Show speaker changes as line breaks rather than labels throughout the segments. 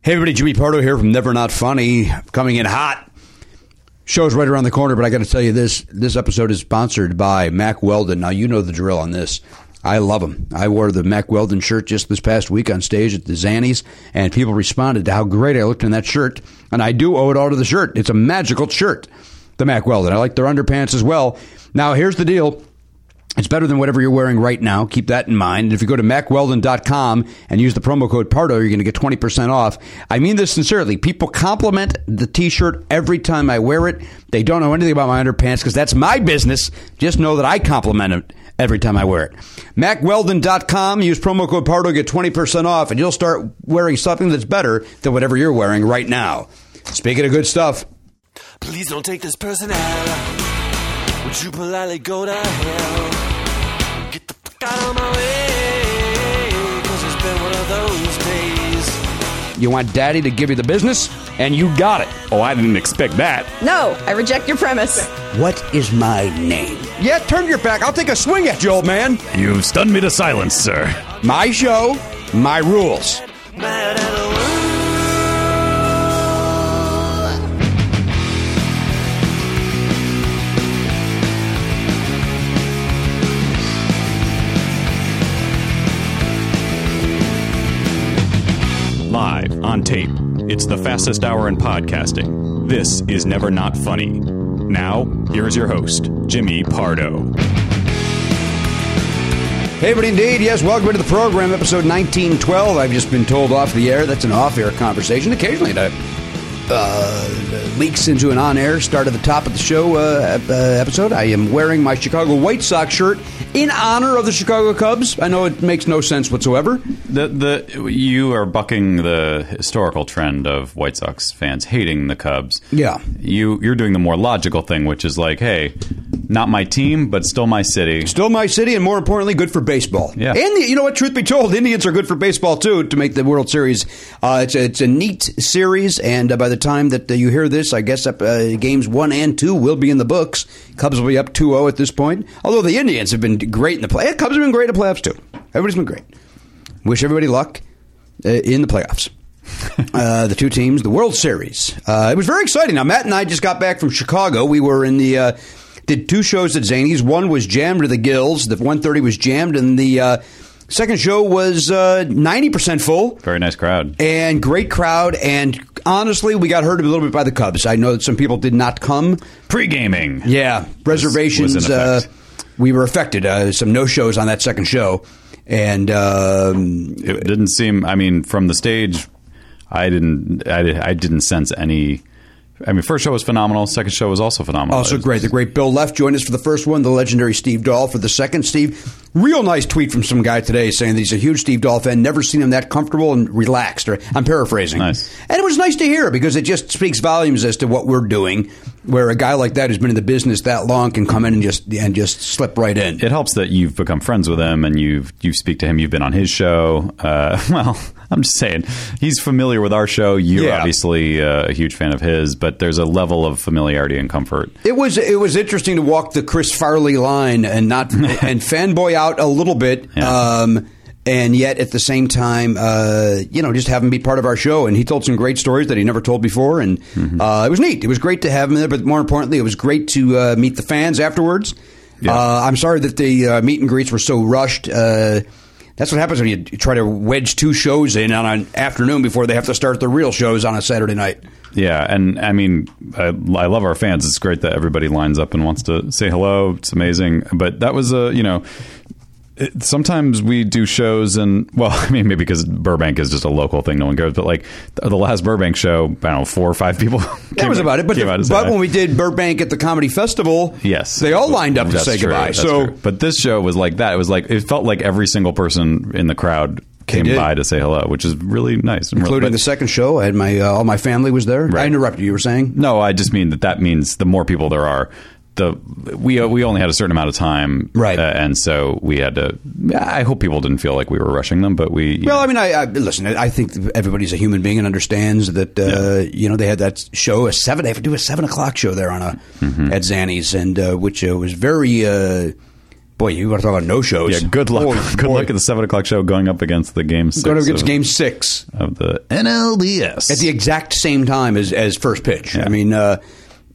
Hey, everybody, Jimmy Pardo here from Never Not Funny, coming in hot. Show's right around the corner, but I got to tell you this this episode is sponsored by Mac Weldon. Now, you know the drill on this. I love them. I wore the Mac Weldon shirt just this past week on stage at the Zannies, and people responded to how great I looked in that shirt. And I do owe it all to the shirt. It's a magical shirt, the Mac Weldon. I like their underpants as well. Now, here's the deal. It's better than whatever you're wearing right now. Keep that in mind. And if you go to macweldon.com and use the promo code Pardo, you're going to get 20% off. I mean this sincerely. People compliment the t-shirt every time I wear it. They don't know anything about my underpants because that's my business. Just know that I compliment it every time I wear it. macweldon.com, use promo code Pardo, get 20% off, and you'll start wearing something that's better than whatever you're wearing right now. Speaking of good stuff,
Please don't take this person out. Would you politely go to hell? Get the fuck out of my way. Cause it's been one of those days.
you want daddy to give you the business, and you got it.
Oh, I didn't expect that.
No, I reject your premise.
What is my name? Yeah, turn your back. I'll take a swing at you, old man.
You've stunned me to silence, sir.
My show, my rules.
Mad at the world.
Live, on tape. It's the fastest hour in podcasting. This is Never Not Funny. Now, here's your host, Jimmy Pardo.
Hey, but indeed, yes, welcome to the program, episode 1912. I've just been told off the air. That's an off air conversation. Occasionally, that uh, leaks into an on air start at the top of the show uh, ep- uh, episode. I am wearing my Chicago White Sox shirt in honor of the Chicago Cubs. I know it makes no sense whatsoever.
The the you are bucking the historical trend of White Sox fans hating the Cubs.
Yeah.
You you're doing the more logical thing, which is like, hey, not my team, but still my city.
Still my city, and more importantly, good for baseball.
Yeah.
And the, you know what? Truth be told, Indians are good for baseball too to make the World Series. Uh, it's a, it's a neat series, and uh, by the time that uh, you hear this, I guess uh, uh, games one and two will be in the books. Cubs will be up 2-0 at this point. Although the Indians have been great in the play, Cubs have been great in playoffs too. Everybody's been great. Wish everybody luck uh, in the playoffs. uh, the two teams, the World Series. Uh, it was very exciting. Now, Matt and I just got back from Chicago. We were in the uh, did two shows at Zany's. One was jammed to the gills. The one thirty was jammed, and the uh, second show was uh, ninety percent full
Very nice crowd.
and great crowd. And honestly, we got hurt a little bit by the Cubs. I know that some people did not come.
Pre gaming.
Yeah, reservations.
was in
uh,
effect.
we were affected. Uh, some no shows on that second show, and um,
It didn't seem. I mean, from the stage, I didn't. I, di- I didn't sense any. I mean, first show was phenomenal. Second show was also phenomenal.
Also great. The great Bill Left joined us for the first one. The legendary Steve Dahl for the second. Steve, real nice tweet from some guy today saying that he's a huge Steve Dahl fan. Never seen him that comfortable and relaxed. Or I'm paraphrasing.
Nice.
And it was nice to hear because it just speaks volumes as to what we're doing. Where a guy like that who's been in the business that long can come in and just and just slip right in.
it helps that you've become friends with him and you've you speak to him. You've been on his show. Uh, well, I'm just saying he's familiar with our show. You're
Yeah.
obviously uh, a huge fan of his, but there's a level of familiarity and comfort.
It was it was interesting to walk the Chris Farley line and not and fanboy out a little bit,
Yeah.
um, and yet at the same time, uh, you know, just have him be part of our show. And he told some great stories that he never told before, and
Mm-hmm.
uh, it was neat. It was great to have him there, but more importantly, it was great to uh, meet the fans afterwards.
Yeah.
Uh, I'm sorry that the uh, meet and greets were so rushed. Uh, that's what happens when you try to wedge two shows in on an afternoon before they have to start the real shows on a Saturday night.
Yeah, and I mean, I, I love our fans. It's great that everybody lines up and wants to say hello. It's amazing. But that was a, you know, it, sometimes we do shows and, well, I mean, maybe because Burbank is just a local thing, no one goes, but like the the last Burbank show, I don't know, four or five people.
That
came
was
out-
about it. But,
came out and said
but
hi.
when we did Burbank at the comedy festival,
Yes,
they all lined up to
That's
say
true.
goodbye.
That's
so
true. but this show was like that. It was like it felt like every single person in the crowd came
did.
by to say hello, which is really nice.
including
But-
the second show, I had my uh, all my family was there. I
Right.
interrupted. You were saying
No, I just mean that that means the more people there are, the we uh, we only had a certain amount of time,
Right.
Uh, and so we had to. I hope people didn't feel like we were rushing them, but we. you
Well,
know,
I mean, I, I listen. I think everybody's a human being and understands that. Uh, You know, they had that show a seven. They have to
Mm-hmm.
do a seven o'clock show there on a at Zanny's, and uh, which uh, was very. Uh, Boy, you want to talk about no shows?
Yeah, good luck.
Boy,
good
boy.
luck at the seven o'clock show going up against the game six
Going up against
of,
game six
of the NLDS.
at the exact same time as as first pitch.
Yeah.
I mean, uh,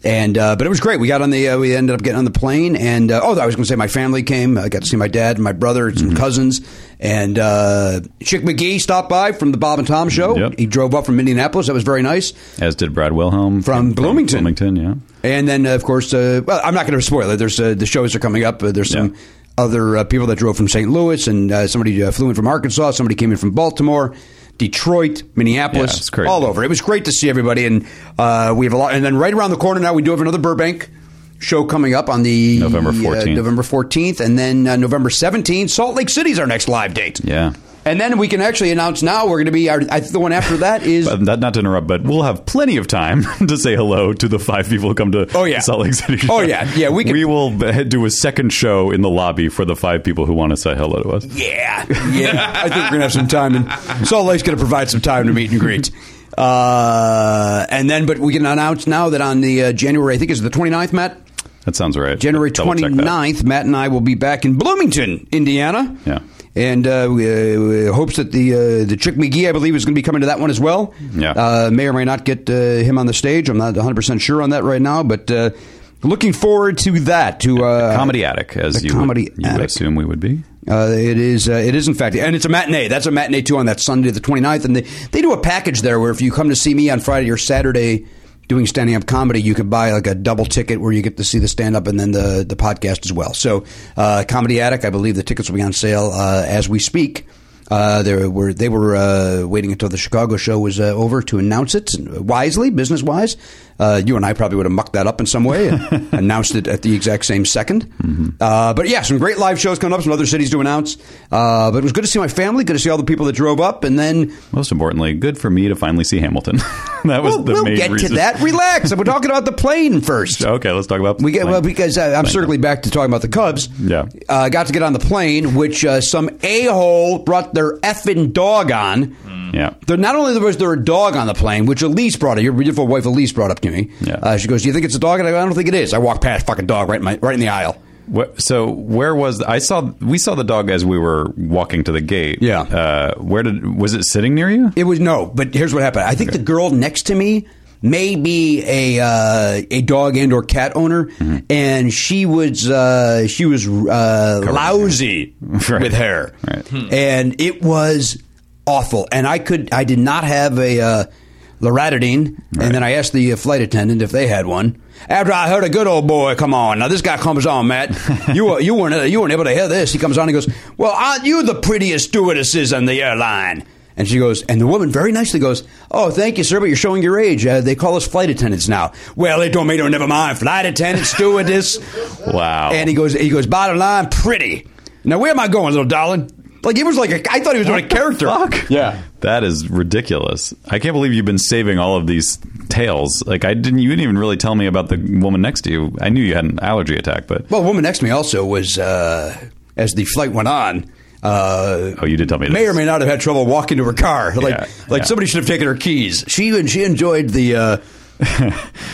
and uh, but it was great. We got on the uh, we ended up getting on the plane, and uh, oh, I was going to say my family came. I got to see my dad and my brother and some
Mm-hmm.
cousins, and uh, Chick McGee stopped by from the Bob and Tom show.
Yep.
He drove up from Indianapolis. That was very nice.
As did Brad Wilhelm
From Bloomington.
Bloomington, yeah.
And then, uh, of course, uh, well, I'm not going to spoil it. There's uh, the shows are coming up. Uh, there's some
Yeah.
other uh, people that drove from St. Louis, and uh, somebody uh, flew in from Arkansas. Somebody came in from Baltimore, Detroit, Minneapolis,
Yeah, it's crazy.
all over. It was great to see everybody, and uh, we have a lot. And then right around the corner now, we do have another Burbank show coming up on the
November
uh,
14th.
November 14th, and then uh, November 17th, Salt Lake City is our next live date.
Yeah.
And then we can actually announce now we're going to be our I, the one after that is
But not, not to interrupt, but we'll have plenty of time to say hello to the five people who come to
Oh, yeah.
Salt Lake City.
Oh, yeah. Yeah, we can-
we will b- do a second show in the lobby for the five people who want to say hello to us.
Yeah, yeah. I think we're gonna have some time, and Salt Lake's gonna provide some time to meet and greet. Uh, and then, but we can announce now that on the uh, January, I think it's the 29th, Matt.
That sounds right.
January
Double check that.
29th, Matt and I will be back in Bloomington, Indiana.
Yeah.
And uh, we, uh, we hopes that the uh, the Chick McGee, I believe, is going to be coming to that one as well.
Yeah.
Uh, may or may not get uh, him on the stage. I'm not 100 percent sure on that right now, but uh, looking forward to that. To uh,
comedy attic, as
the
you,
Comedy
would, you would
Attic.
assume we would be.
Uh, it is. Uh, it is in fact, and it's a matinee. That's a matinee too on that Sunday the 29th, and they they do a package there where if you come to see me on Friday or Saturday doing standing up comedy, you could buy like a double ticket where you get to see the stand up and then the the podcast as well. So, uh, Comedy Attic, I believe the tickets will be on sale uh, as we speak. Uh, they were they were uh, waiting until the Chicago show was uh, over to announce it wisely, business wise. Uh, you and I probably would have mucked that up in some way and announced it at the exact same 2nd
Mm-hmm.
Uh, but yeah, some great live shows coming up, some other cities to announce. Uh, but it was good to see my family, good to see all the people that drove up, and then
Most importantly, good for me to finally see Hamilton. that was
we'll,
the
oh, we'll
main
get
reason.
to that. Relax, we're talking about the plane first.
Okay, let's talk about
We get
Plank.
well because uh, I'm circling back to talking about the Cubs.
Yeah.
uh, got to get on the plane, which uh, some a hole brought their effing dog on.
yeah.
There, not only was there a dog on the plane, which Elise brought up. Your beautiful wife Elise brought up to me.
Yeah.
Uh, she goes, "Do you think it's a dog?" And I, go, I don't think it is. I walked past fucking dog right in my right in the aisle.
What, so where was I saw we saw the dog as we were walking to the gate.
Yeah.
Uh, where did was it sitting near you?
It was no, but here's what happened. I think the girl next to me may be a uh, a dog and or cat owner,
Mm-hmm.
and she was uh, she was uh, lousy
Right.
with hair,
Right. Hmm.
and it was awful. And I could I did not have a uh, loratadine, and then I asked the uh, flight attendant if they had one. After I heard a good old boy come on, now this guy comes on, Matt. You were, you weren't you weren't able to hear this. He comes on and goes, "Well, aren't you the prettiest stewardesses on the airline?" And she goes, and the woman very nicely goes, "Oh, thank you, sir, but you're showing your age. Uh, they call us flight attendants now." Well, it don't matter. Never mind, flight attendant, stewardess.
Wow.
And he goes, he goes, bottom line, pretty. Now, where am I going, little darling? Like it was like a, I thought he was doing a character.
Fuck.
Yeah.
That is ridiculous. I can't believe you've been saving all of these tales. Like I didn't you didn't even really tell me about the woman next to you. I knew you had an allergy attack, but
Well, the woman next to me also was, uh, as the flight went on, uh,
oh, you did tell me.
may
this.
or may not have had trouble walking to her car. Like,
Yeah,
like
yeah.
somebody should have taken her keys. She and she enjoyed the, uh,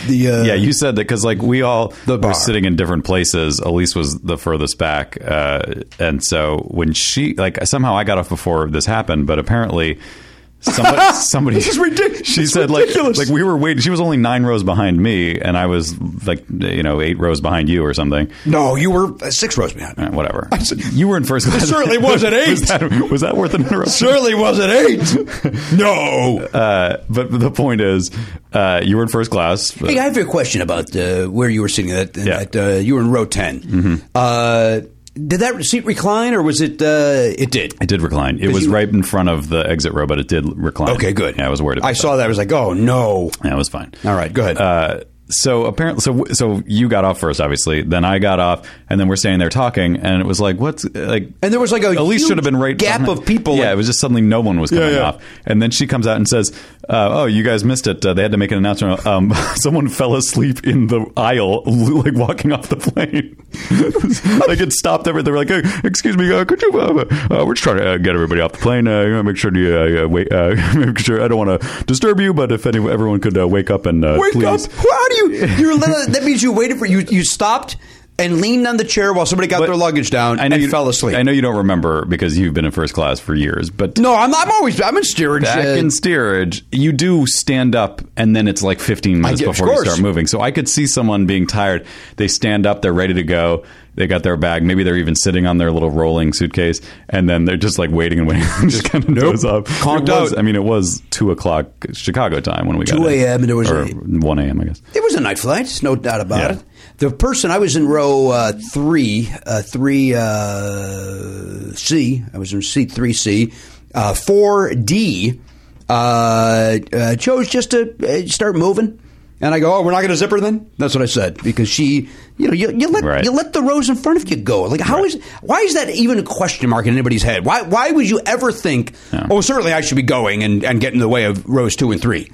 the. Uh,
yeah, you said that because like we all
The bar.
were sitting in different places. Elise was the furthest back, uh, and so when she like somehow I got off before this happened, but apparently somebody somebody
This is ridic- this
She
is
said
ridiculous.
like like we were waiting. She was only nine rows behind me, and I was like you know eight rows behind you or something.
No, you were uh, six rows behind.
Uh, Whatever. You were in first class.
certainly was at
Was
eight.
that, was that worth an interruption?
Surely wasn't eight. no.
Uh, but the point is, uh, you were in first class. uh,
Hey, I have a question about uh, where you were sitting. That,
Yeah. Mm-hmm.
that uh, you were in row 10 Uh, did that seat recline, or was it? Uh, it did.
It did recline. It was
you-
right in front of the exit row, but it did recline.
Okay, good.
Yeah, I was worried. About
I saw that. I was like, oh no.
That. Yeah, it was fine.
All right, go ahead.
Uh, so apparently, so so you got off first, obviously. Then I got off, and then we're standing there talking, and it was like, what's like?
And there was, like, a
Elise
huge
should have been right
gap
behind-
of people,
Yeah,
like-
it was just suddenly no one was coming
yeah.
off, and then she comes out and says, uh, "Oh, you guys missed it. Uh, they had to make an announcement. Um, someone fell asleep in the aisle, like walking off the plane. like it stopped everything. They were like, "Hey, excuse me, uh, could you? Uh, uh, we're just trying to uh, get everybody off the plane. Uh, you know, make sure you uh, uh, wait. Uh, make sure I don't want to disturb you, but if any, everyone could uh, wake up and uh,
Wake
please."
up! How do you? You're literally, that means you waited for you. You stopped. and leaned on the chair while somebody got
But
their luggage down and
you
fell asleep.
I know you don't remember because you've been in first class for years, but
No, I'm, I'm always I'm in steerage.
back
uh,
in steerage, you do stand up, and then it's like 15 minutes
do, of
before you
course.
start moving. So I could see someone being tired. They stand up, they're ready to go. They got their bag. Maybe they're even sitting on their little rolling suitcase, and then they're just like waiting and waiting. just kind of doze off.
Conked
It was-
out.
I mean, it was two o'clock Chicago time when we got
2
in.
a.m., and it was
or
a-
one a.m. I guess.
It was a night flight, there's no doubt about
Yeah.
it. The person I was in row uh, three, uh, three uh, C. I was in seat three C, uh, four D. Uh, uh, chose just to uh, start moving, and I go, "Oh, we're not going to zip her then." That's what I said because she, you know, you, you let
Right.
you let the rows in front of you go. Like, how is why is that even a question mark in anybody's head? Why why would you ever think? Oh, certainly I should be going and and get in the way of rows two and three.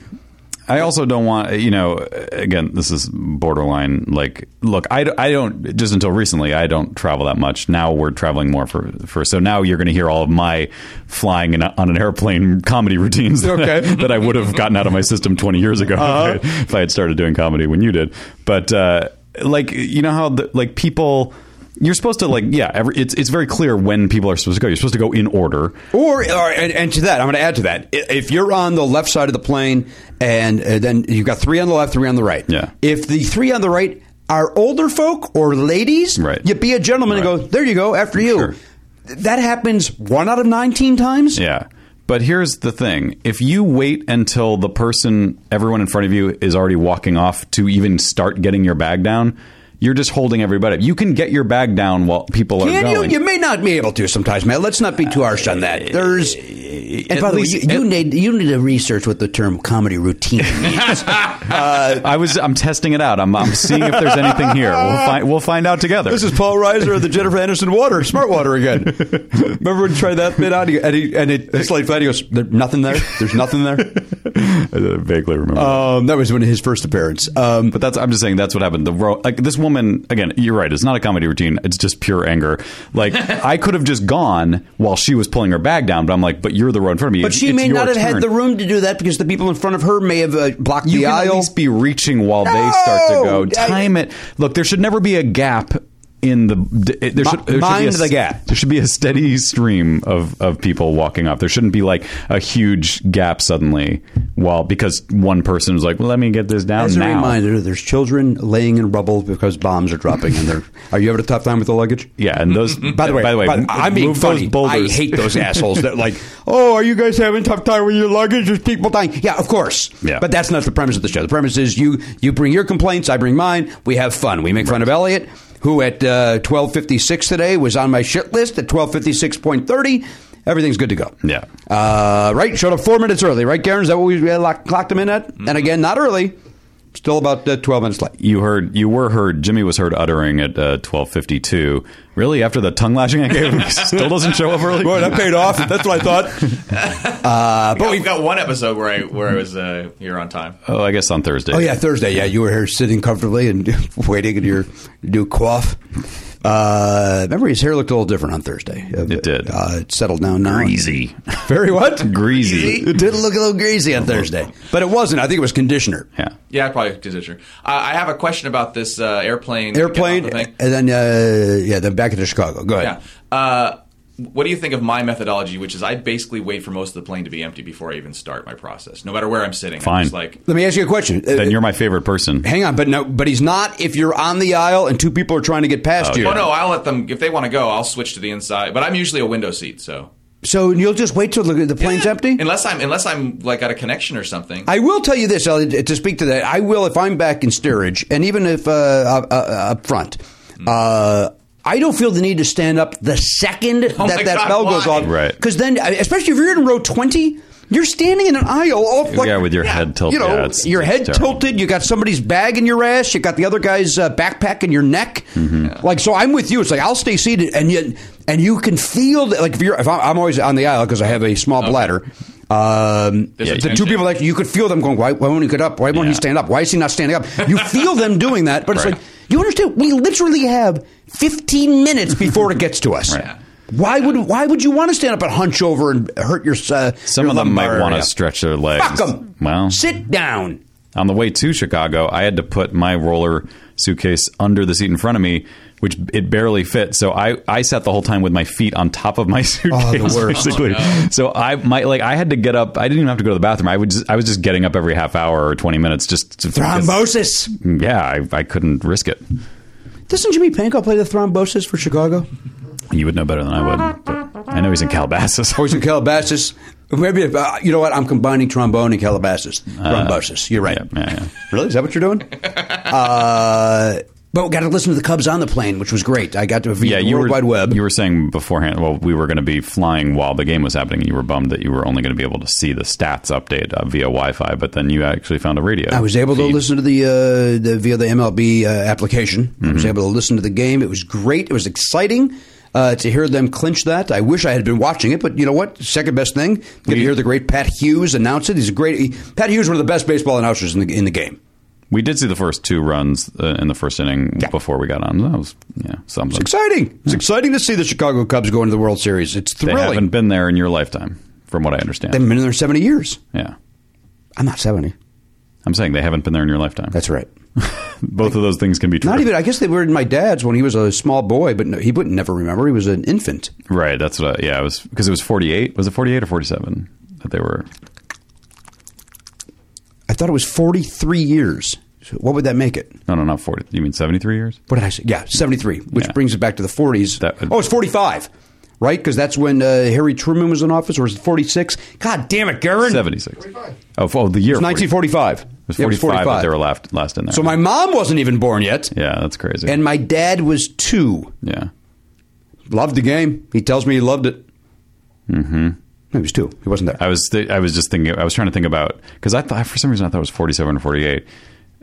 I also don't want, you know, again, this is borderline. Like, look, I, I don't, just until recently, I don't travel that much. Now we're traveling more for, for so now you're going to hear all of my flying in, on an airplane comedy routines that, I,
Okay.
that I would have gotten out of my system 20 years ago if, I, if I had started doing comedy when you did. But, uh, like, you know how, the, like, people. You're supposed to like, yeah. Every, it's it's very clear when people are supposed to go. You're supposed to go in order.
Or, or and, and to that, I'm going to add to that. I- If you're on the left side of the plane, and uh, then you've got three on the left, three on the right.
Yeah.
If the three on the right are older folk or ladies,
Right.
you be a gentleman and
Right.
go, there you go, after you.
Sure.
That happens one out of 19 times.
Yeah. But here's the thing. If you wait until the person, everyone in front of you, is already walking off to even start getting your bag down, you're just holding everybody up. You can get your bag down while people are
Can you?
going. Uh,
You may not be able to sometimes, man. Let's not be too harsh on that. There's, and by the way,
least-
you, you need you need to research what the term comedy routine means. Uh,
I was. I'm testing it out. I'm, I'm seeing if there's anything here. We'll find. We'll find out together.
This is Paul Reiser of the Jennifer Aniston Water, Smart Water again. Remember when we tried that bit out? And, he, and it, it's like, he goes, there's nothing there. There's nothing there.
I vaguely remember.
Um, that was when his first appearance. Um,
But that's I'm just saying that's what happened. The ro- like this woman again. You're right. It's not a comedy routine. It's just pure anger. Like I could have just gone while she was pulling her bag down, but I'm like, but you're the row in front of me.
but she may not have had the room to do that because the people in front of her may have uh, blocked
You
the
can
aisle.
at least be reaching while they start to
No!
go.
I-
Time it. Look, there should never be a gap in the. d- it- There
Mi-
should, there should
mind
be a,
the gap.
There should be a steady stream of of people walking off. There shouldn't be like a huge gap suddenly while because one person was like, well, let me get this down
As a
now.
reminder, there's children laying in rubble because bombs are dropping. And they're, are you having a tough time with the luggage?
Yeah, and those.
By the way,
by the way,
but I'm being
move
funny.
those boulders.
I hate those assholes that like, oh, are you guys having a tough time with your luggage? There's people dying. Yeah, of course.
Yeah.
But that's not the premise of the show. The premise is you you bring your complaints, I bring mine. We have fun. We make fun of Elliot, who at uh, twelve fifty six today was on my shit list at twelve fifty six point thirty. Everything's good to go.
Yeah.
Uh, right. Showed up four minutes early. Right, Karen? Is that what we uh, lock, clocked him in at? And again, not early. Still about uh, twelve minutes late.
You heard, you were heard. Jimmy was heard uttering at uh, twelve fifty two. Really, after the tongue lashing I gave him, he still doesn't show up early.
Boy, that paid off. That's what I thought.
But we've got one episode where I where I was uh, here on time.
Oh, I guess on Thursday.
Oh yeah, Thursday. Yeah, you were here sitting comfortably and waiting in your new coif. Uh, remember, his hair looked a little different on Thursday. Uh,
It did.
Uh, it settled down now.
greasy,
Very what?
greasy.
It did look a little greasy on Thursday, but it wasn't. I think it was conditioner.
Yeah.
Yeah, I probably consider. I I have a question about this uh, airplane
Airplane,
getting off the
and
thing.
then uh, yeah, then back into Chicago. Go ahead.
Yeah. Uh, what do you think of my methodology, which is I basically wait for most of the plane to be empty before I even start my process, no matter where I'm sitting.
Fine.
I'm just like
Let me ask you a question. Uh,
Then you're my favorite person.
hang on, but no, but he's not. If you're on the aisle and two people are trying to get past you,
Oh no, I'll let them if they want to go. I'll switch to the inside, but I'm usually a window seat, so
so you'll just wait till the, the plane's
Yeah.
empty.
Unless I'm unless I'm like got a connection or something.
I will tell you this I'll, to speak to that. I will if I'm back in steerage, and even if uh, up, uh, up front.
Hmm.
Uh, I don't feel the need to stand up the second
Oh my
that that
God,
bell
why?
goes off,
Right.
Because then, especially if you're in row twenty, you're standing in an aisle, all like,
Yeah, with your head tilted.
You know,
Yeah, it's-
your
it's
head
terrible.
tilted. You got somebody's bag in your ass. You got the other guy's uh, backpack in your neck.
Mm-hmm.
Like, so I'm with you. It's like I'll stay seated, and you and you can feel that. Like, if you're, if I'm, I'm always on the aisle because I have a small bladder. Um,
There's a
the two
tension.
people like you could feel them going, why, why won't he get up? Why won't he
Yeah.
stand up? Why is he not standing up? You feel them doing that, but it's
Right.
like you understand. We literally have 15 minutes before it gets to us.
Right.
Why would why would you want to stand up and hunch over and hurt your? Uh,
Some
your
of them might
lumbar
want to
area?
stretch their legs.
Fuck them.
Well,
sit down.
on the way to Chicago, I had to put my roller suitcase under the seat in front of me which it barely fit. So I, I sat the whole time with my feet on top of my suitcase,
Oh, worst.
basically. So I my like I had to get up. I didn't even have to go to the bathroom. I would just, I was just getting up every half hour or twenty minutes just to,
Thrombosis.
because- Yeah, I, I couldn't risk it.
Doesn't Jimmy Panko play the thrombosis for Chicago?
You would know better than I would. But I know he's in Calabasas.
Or is it Calabasas? Maybe, uh, you know what? I'm combining trombone and Calabasas. Thrombosis. You're right.
Yeah, yeah, yeah.
Really? Is that what you're doing? uh, but we got to listen to the Cubs on the plane, which was great. I got to view
yeah,
the
you
World
were,
Wide Web.
You were saying beforehand, well, we were going to be flying while the game was happening. and You were bummed that you were only going to be able to see the stats update uh, via Wi-Fi, but then you actually found a radio.
I was able to
feed.
listen to the, uh, the via the MLB uh, application. I was able to listen to the game. It was great. It was exciting uh, to hear them clinch that. I wish I had been watching it, but you know what? Second best thing, get to hear the great Pat Hughes announce it. He's a great. He, Pat Hughes, one of the best baseball announcers in the in the game.
We did see the first two runs uh, in the first inning before we got on. That was yeah something.
Exciting! It's exciting to see the Chicago Cubs go into the World Series. It's
They
thrilling.
haven't been there in your lifetime, from what I understand.
They haven't been in there seventy years.
yeah,
I'm not seventy.
I'm saying they haven't been there in your lifetime.
That's right.
Both of those things can be true.
Not even. I guess they were in my dad's when he was a small boy, but no, he wouldn't never remember. He was an infant.
right. That's what. I, yeah, it was because it was 48. Was it 48 or 47 that they were?
I thought it was forty three years. So what would that make it?
No, no, not 40. You mean 73 years?
What did I say? Yeah, seventy three, which
Yeah.
brings it back to the forties.
That would-
Oh, it's forty five. Right, because that's when uh, Harry Truman was in office, or was it 46? God damn it, Garen!
76. Oh, f- oh, the year. 40.
1945.
It was 45, but they were last, last in there.
So my mom wasn't even born yet,
Yeah, that's crazy.
and my dad was two.
yeah.
Loved the game. He tells me he loved it. Mm-hmm. No, he was two. He wasn't there.
I was th- I was just thinking I was trying to think about because I thought for some reason I thought it was forty seven or forty eight.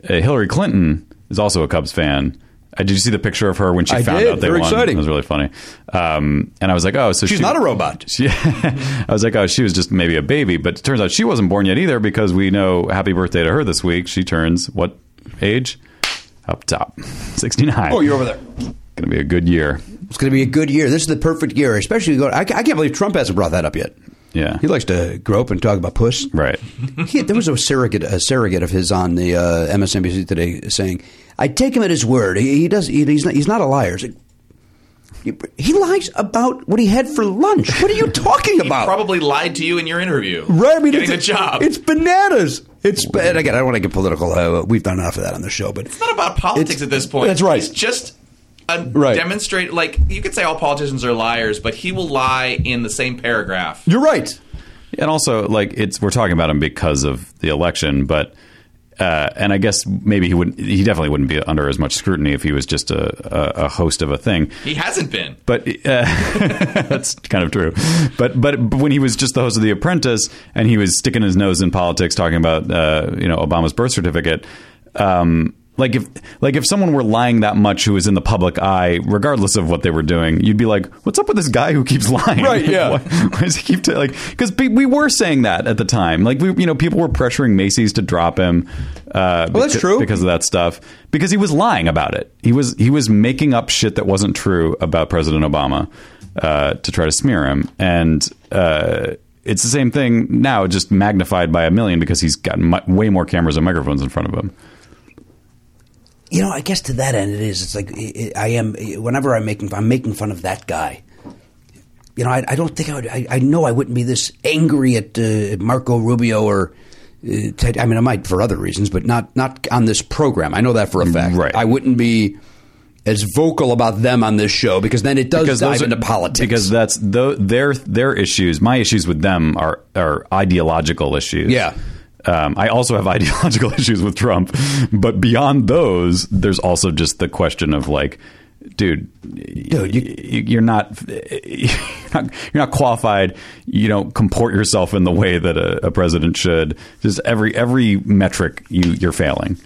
Uh, Hillary Clinton is also a Cubs fan. Uh, did you see the picture of her when she
I
found
did.
out they
Very
won?
exciting.
It was really funny. Um, and I was like, oh, so
She's
she-
not a robot.
She, I was like, oh, she was just maybe a baby, but it turns out she wasn't born yet either because we know happy birthday to her this week. She turns what age? Up top, sixty nine.
Oh, you're over there.
Gonna be a good year.
It's going to be a good year. This is the perfect year, especially. Going, I, ca- I can't believe Trump hasn't brought that up yet.
Yeah.
He likes to grope and talk about puss.
Right.
He, there was a surrogate, a surrogate of his on the uh, MSNBC today saying, "I take him at his word. He, he does. He, he's not. He's not a liar." It's like, you- he lies about what he had for lunch. What are you talking
He
about?
probably lied to you in your interview.
Right? I mean,
getting the
it's,
job.
It's bananas. It's and again, I don't want to get political. Uh, we've done enough of that on the show, but
It's not about politics
It's-
at this point.
that's right.
He's just a
Right.
demonstrate. Like you could say all politicians are liars, but he will lie in the same paragraph.
you're right.
and also like it's we're talking about him because of the election but uh, and I guess maybe he wouldn't. He definitely wouldn't be under as much scrutiny if he was just a, a, a host of a thing.
he hasn't been.
But uh, that's kind of true. But, but when he was just the host of The Apprentice and he was sticking his nose in politics, talking about uh, you know Obama's birth certificate, um, like if like if someone were lying that much who was in the public eye, regardless of what they were doing, you'd be like, "What's up with this guy who keeps lying?"
Right, yeah.
why, why does he keep t- like? Because we were saying that at the time. Like we you know people were pressuring Macy's to drop him. Uh,
Well, that's
beca-
true.
because of that stuff because he was lying about it. He was he was making up shit that wasn't true about President Obama uh, to try to smear him, and uh, it's the same thing now, just magnified by a million because he's got mu- way more cameras and microphones in front of him.
you know, I guess to that end, it is. It's like i I I am. Whenever I'm making, I'm making fun of that guy. You know, I, I don't think I would. I, I know I wouldn't be this angry at uh, Marco Rubio or. Uh, Ted, I mean, I might for other reasons, but not not on this program. I know that for a fact.
Right.
I wouldn't be as vocal about them on this show because then it does dive
those
into politics.
Because that's tho- their their issues. My issues with them are are ideological issues.
Yeah.
Um, I also have ideological issues with Trump, but beyond those, there's also just the question of like, dude,
Dude, you-
you, you're not you're not you're not qualified. You don't comport yourself in the way that a, a president should. Just every every metric you you're failing.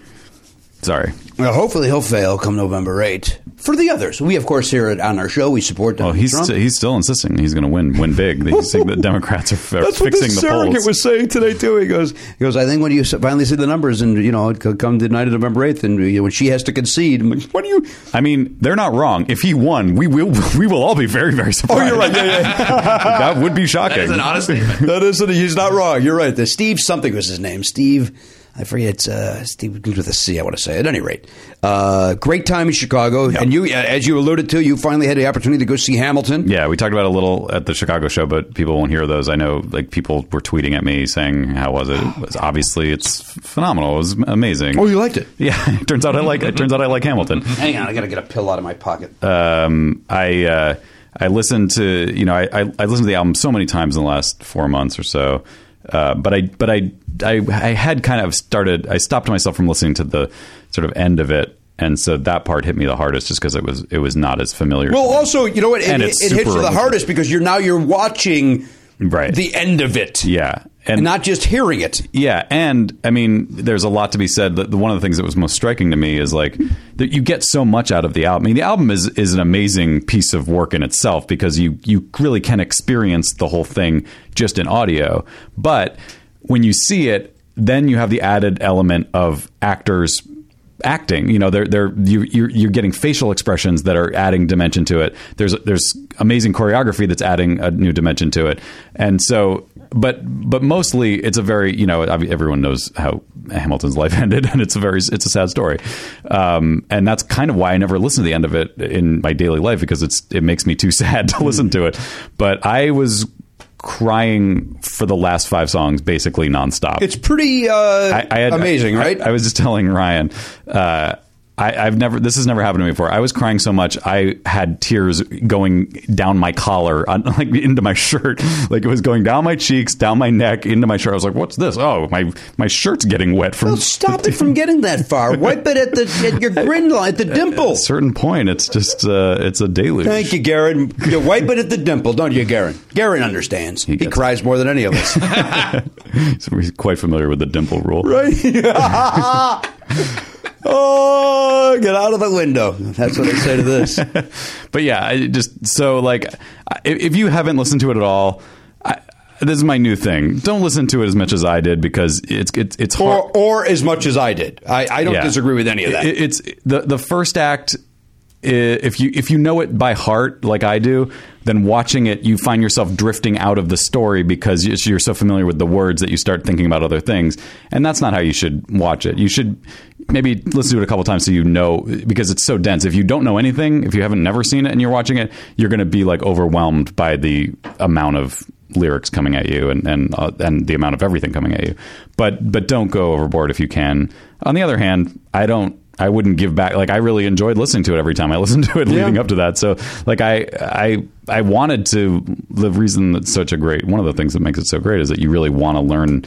Sorry.
Well, hopefully he'll fail come November 8th. For the others, we of course here at, on our show we support Donald
Oh, he's
Trump.
sti- he's still insisting he's going to win win big. He's saying that Democrats are, are
That's what
fixing
this
the
surrogate
polls.
was saying today too. He goes, he goes. I think when you s- finally see the numbers, and you know, it could come the night of November eighth, and you know, when she has to concede, I'm like, what do you?
I mean, they're not wrong. If he won, we will we will all be very very surprised.
Oh, you're right. Yeah, yeah.
that would be shocking.
That is an honest statement.
that isn't. He's not wrong. You're right. The Steve something was his name. Steve. I forget. It's uh, Steve begins with a C. I want to say. At any rate, uh, great time in Chicago, and you, as you alluded to, you finally had the opportunity to go see Hamilton.
Yeah, we talked about it a little at the Chicago show, but people won't hear those. I know, like people were tweeting at me saying, "How was it?" It was- obviously, it's phenomenal. It was amazing.
Oh, you liked it.
yeah, it turns out I like. It turns out I like Hamilton.
Hang on, I got to get a pill out of my pocket.
Uh, I uh, I listened to you know I, I I listened to the album so many times in the last four months or so, uh, but I but I, I I had kind of started I stopped myself from listening to the sort of end of it, and so that part hit me the hardest just because it was it was not as familiar.
Well,
to me.
also, you know what? It,
And
it,
it's
it hits
super
you the
emotional.
hardest because you're now you're watching
Right.
the end of it,
yeah,
and not just hearing it.
Yeah, and I mean, there's a lot to be said. That one of the things that was most striking to me is like that you get so much out of the album. I mean, the album is is an amazing piece of work in itself because you you really can experience the whole thing just in audio. But when you see it, then you have the added element of actors acting. You know, they're they're you you're, you're getting facial expressions that are adding dimension to it. There's there's amazing choreography that's adding a new dimension to it, and so. But but mostly it's a very you know obvi- everyone knows how Hamilton's life ended and it's a very it's a sad story, um, and that's kind of why I never listen to the end of it in my daily life because it's it makes me too sad to listen to it. But I was crying for the last five songs basically nonstop.
It's pretty uh,
I, I had,
amazing,
I-
right?
I, was just telling Ryan. Uh, I, I've never. This has never happened to me before. I was crying so much, I had tears going down my collar, on, like into my shirt. Like it was going down my cheeks, down my neck, into my shirt. I was like, "What's this? Oh, my my shirt's getting wet from."
Well, stop it from getting that far. Wipe it at the at your grin line, at the dimple.
At a certain point, it's just uh, it's a deluge.
Thank you, Garen. You wipe it at the dimple, don't you, Garen? Garen understands. He,
gets it.
cries more than any of us.
So He's quite familiar with the dimple rule,
right? oh, get out of the window. That's what I say to this.
but yeah, I just so like I- if, if you haven't listened to it at all, I, this is my new thing. Don't listen to it as much as I did because it's it's it's hard.
Or, or as much as I did. I, I don't
Yeah.
disagree with any of that.
It- it's the the first act. i- If you if you know it by heart like I do, then watching it, you find yourself drifting out of the story because you- you're so familiar with the words that you start thinking about other things, and that's not how you should watch it. You should maybe listen to it a couple times so you know because it's so dense. If you don't know anything, if you haven't never seen it and you're watching it, you're going to be like overwhelmed by the amount of lyrics coming at you and and uh, and the amount of everything coming at you. But but don't go overboard if you can. On the other hand, I don't. I wouldn't give back. Like I really enjoyed listening to it every time I listened to it leading up to that. So like I I I wanted to. The reason that's such a great one of the things that makes it so great is that you really want to learn.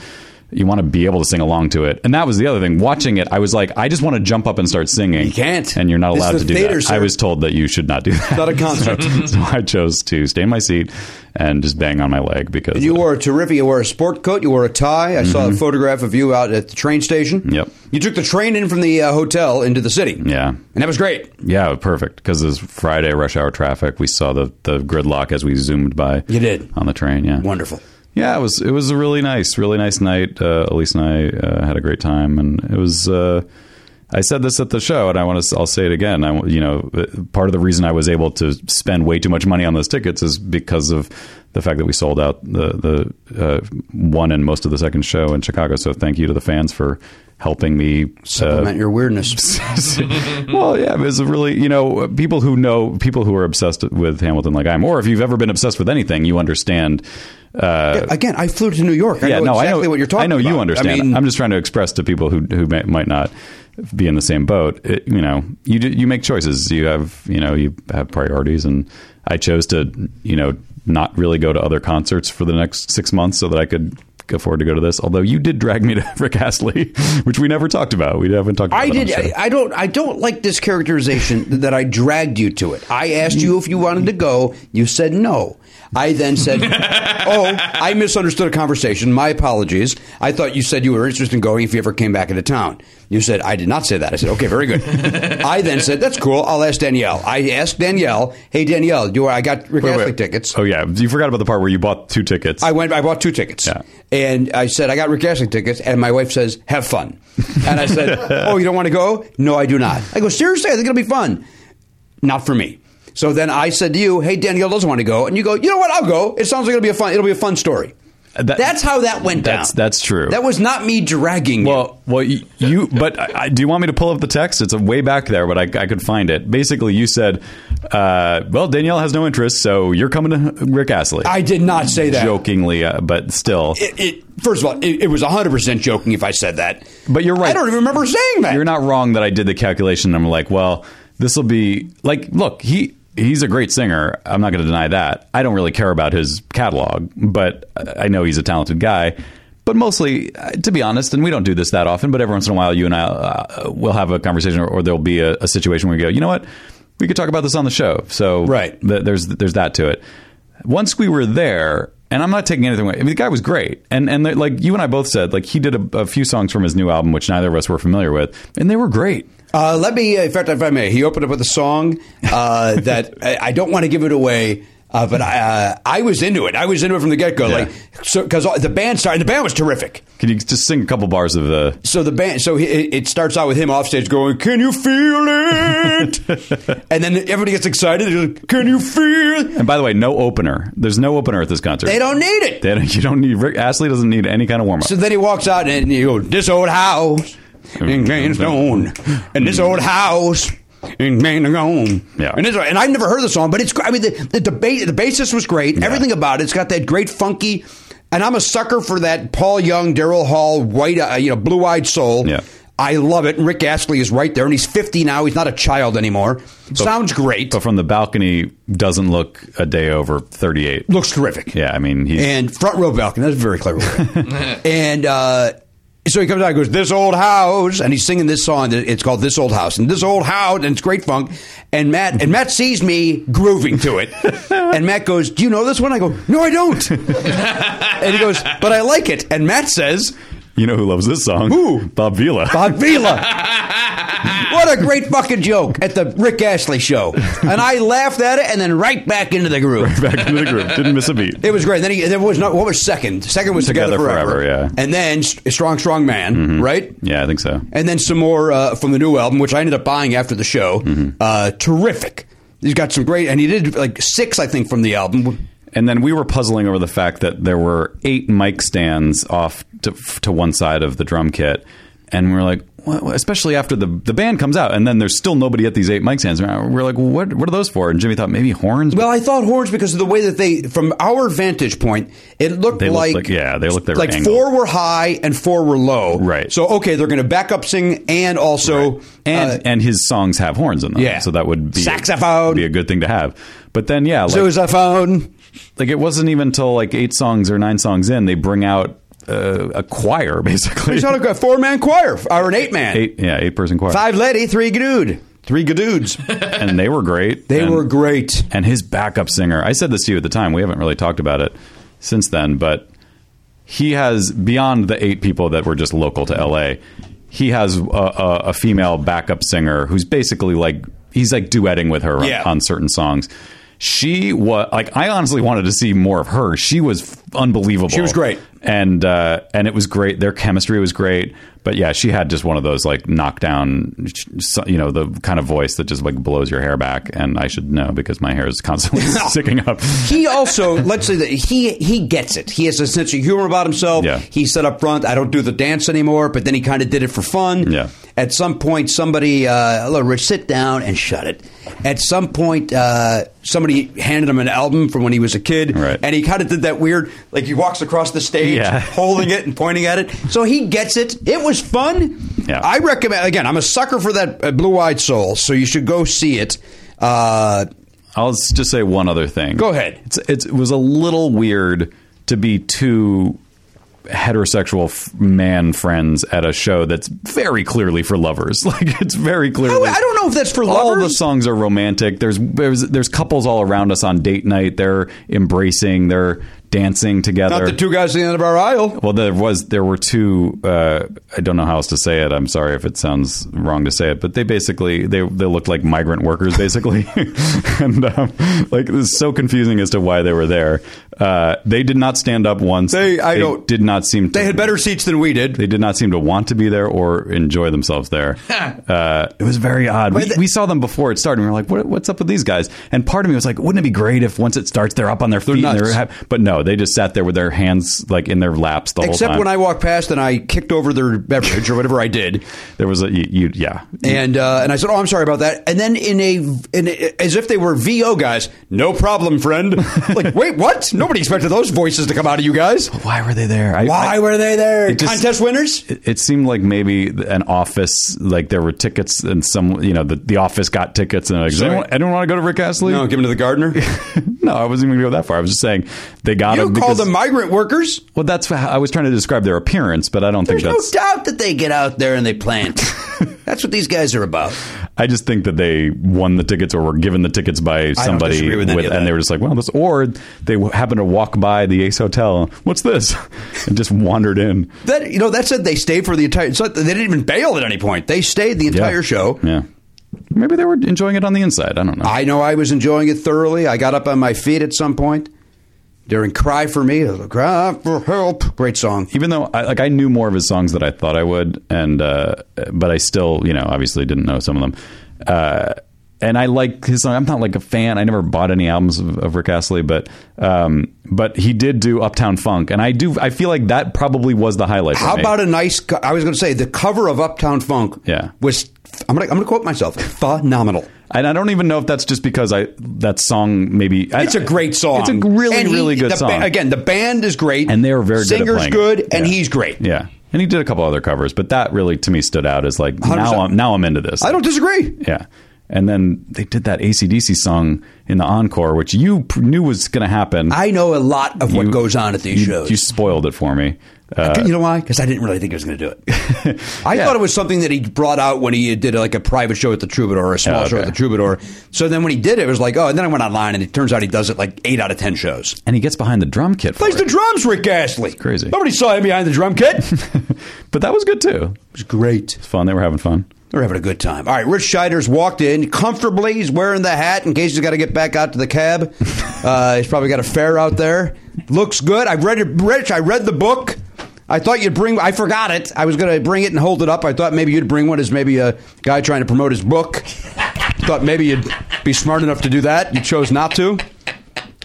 You want to be able to sing along to it, and that was the other thing. Watching it, I was like, I just want to jump up and start singing. You
can't.
and you're not
This is
allowed
the
to do
theater,
that.
sir.
I was told that you should not do that.
not a concert.
so, so I chose to stay in my seat and just bang on my leg because
You
uh,
wore a terrific. You wore a sport coat. You wore a tie. I saw a photograph of you out at the train station.
Mm-hmm. Yep.
You took the train in from the uh, hotel into the city.
Yeah.
And that was great.
Yeah, perfect. Because it was Friday rush hour traffic. We saw the, the gridlock as we zoomed by.
You did.
on the train. Yeah,
Wonderful.
Yeah, it was it was a really nice, really nice night. Uh, Elise and I uh, had a great time, and it was. Uh, I said this at the show, and I want to. I'll say it again. I, want- you know, uh, part of the reason I was able to spend way too much money on those tickets is because of the fact that we sold out the the uh, one and most of the second show in Chicago. So thank you to the fans for helping me uh,
Supplement your weirdness.
well, yeah, it's a really you know people who know people who are obsessed with Hamilton like I am, or if you've ever been obsessed with anything, you understand.
Again, I flew to New York. I
yeah,
know
no,
exactly
I know
what you're talking.
I know you
about.
understand.
I mean,
I'm just trying to express to people who who may, might not be in the same boat. It, you know, you do, you make choices. You have you know you have priorities, and I chose to you know not really go to other concerts for the next six months so that I could afford to go to this. Although you did drag me to Rick Astley, which we never talked about. We haven't talked. About
I
that on
did.
the show.
I, I don't. I don't like this characterization that I dragged you to it. I asked you if you wanted to go. You said no. I then said, "Oh, I misunderstood a conversation. My apologies. I thought you said you were interested in going if you ever came back into town." You said, "I did not say that." I said, "Okay, very good." I then said, "That's cool. I'll ask Danielle." I asked Danielle, "Hey, Danielle, do I I got Rick Astley tickets?"
Oh yeah, you forgot about the part where you bought two tickets.
I went. I bought two tickets,
Yeah.
and I said I got Rick Astley tickets. And my wife says, "Have fun." And I said, "Oh, you don't want to go? No, I do not." I go seriously. I think it'll be fun. Not for me. So then I said to you, "Hey, Danielle doesn't want to go," and you go, "You know what? I'll go. It sounds like it'll be a fun. It'll be a fun story."
Uh, that-
That's how that went
That's-
down.
that's true.
That was not me dragging. you.
Well, well, you, you but I, I, do you want me to pull up the text? It's way back there, but I, I could find it. Basically, you said, uh, "Well, Danielle has no interest, so you're coming to Rick Astley."
I did not say that.
jokingly, uh, but still,
It, it, first of all, it, it was 100% joking if I said that.
But you're right.
I don't even remember saying that.
you're not wrong that I did the calculation. I'm like, well, this will be like, look, he. He's a great singer. I'm not going to deny that. I don't really care about his catalog, but I know he's a talented guy. But mostly, uh, to be honest, and we don't do this that often, but every once in a while, you and I uh, will have a conversation, or, or there'll be a, a situation where we go, you know what, we could talk about this on the show. So
Right.
th- there's there's that to it. Once we were there, and I'm not taking anything away. I mean, the guy was great, and and like you and I both said, like he did a, a few songs from his new album, which neither of us were familiar with, and they were great.
Uh, let me, in fact, if I may, he opened up with a song uh, that I, I don't want to give it away, uh, but I, uh, I was into it. I was into it from the get go,
Yeah.
like because the band started. The band was terrific.
Can you just sing a couple bars of the?
So the band, so he, it it starts out with him off stage going, "Can you feel it?" and then everybody gets excited. They're like, Can you feel? it?"
And by the way, no opener. There's no opener at this concert.
They don't need it.
They don't- you don't need Rick Astley doesn't need any kind of warm up.
So then he walks out and you go, this old house in Greenstone, and this old house in Greenstone.
Yeah.
And, this, and I've never heard the song, but it's, gr- I mean, the, the debate, the bassist was great. Everything about it, it's got that great funky, and I'm a sucker for that Paul Young, Daryl Hall, white, uh, you know, blue eyed soul.
Yeah.
I love it. And Rick Astley is right there, and he's 50 now. He's not a child anymore. Sounds great.
but from the balcony, doesn't look a day over 38.
Looks terrific.
Yeah, I mean he's
and front row balcony. That's very clever. and uh, so he comes out and goes, This old house. And he's singing this song. that- It's called This Old House. And this old house. And it's great funk. And Matt and Matt sees me grooving to it. and Matt goes, Do you know this one? I go, No, I don't. and he goes, But I like it. And Matt says,
you know who loves this song?
Who?
Bob Vila.
Bob Vila. what a great fucking joke at the Rick Astley show. And I laughed at it and then right back into the groove.
back into the group. Didn't miss a beat.
It was great. Then he, there was not. What was second? Second was together,
Together
forever.
Forever, yeah. Mm-hmm.
And then S- strong, strong man, right?
Yeah, I think so.
And then some more uh, from the new album, which I ended up buying after the show.
Mm-hmm.
Uh, terrific. He's got some great, and he did like six, I think, from the album.
And then we were puzzling over the fact that there were eight mic stands off to, to one side of the drum kit, and we are like, what, what- especially after the the band comes out, and then there's still nobody at these eight mic stands. We We're like, what what are those for? And Jimmy thought maybe horns.
Well, I thought horns because of the way that they, from our vantage point, it looked
They looked
like,
like- yeah, they looked- they were
like
angled.
four were high and four were low.
Right.
So okay, they're going to back up sing and also
and
uh,
and his songs have horns in them,
Yeah.
so that would be
Saxophone.
be a good thing to have. But then yeah, like,
Zoophone.
like it wasn't even till like eight songs or nine songs in they bring out uh, a choir basically.
It's not a four man choir or an eight man.
Eight, yeah, eight person choir,
Five lady, three dude. Three dudes.
and they were great.
They
And-
were great.
and his backup singer. I said this to you at the time. We haven't really talked about it since then, but he has beyond the eight people that were just local to LA. He has a, a, a female backup singer who's basically like he's like duetting with her on-
Yeah.
on, certain songs. She was like I honestly wanted to see more of her. She was f- unbelievable.
She was great.
and uh, and it was great. Their chemistry was great. But yeah, she had just one of those like knockdown, you know, the kind of voice that just like blows your hair back. And I should know because my hair is constantly sticking up.
He also, let's say that he he gets it. He has a sense of humor about himself.
Yeah.
He said up front, I don't do the dance anymore, but then he kind of did it for fun.
Yeah.
At some point, somebody, uh, "Look, Rich, sit down and shut it. At some point, uh, somebody handed him an album from when he was a kid,
Right.
and he kind of did that weird, like he walks across the stage,
Yeah.
holding it and pointing at it. So he gets it. It was fun.
Yeah.
I recommend, again, I'm a sucker for that uh, Blue Eyed Soul, so you should go see it. Uh,
I'll s- just say one other thing.
Go ahead.
It's, it's, it was a little weird to be two heterosexual f- man friends at a show that's very clearly for lovers. Like it's very
I
clearly.
I don't know if that's for
all
lovers.
the songs are romantic. There's, there's there's couples all around us on date night. They're embracing. They're dancing together.
Not the two guys at the end of our aisle.
Well, there was there were two. Uh, I don't know how else to say it. I'm sorry if it sounds wrong to say it, but they basically they they looked like migrant workers, basically, and um, like it was so confusing as to why they were there. Uh, they did not stand up once.
They- I don't-
did not seem. To,
They had better seats than we did.
They did not seem to want to be there or enjoy themselves there. uh, it was very odd. We, we saw them before it started. and We were like, what, "What's up with these guys?" And part of me was like, "Wouldn't it be great if once it starts, they're up on their feet?" and
nuts.
hap- but no, they just sat there with their hands like in their laps the whole
Except
time.
when I walked past and I kicked over their beverage or whatever I did,
there was a you, you yeah.
and uh, and I said, "Oh, I'm sorry about that." And then in a, in a as if they were VO guys, no problem, friend. like, wait, what? Nobody expected those voices to come out of you guys.
Why were they there? I-
Why
I-
were they there?
It just-
Contest winners.
it it seemed like maybe an office, like there were tickets, and some, you know, the, the office got tickets, and like, does
Sorry.
anyone, anyone want to go to Rick Astley?
No, give them to the gardener.
No, I wasn't even going to go that far. I was just saying they got
You
them.
call
because-
them migrant workers?
Well, that's how I was trying to describe their appearance, but I don't
There's
think
no
that's.
doubt that they get out there and they plant. that's what these guys are about.
I just think that they won the tickets or were given the tickets by somebody,
disagree with any of
and
that.
they were just like, "Well, this." Or they w- happened to walk by the Ace Hotel. What's this? And just wandered in.
That you know that said they stayed for the entire. It's not, they didn't even bail at any point. They stayed the
Yeah.
entire show.
Yeah. Maybe they were enjoying it on the inside. I don't know.
I know I was enjoying it thoroughly. I got up on my feet at some point during "Cry for Me," "Cry for Help." Great song.
even though I, like I knew more of his songs than I thought I would, and uh, but I still, you know, obviously didn't know some of them. Uh, and I like his song. I'm not like a fan. I never bought any albums of, of Rick Astley, but um, but he did do Uptown Funk, and I do. I feel like that probably was the highlight.
How
for me.
about a nice? co- I was going to say the cover of "Uptown Funk."
Yeah.
was I'm going to I'm going to quote myself. Phenomenal.
And I don't even know if that's just because I that song maybe I-
It's a great song.
It's a really
And he-
really good
the ba-
song.
again, the band is great,
and they're very good.
Singer's
at playing
good,
it.
and
Yeah.
he's great.
Yeah, and he did a couple other covers, but that really to me stood out as like now
100%.
I'm now I'm into this.
I don't disagree.
Yeah. And then they did that ACDC song in the encore, which you p- knew was going to happen.
I know a lot of what
You-
goes on at these
you,
shows.
You spoiled it for me. Uh,
you know why? Because I didn't really think he was going to do it. I thought it was something that he brought out when he did like a private show at the Troubadour, or a small
Oh,
show at
okay.
the Troubadour. So then when he did it, it was like, oh, and then I went online, and it turns out he does it like eight out of ten shows.
and he gets behind the drum kit. For
Plays
it.
the drums, Rick Astley.
crazy.
Nobody saw him behind the drum kit. it
but that was good too.
was great.
It's fun. They were having fun.
They're having a good time. All right, Rich Scheider's walked in comfortably. He's wearing the hat in case he's got to get back out to the cab. Uh, he's probably got a fare out there. Looks good. I read it, Rich. I read the book. I thought you'd bring. I forgot it. I was going to bring it and hold it up. I thought maybe you'd bring one as maybe a guy trying to promote his book. thought maybe you'd be smart enough to do that. You chose not to.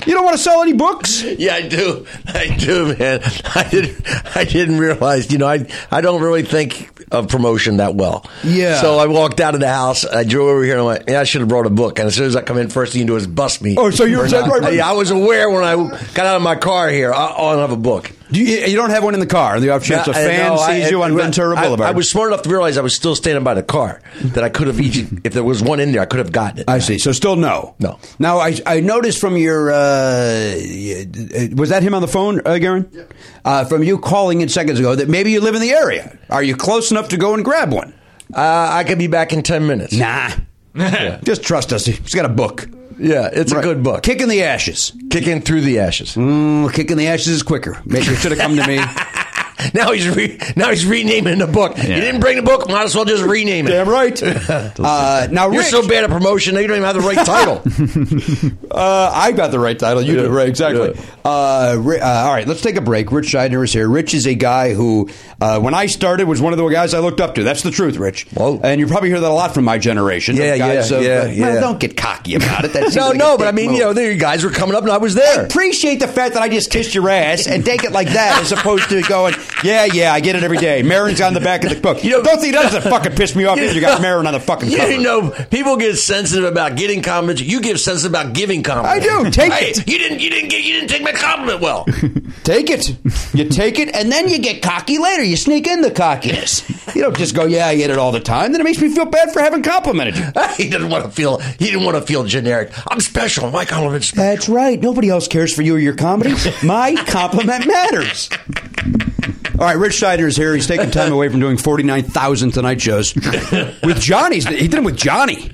You don't want to sell any books.
Yeah, I do. I do, man. I didn't. I didn't realize. You know, I I don't really think of promotion that well.
Yeah.
So I walked out of the house. I drove over here and I went. Yeah, I should have brought a book. And as soon as I come in, first thing you do is bust me.
Oh, so you were-
For not-
right, right.
Yeah, I was aware when I got out of my car here. I, oh, I don't have a book.
Do you, you don't have one in the car. The off chance a
I- I-
fan
no, I-
sees you on
I-
Ventura
I-
Boulevard.
I, was smart enough to realize I was still standing by the car. That I could have eaten. if there was one in there, I could have gotten it.
I see. So still no.
No.
Now I I noticed from your uh, was that him on the phone, uh, Garen? Uh, from you calling in seconds ago that maybe you live in the area. Are you close enough to go and grab one?
Uh, I could be back in ten minutes.
Nah. Just trust us. He's got a book.
Yeah, it's a
Right.
good book.
Kicking the ashes.
Kicking through the ashes.
Mm, kicking the ashes is quicker. Maybe you should have come to me.
Now he's re- now he's renaming the book. You didn't bring the book. Might as well just rename it.
Damn right. Uh, now,
You're
Rich,
so bad at promotion. Now you don't even have the right title.
Uh, I got the right title. You did right, exactly. Uh, Ri- uh, all right, let's take a break. Rich Scheidner is here. Rich is a guy who, uh, when I started, was one of the guys I looked up to. That's the truth, Rich.
Whoa.
And you probably hear that a lot from my generation.
Yeah,
of guys
yeah,
of,
yeah,
uh,
yeah.
Well, don't get cocky about it. That seems
no,
like a
no, but I
dick
mean,
move.
you know, there you guys were coming up, and I was
I
there.
appreciate the fact that I just kissed your ass and take it like that as opposed to going, yeah, yeah, I get it every day. Marin's on the back of the book. You know, don't think that doesn't fucking piss me off that you got Marin on the fucking
You
cover.
know, people get sensitive about getting compliments. You get sensitive about giving compliments.
I do. Take
Hey,
it.
You didn't. You didn't get. You didn't take my compliment well.
Take it. You take it, and then you get cocky later. You sneak in the cockiness. You don't just go, yeah, I get it all the time. Then it makes me feel bad for having complimented you.
he didn't want to feel. He didn't want to feel generic. I'm special. My compliment's special.
That's right. Nobody else cares for you or your comedy. My compliment matters. All right, Rich Schneider is here. He's taking time away from doing 49,000 Tonight shows with Johnny's. He did it with Johnny.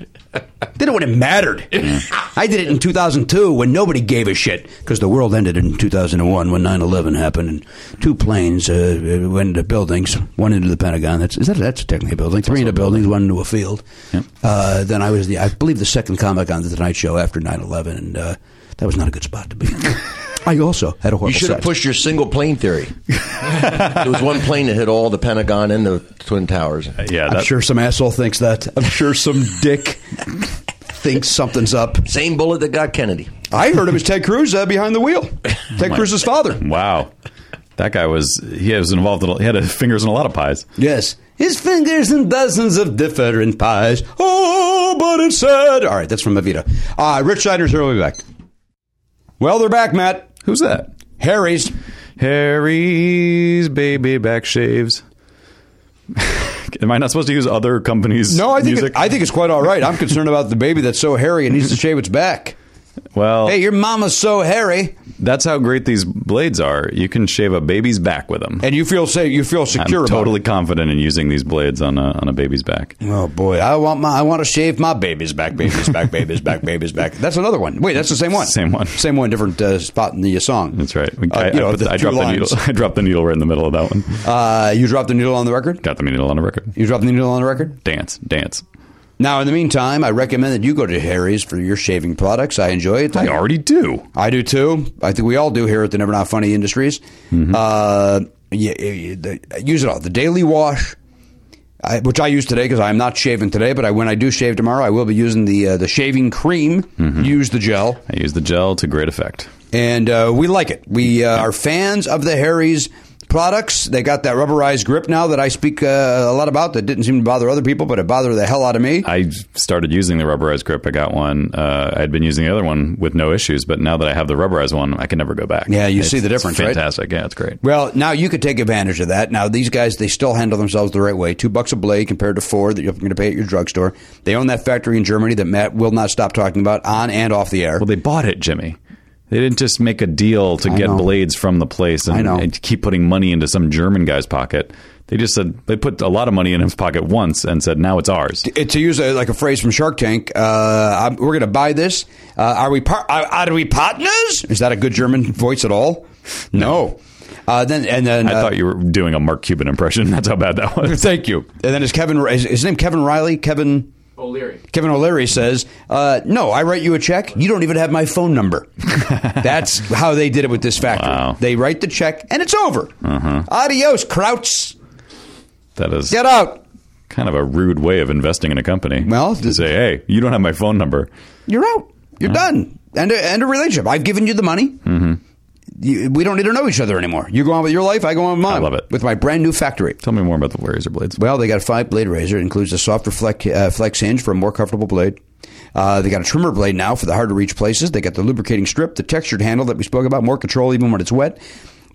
Did it when it mattered. I did it in 2002 when nobody gave a shit because the world ended in 2001 when 9 11 happened and two planes uh, uh, went into buildings, one into the Pentagon. That's, is that, that's technically a building. Three into buildings, one into a field. Uh, then I was, the, I believe, the second comic on the Tonight Show after 9 11, and uh, that was not a good spot to be in. I also had a horrible
You should have
set.
pushed your single plane theory. it was one plane that hit all the Pentagon and the Twin Towers.
yeah,
I'm
that,
sure some asshole thinks that. I'm sure some dick thinks something's up.
Same bullet that got Kennedy.
I heard it was Ted Cruz uh, behind the wheel. Ted Cruz's father.
wow. That guy was he was involved. In, a- he had his fingers in a lot of pies.
Yes. His fingers in dozens of different pies. Oh, but it's sad. All right, that's from Evita. Uh, Rich Schneider's here. We'll be back. Well, they're back, Matt.
Who's that?
Harry's.
Harry's baby back shaves. Am I not supposed to use other companies?
No, I think,
music?
it, I think it's quite all right. I'm concerned about the baby that's so hairy and needs to shave its back.
well,
Hey, your mama's so hairy,
that's how great these blades are. You can shave a baby's back with them.
and you feel safe. You feel
I'm
secure. about
totally
it.
confident in using these blades on a on a baby's back.
Oh boy, I want my. I want to shave my baby's back, baby's back, baby's back, baby's back. That's another one. Wait, that's the same one.
Same one.
Same one. Different uh, spot in the uh, song.
That's right. We-
Uh,
I,
you
I
know,
put
the
the- I
two
dropped the needle.
lines.
I dropped the needle right in the middle of that one.
Uh, you dropped the needle on the record.
Got the needle on a record.
You dropped the needle on the record.
Dance, dance.
Now, in the meantime, I recommend that you go to Harry's for your shaving products. I enjoy it.
I already do.
I do too. I think we all do here at the Never Not Funny Industries. Uh, yeah, yeah, the- use it all. The daily wash, I, which I use today because I'm not shaving today, but I, when I do shave tomorrow, I will be using the uh, the shaving cream. Use the gel,
I use the gel to great effect.
and uh, we like it. We uh, are fans of the Harry's products. They got that rubberized grip now that I speak uh, a lot about. That didn't seem to bother other people, but it bothered the hell out of me.
I started using the rubberized grip. I got one. Uh, I'd been using the other one with no issues, but now that I have the rubberized one, I can never go back.
Yeah, you
It's-
see the
it's
difference, right?
fantastic. Yeah, it's great.
Well, now you could take advantage of that. Now these guys, they still handle themselves the right way. Two bucks a blade compared to four that you're going to pay at your drugstore. They own that factory in Germany that Matt will not stop talking about on and off the air.
Well, they bought it, Jimmy. They didn't just make a deal to get
know.
blades from the place and,
I know.
and keep putting money into some German guy's pocket. They just said they put a lot of money in his pocket once and said, "Now it's ours."
It- to use a, like a phrase from Shark Tank, uh, I'm, we're going to buy this. Uh, are we par- are, are we partners? Is that a good German voice at all? No. Uh, then and then
I
uh,
thought you were doing a Mark Cuban impression. That's how bad that was.
Thank you. And then is Kevin is his name Kevin Riley? Kevin O'Leary. Kevin O'Leary says, uh, "No, I write you a check. You don't even have my phone number." That's how they did it with this factory.
Wow. Uh-huh.
They write the check and it's over. Adios, Krauts.
That is
Get out.
kind of a rude way of investing in a company.
Well,
to
th-
say, "Hey, you don't have my phone number."
You're out. You're done. End a, end a relationship. I've given you the money. Mm-hmm. You, we don't need to know each other anymore. You go on with your life. I go on with mine.
love it.
With my brand new factory.
Tell me more about the razor blades.
Well, they got a five blade razor. It includes a softer flex, uh, flex hinge for a more comfortable blade. Uh, they got a trimmer blade now for the hard to reach places. They got the lubricating strip, the textured handle that we spoke about, more control even when it's wet.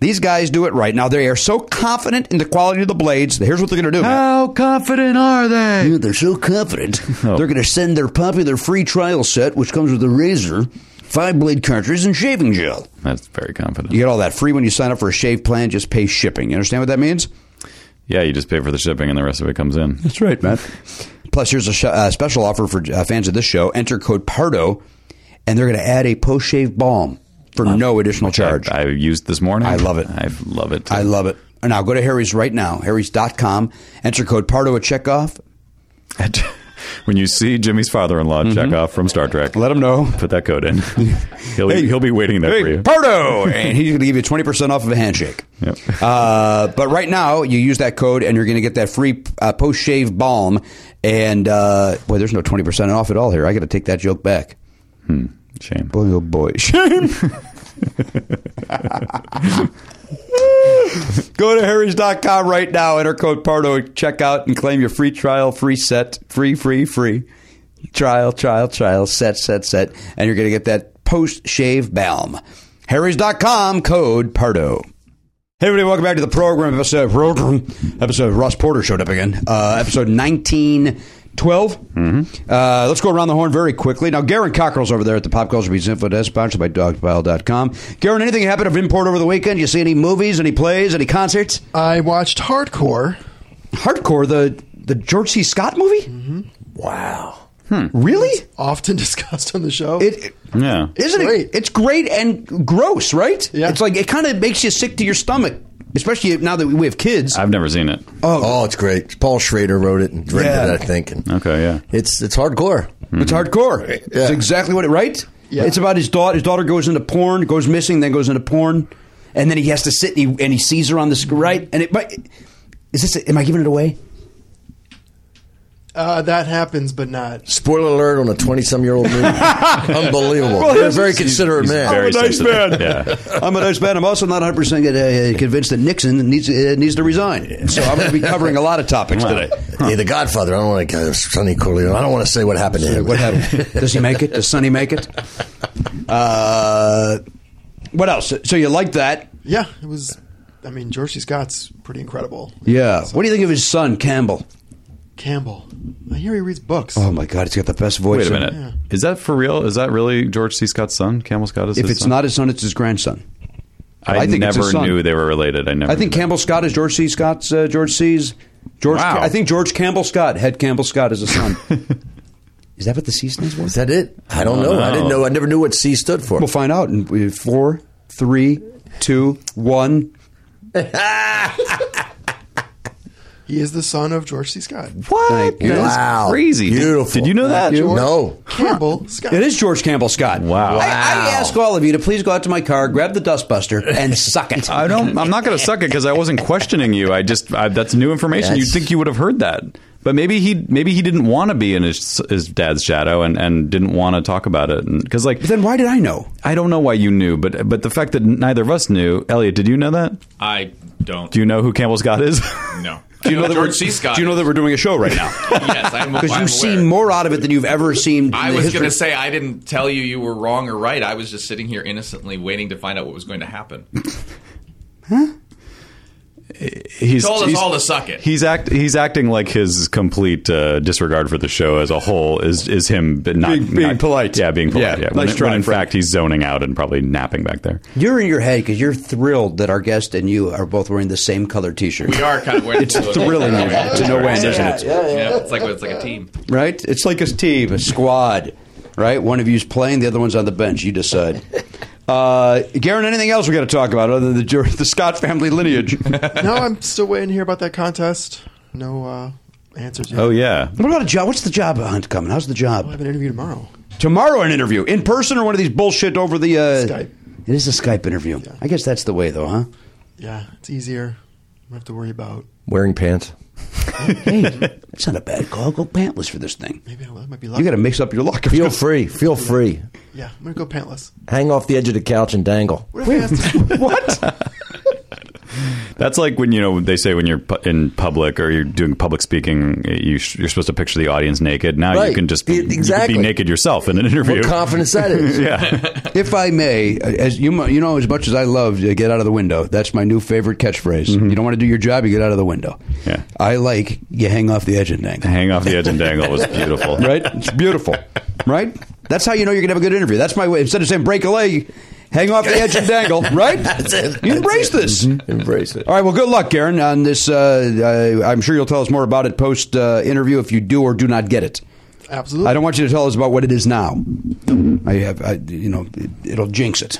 These guys do it right. Now, they are so confident in the quality of the blades. Here's what they're going to do. Matt.
How confident are they?
Ah, They're so confident. They're going to send their popular free trial set, which comes with a razor, five blade cartridge, and shaving gel.
That's very confident.
You get all that free when you sign up for a shave plan. Just pay shipping. You understand what that means?
Yeah, you just pay for the shipping and the rest of it comes in.
That's right, Matt. Plus, here's a sh- uh, special offer for uh, fans of this show. Enter code PARDO, and they're going to add a post shave balm for no additional charge.
I, I used this morning.
I love it.
I love it.
I love it. Now, go to Harry's right now, harrys.com. Enter code PARDO at checkoff.
it. when you see Jimmy's father-in-law check off from Star Trek,
Mm-hmm. Let them know.
put that code in. he'll he'll be waiting there for
Hey,
you.
PARDO! and he's going to give you 20% off of a handshake.
Yep.
Uh, but right now, you use that code and you're going to get that free uh, post shave balm. And, uh, boy, there's no 20% off at all here. I got to take that joke back.
Shame.
Boy, oh boy. Shame. Go to harrys.com right now, enter code PARDO at checkout, and claim your free trial, free set, free, free, free. Trial, trial, trial, set, set, set. And you're going to get that post shave balm. Harrys.com, code PARDO. Hey everybody, welcome back to the program. Episode program episode Ross Porter showed up again. Uh, episode nineteen Mm-hmm. Uh, let's go around the horn very quickly. Now, Garen Cockrell's over there at the Pop Culture Beats Info Desk, sponsored by DogPile.com. Garen, anything happen of import over the weekend? You see any movies, any plays, any concerts?
I watched Hardcore.
Hardcore, the the George C. Scott movie? Mm-hmm.
Wow.
Really?
Often discussed on the show.
It, it
Yeah.
isn't
great.
it? It's great and gross, right?
Yeah.
It's like it kind of makes you sick to your stomach, especially now that we have kids.
I've never seen it.
Oh, it's great. Paul Schrader wrote it and directed
Yeah.
it, I think. And
Okay, yeah.
Hmm.
It's it's hardcore.
It's hardcore. It's exactly what it right.
Yeah.
It's about his daughter. His daughter goes into porn, goes missing, then goes into porn, and then he has to sit and he, and he sees her on the screen, right? And it but is this? Am I giving it away?
Uh, that happens, but not.
Spoiler alert on a 20 some year old movie. Unbelievable. You're a very considerate man.
very
I'm a nice
sensitive.
man.
Yeah.
I'm a nice man. I'm also not 100 percent uh, convinced that Nixon needs uh, needs to resign. So I'm going to be covering a lot of topics today.
Yeah, the Godfather. I don't want to. Sonny Corleone. I don't want to say what happened to him.
What happened? Does he make it? Does Sonny make it? Uh, what else? So you like that?
Yeah, it was. I mean, Georgie Scott's pretty incredible.
Yeah. What do you think of his son Campbell?
Campbell. I hear he reads books.
Oh my God, he's got the best voice.
Wait a minute. Is that for real? Is that really George C. Scott's son? Campbell Scott is
If
his
it's
son?
not his son, it's his grandson.
I,
I think it's his
never
son.
knew they were related. I never.
I think
knew that.
Campbell Scott is George C. Scott's uh, George C's George.
Wow.
I think George Campbell Scott had Campbell Scott as a son. is that what the C stands for?
Is that it? I don't know.
don't
I didn't
know.
know. I never knew what C stood for.
We'll find out in uh, four, three, two, one.
He is the son of George C. Scott.
Thank you.
That's
Wow.
crazy. Did-
Beautiful.
Did, you know that?
George
No.
Campbell Scott.
It is George Campbell Scott.
Wow.
I, I ask all of you to please go out to my car, grab the dustbuster, and suck it.
I don't. I'm not going to suck it because I wasn't questioning you. I just I, that's new information.
That's-
You'd think you would have heard that, but maybe he maybe he didn't want to be in his his dad's shadow and, and didn't want to talk about it. Because like
But then why did I know?
I don't know why you knew, but but the fact that neither of us knew, Elliot, did you know that?
I don't.
Do you know who Campbell Scott is?
No. Do you know,
that
George
we're-
C. Scott?
Do you know that we're doing a show right now?
Yes, I'm
Because
I'm
you see
aware.
more out of it than you've ever seen. in
I
the
was
history-
going to say I didn't tell you you were wrong or right. I was just sitting here innocently waiting to find out what was going to happen.
he's
Told us
he's-
all to suck it.
He's act he's acting like his complete uh, disregard for the show as a whole is is him but not
Being- being
not-
polite.
Yeah, being polite.
Yeah,
Yeah,
nice
when,
try,
when in
Frank.
fact he's zoning out and probably napping back there.
You're in your head because you're thrilled that our guest and you are both wearing the same color T-shirt.
We are kind of wearing
It's thrilling to no end, isn't it?
Yeah, it's like it's like a team.
Right? It's like a team, a squad. Right? One of you's playing, the other one's on the bench. You decide. Uh, Garen, anything else we got to talk about other than the, George- the Scott family lineage? what
No, I'm still waiting to hear about that contest. No uh, answers yet.
Oh yeah.
about a job? What's the job hunt coming? How's the
I
job?
have an interview tomorrow.
Tomorrow, an interview in person or one of these bullshit over the uh,
Skype.
It is a Skype interview. I guess that's the way, though, huh?
Yeah, it's easier. I don't have to worry about.
Wearing pants.
Hey, that's not a bad call. Go pantless for this thing.
Maybe I'll, that might be lucky.
You got to mix up your luck.
Feel free. Feel free.
yeah, I'm gonna go pantless.
Hang off the edge of the couch and dangle.
What if I asked him?
That's like when you know they say when you're pu- in public or you're doing public speaking, you sh- you're supposed to picture the audience naked. Now you
Right.
can just
E-
you can
exactly.
be naked yourself in an interview.
What confidence that is.
yeah,
If I may, as you mu- you know, as much as I love to get out of the window, that's my new favorite catchphrase.
Mm-hmm.
You don't want to do your job, you get out of the window.
Yeah.
I like you hang off the edge and dangle.
hang off the edge and dangle was beautiful.
Right? It's beautiful. Right? That's how you know you're gonna have a good interview. That's my way. Instead of saying break a leg, hang off the edge and dangle. Right?
That's it. Mm-hmm.
You embrace this.
Embrace it.
All right. Well, good luck, Garen, on this. Uh, uh, I'm sure you'll tell us more about it post uh, interview if you do or do not get it.
Absolutely.
I don't want you to tell us about what it is now. I have, I, you know, it, it'll jinx it.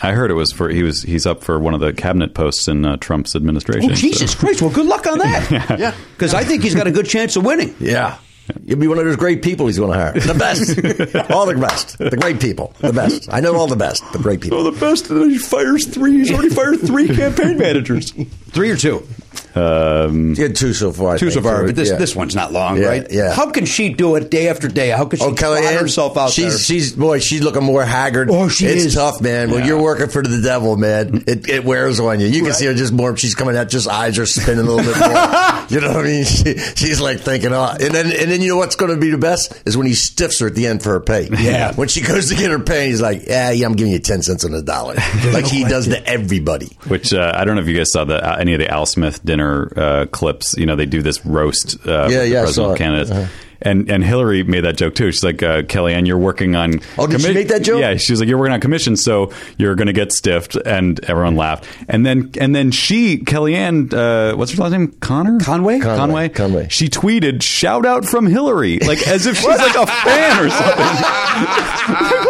I heard it was for he was he's up for one of the cabinet posts in uh, Trump's administration.
Oh,
so-
Jesus Christ. Well, good luck on that.
Yeah.
Because I think he's got a good chance of winning.
Yeah. You'll be one of those great people he's going to hire. The best. all the best. The great people. The best. I know all the best. The great people.
the best. He fires three. He's already fired three campaign managers. Three or two.
um,
You had two so far. I
Two so
think.
far. But this,
Yeah.
this one's not long,
Yeah,
right?
yeah.
How can she do it day after day? How can she
Oh,
trot
Kellyanne,
herself out
she's
there?
she's boy, she's looking more haggard.
Oh, she
it's
is.
tough, man. When you're working for the devil, man, it, it wears on you. You can see her just more. She's coming out, just eyes are spinning a little bit more. you know what I mean? She, she's like thinking, oh, and then and then you know what's going to be the best is when he stiffs her at the end for her pay.
Yeah.
when she goes to get her pay, he's like, yeah, yeah, I'm giving you ten cents on the dollar, like he does to everybody.
Which uh, I don't know if you guys saw the uh, any of the Al Smith dinner uh, clips. You know, they do this roast. Uh,
Yeah,
with
yeah, I
the
saw
presidential
it.
candidates.
Uh-huh.
And and Hillary made that joke too. She's like, uh, Kellyanne, you're working on.
Oh, did she make that joke?
Yeah, she was like, you're working on commission, so you're going to get stiffed. And everyone laughed. And then and then she, Kellyanne, uh, what's her last name? Connor
Conway?
Conway.
Conway, Conway.
She tweeted, "Shout out from Hillary," like as if she's like a fan or something.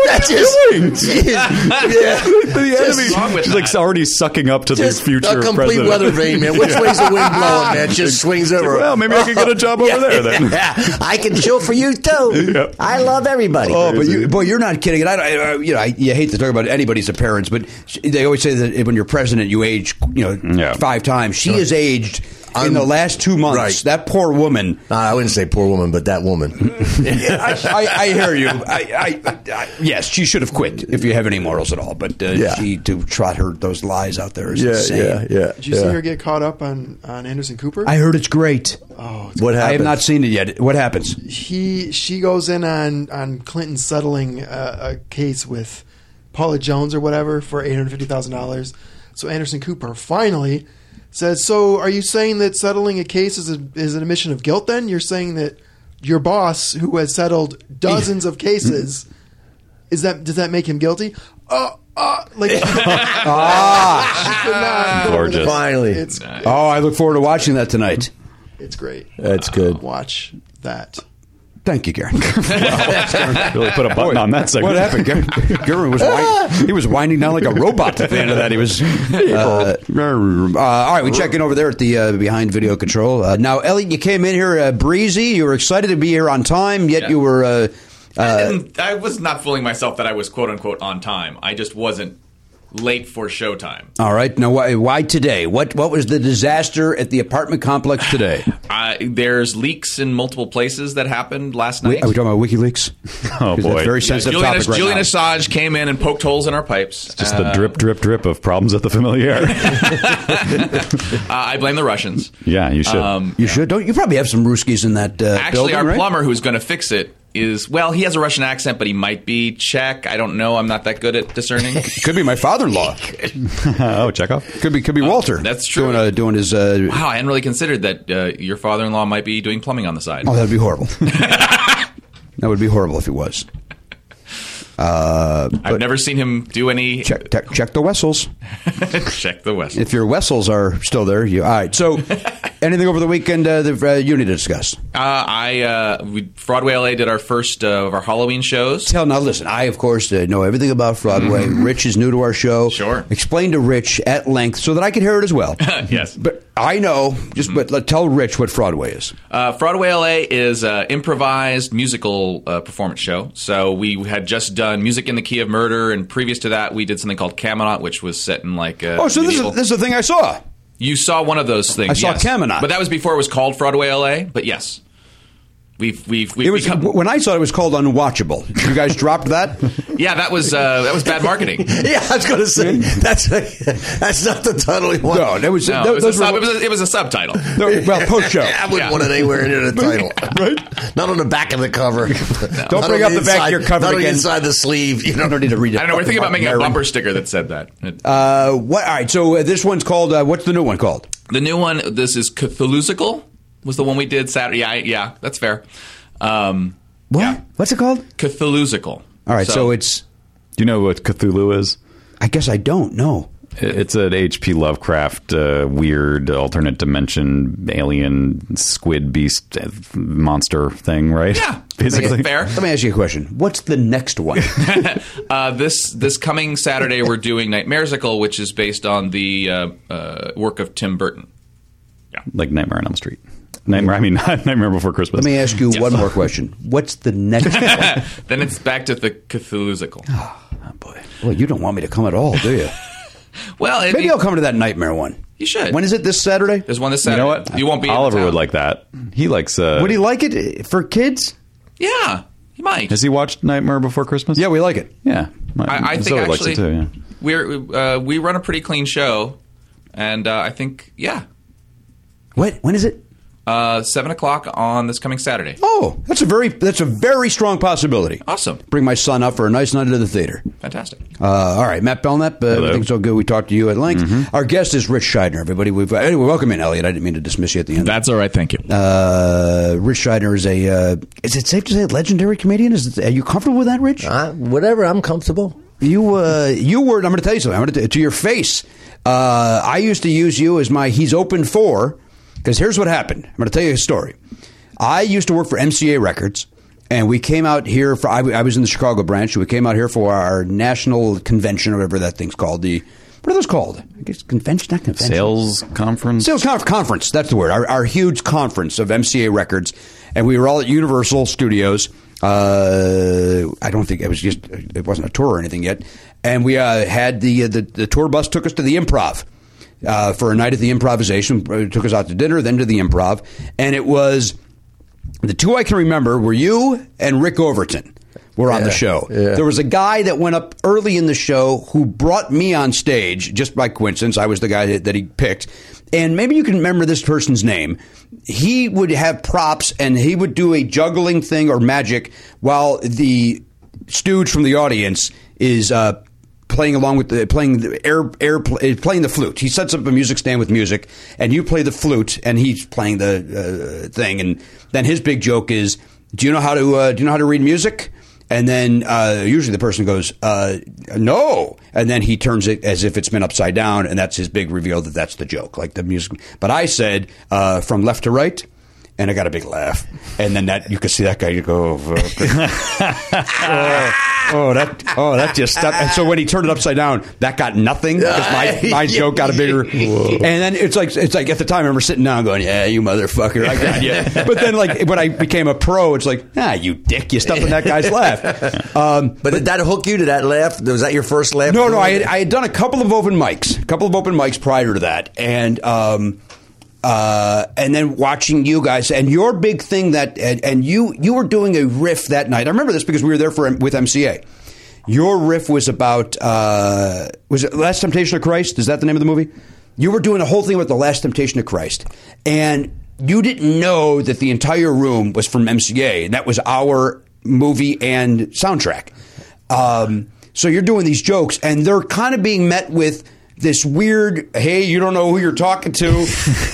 That's just, Jeez. yeah.
the enemy.
wrong with
she's like
that?
already sucking up to this
Just
future
a complete
president.
weather vane, man. Which way's the wind blowing, man? It Just swings over.
Well, maybe I could get a job over there then.
Yeah. I can chill for you too.
Yep.
I love everybody.
Oh, but you, boy, you're not kidding. And I, I, I- you know, I, you hate to talk about anybody's appearance, but sh- they always say that when you're president, you age, you know,
Yeah.
five times. She has aged in
I'm-
the last two months.
Right.
That poor woman.
Nah, I wouldn't say poor woman, but that woman.
I, I, I hear you. I, I, I, yes, she should have quit if you have any morals at all. But uh,
Yeah.
she to trot her those lies out there is insane.
yeah.
Did you see her get caught up on, on Anderson Cooper?
I heard it's great.
Oh. What happened?
I have not seen it yet. What happens?
he she goes in on on Clinton settling uh, a case with Paula Jones or whatever for eight hundred fifty thousand dollars. So Anderson Cooper finally says, "So are you saying that settling a case is a, is an admission of guilt? Then you're saying that your boss, who has settled dozens of cases, is that does that make him guilty?" Uh, uh, like she could
Ah.
not go over the-
Gorgeous.
Finally.
it's
Oh, I look forward to watching that tonight.
it's great.
That's good.
Watch that.
Thank you, Karen.
really put a button on that segment.
What happened? Gar- Garmin was
Ah!
wind- he was winding down like a robot at the end of that. He was. Uh, uh, all right, we check in over there at the uh, behind video control. Uh, now, Elliot, you came in here uh, breezy. You were excited to be here on time, yet
Yeah.
you were. Uh,
I, didn't, I was not fooling myself that I was quote unquote on time. I just wasn't late for showtime.
all right. Now, why, why today? What what was the disaster at the apartment complex today?
I, there's leaks in multiple places that happened last
Wait,
night.
Are we talking about WikiLeaks?
Oh,
'Cause that's
boy.
very sensitive
Julian,
topic right
Julian
now.
Assange came in and poked holes in our pipes.
Just
Uh,
the drip, drip, drip of problems at the familiar.
uh, I blame the Russians.
yeah, you should.
you should. Don't you probably have some Ruskies in that uh,
Actually,
building?
our
right?
plumber who's going to fix it is well, he has a Russian accent, but he might be Czech. I don't know. I'm not that good at discerning.
could be my father-in-law.
oh, check off.
Could be could be Walter.
that's true.
Doing, uh, doing his. Uh,
wow, I hadn't really considered that uh, your father-in-law might be doing plumbing on the side.
Oh, that'd be horrible. that would be horrible if it was. Uh,
I've never seen him do any
check, check, check the Wessels.
check the West.
If your Wessels are still there, you all right. So, anything over the weekend uh, that uh, you need to discuss?
Uh, I uh, we, Broadway LA did our first uh, of our Halloween shows.
Tell now. Listen, I of course uh, know everything about Broadway. Rich is new to our show.
Mm-hmm. Sure.
Explain to Rich at length so that I can hear it as well.
Yes.
But I know just. But let, tell Rich what Broadway is.
Uh, Broadway LA is an improvised musical uh, performance show. So we had just done Music in the Key of Murder, and previous to that, we did something called Camelot, which was set in like. Uh,
oh, so this is
medieval-
this is the thing I saw.
You saw one of those things.
I saw
yes.
Camelot.
but that was before it was called Broadway LA. But yes, we've we've, we've
It was
become-
when I saw it. It was called unwatchable. You guys dropped that.
yeah, that was uh, that was bad marketing.
Yeah, I was going to say that's that's not the title we want.
No, that was.
No,
that-
it, was a
those were-
sub, it, was a, it was a subtitle.
No, well, post show.
I wouldn't
Yeah.
want it anywhere near the title. right? Not on the back of the cover. Not on
bring up the back of
inside-
your cover
Not on the
again.
inside the sleeve. You
I
know.
don't need to read it.
I don't know. We're thinking about making a bumper sticker that said that.
Uh, what? All right. So uh, this one's called. Uh, what's the new one called?
The new one, this is Cthulhusical, was the one we did Saturday. Yeah, I- yeah, that's fair. Um,
What?
Yeah.
What's it called?
Cthulhusical.
All right. So, it's.
Do you know what Cthulhu is?
I guess I don't know.
It's an H.P. Lovecraft uh, weird alternate dimension alien squid beast uh, monster thing, right?
Yeah.
basically.
Fair.
Let me ask you a question. What's the next one?
Uh, this this coming Saturday, we're doing Nightmaresical, which is based on the uh, uh, work of Tim Burton.
Like Nightmare on Elm Street. Nightmare. I mean, not Nightmare Before Christmas.
Let me ask you one more question. What's the next one?
Then it's back to the Cthulhusical.
Oh, Well, you don't want me to come at all, do you?
Well, it,
Maybe I'll come to that nightmare one.
You should.
When is it? This Saturday?
There's one this
you
Saturday.
know what?
You won't be. in
Oliver
town.
would like that. He likes. Uh,
Would he like it uh, for kids?
Yeah, he might.
has he watched Nightmare Before Christmas?
Yeah, we like it.
Yeah. My-
I, I think
Zoe likes
actually
it too. Yeah.
we're uh, we run a pretty clean show, and uh, I think yeah,
What? When is it?
uh, seven o'clock on this coming Saturday.
Oh, that's a very that's a very strong possibility.
Awesome.
Bring my son up for a nice night at the theater.
Fantastic.
Uh, all right, Matt Belknap, uh, everything's all good. We talked to you at length. Our guest is Rich Scheidner, everybody. We've, uh, anyway, welcome in, Elliot. I didn't mean to dismiss you at the end.
That's all right. Thank you.
uh, Rich Scheidner is a, uh, is it safe to say a legendary comedian? Is it, are you comfortable with that, Rich?
I, uh, whatever. I'm comfortable.
You uh, you were. I'm going to tell you something. I'm going to to your face. Uh, I used to use you as my he's open for because here's what happened. I'm going to tell you a story. I used to work for MCA Records, and we came out here for. I, w- I was in the Chicago branch. We came out here for our national convention, or whatever that thing's called, the What are those called? I guess convention, not convention.
Sales conference.
Sales conf- conference. That's the word. Our, our huge conference of MCA records, and we were all at Universal Studios. Uh, I don't think it was just it wasn't a tour or anything yet, and we uh, had the, uh, the the tour bus took us to the Improv. Uh, for a night at the improvisation, Uh, took us out to dinner, then to the improv, and it was the two I can remember were you and Rick Overton were on the show.
yeah.
There was a guy that went up early in the show who brought me on stage just by coincidence. I was the guy that, that he picked. And maybe you can remember this person's name. He would have props and he would do a juggling thing or magic while the stooge from the audience is uh, playing along with the playing the air air uh, playing the flute. He sets up a music stand with music, and you play the flute, and he's playing the uh, thing. And then his big joke is, "Do you know how to uh, do you know how to read music?" And then uh, usually the person goes, uh, "No," and then he turns it as if it's been upside down, and that's his big reveal that that's the joke, like the music. But I said uh, from left to right. And I got a big laugh, and then that you could see that guy. You go, oh, Oh, that oh that just stuck. And so when he turned it upside down, that got nothing because my, my joke got a bigger. And then it's like it's like at the time I remember sitting down going, yeah, you motherfucker, I got you. But then like when I became a pro, it's like, ah, you dick, you stuck in that guy's laugh. Um,
But did that hook you to that laugh? Was that your first laugh?
no, no, I had, I had done a couple of open mics, a couple of open mics prior to that, and um, uh, and then watching you guys and your big thing that and, and you you were doing a riff that night. I remember this because we were there for with MCA. Your riff was about uh, was it Last Temptation of Christ? Is that the name of the movie? You were doing a whole thing about the Last Temptation of Christ, and you didn't know that the entire room was from MCA, and that was our movie and soundtrack. Um, so you're doing these jokes, and they're kind of being met with this weird, hey, you don't know who you're talking to,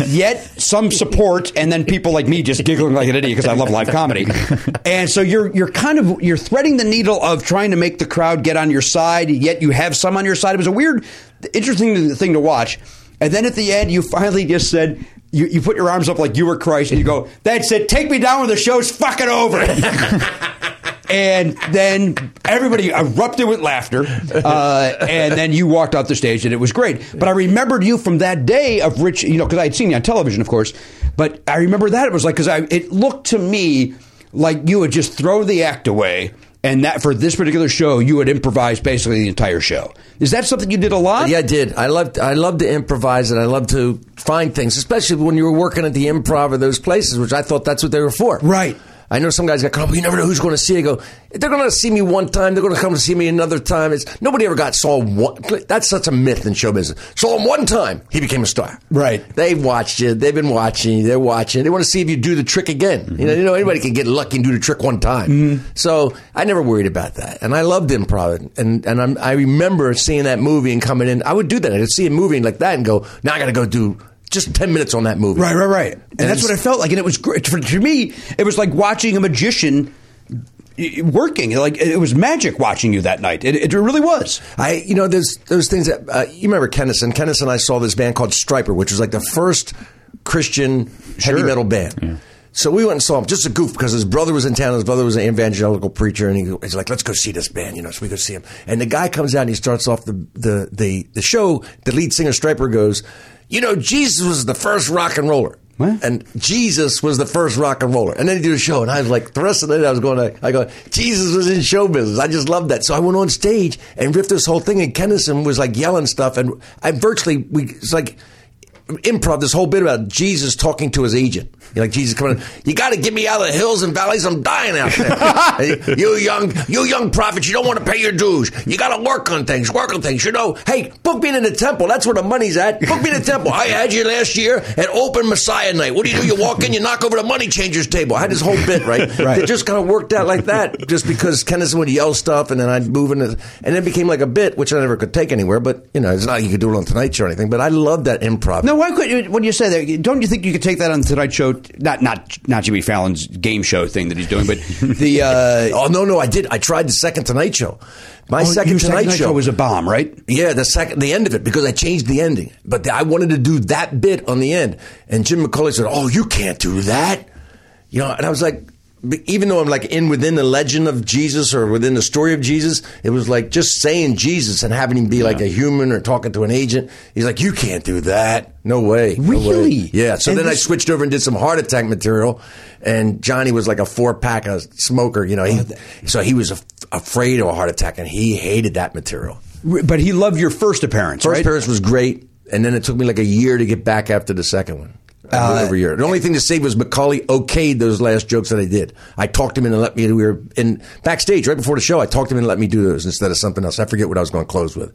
yet some support, and then people like me just giggling like an idiot because I love live comedy. And so you're you're kind of you're threading the needle of trying to make the crowd get on your side, yet you have some on your side. It was a weird, interesting thing to watch. And then at the end, you finally just said. You, you put your arms up like you were Christ, and you go, "That's it. Take me down, or the show's fucking over." And then everybody erupted with laughter. Uh, and then you walked off the stage, and it was great. But I remembered you from that day of Rich, you know, because I had seen you on television, of course. But I remember that it was like because I it looked to me like you would just throw the act away, and that for this particular show you would improvise basically the entire show. Is that something you did a lot?
Yeah, I did. I loved I loved to improvise and I loved to find things, especially when you were working at the improv or those places, which I thought that's what they were for.
Right.
I know some guys got caught up. You never know who's going to see. it." I go, they're going to see me one time. They're going to come to see me another time. It's nobody ever got saw him one. That's such a myth in show business. Saw him one time, he became a star.
Right.
They watched you. They've been watching you. They're watching. They want to see if you do the trick again. You know, you know anybody can get lucky and do the trick one time.
Mm-hmm.
So I never worried about that, and I loved improv. And and I'm, I remember seeing that movie and coming in. I would do that. I'd see a movie like that and go, now I got to go do just ten minutes on that movie.
Right, right, right. And,
And
that's what I
it's-
felt like. And it was great. For, to me, it was like watching a magician eh, working. Like it was magic watching you that night. It, it really was.
I, you know, there's those things that uh, you remember. Kennison, Kennison, I saw this band called Striper, which was like the first Christian heavy metal band. So we went and saw him, just a goof, because his brother was in town. His brother was an evangelical preacher, and he, he's like, "Let's go see this band," you know. So we go see him, and the guy comes out and he starts off the the the, the show. The lead singer Striper goes, "You know, Jesus was the first rock and roller."
What?
And Jesus was the first rock and roller. And then he did a show, and I was like, the rest of the night I was going, like, I go, Jesus was in show business. I just loved that. So I went on stage and ripped this whole thing, and Kennison was like yelling stuff, and I virtually, we, it's like, improv this whole bit about Jesus talking to his agent. You're like Jesus coming, in, you got to get me out of the hills and valleys. I'm dying out there. you young, you young prophets, you don't want to pay your dues. You got to work on things, work on things. You know, hey, book me in the temple. That's where the money's at. Book me in the temple. I had you last year at Open Messiah Night. What do you do? You walk in, you knock over the money changers table. I had this whole bit right. That just kind of worked out like that, just because Kennison would yell stuff, and then I'd move in, and and it became like a bit, which I never could take anywhere. But you know, it's not like you could do it on Tonight Show or anything. But I love that improv.
No, why could you- when you say that? Don't you think you could take that on the Tonight Show? Not not not Jimmy Fallon's game show thing that he's doing, but the uh,
Oh no, no, I did. I tried the second Tonight Show. My
oh,
second
your
Tonight,
Show. was a bomb, right?
yeah, the second, the end of it because I changed the ending. But the, I wanted to do that bit on the end, and Jim McCauley said, "Oh, you can't do that," you know. And I was like, b- even though I'm like in within the legend of Jesus or within the story of Jesus, it was like just saying Jesus and having him be like a human or talking to an agent. He's like, you can't do that. No way. No way."
Really?
Yeah. So
And
then
this-
I switched over and did some heart attack material, and Johnny was like a four pack of smoker. You know,
Oh,
he, so he was af- afraid of a heart attack, and he hated that material.
But he loved your first appearance,
First
right?
appearance was great, and then it took me like a year to get back after the second one. A little over a year. The only thing to save was Macaulay okayed those last jokes that I did. I talked him in and let me. We were in backstage right before the show. I talked him in and let me do those instead of something else. I forget what I was going to close with,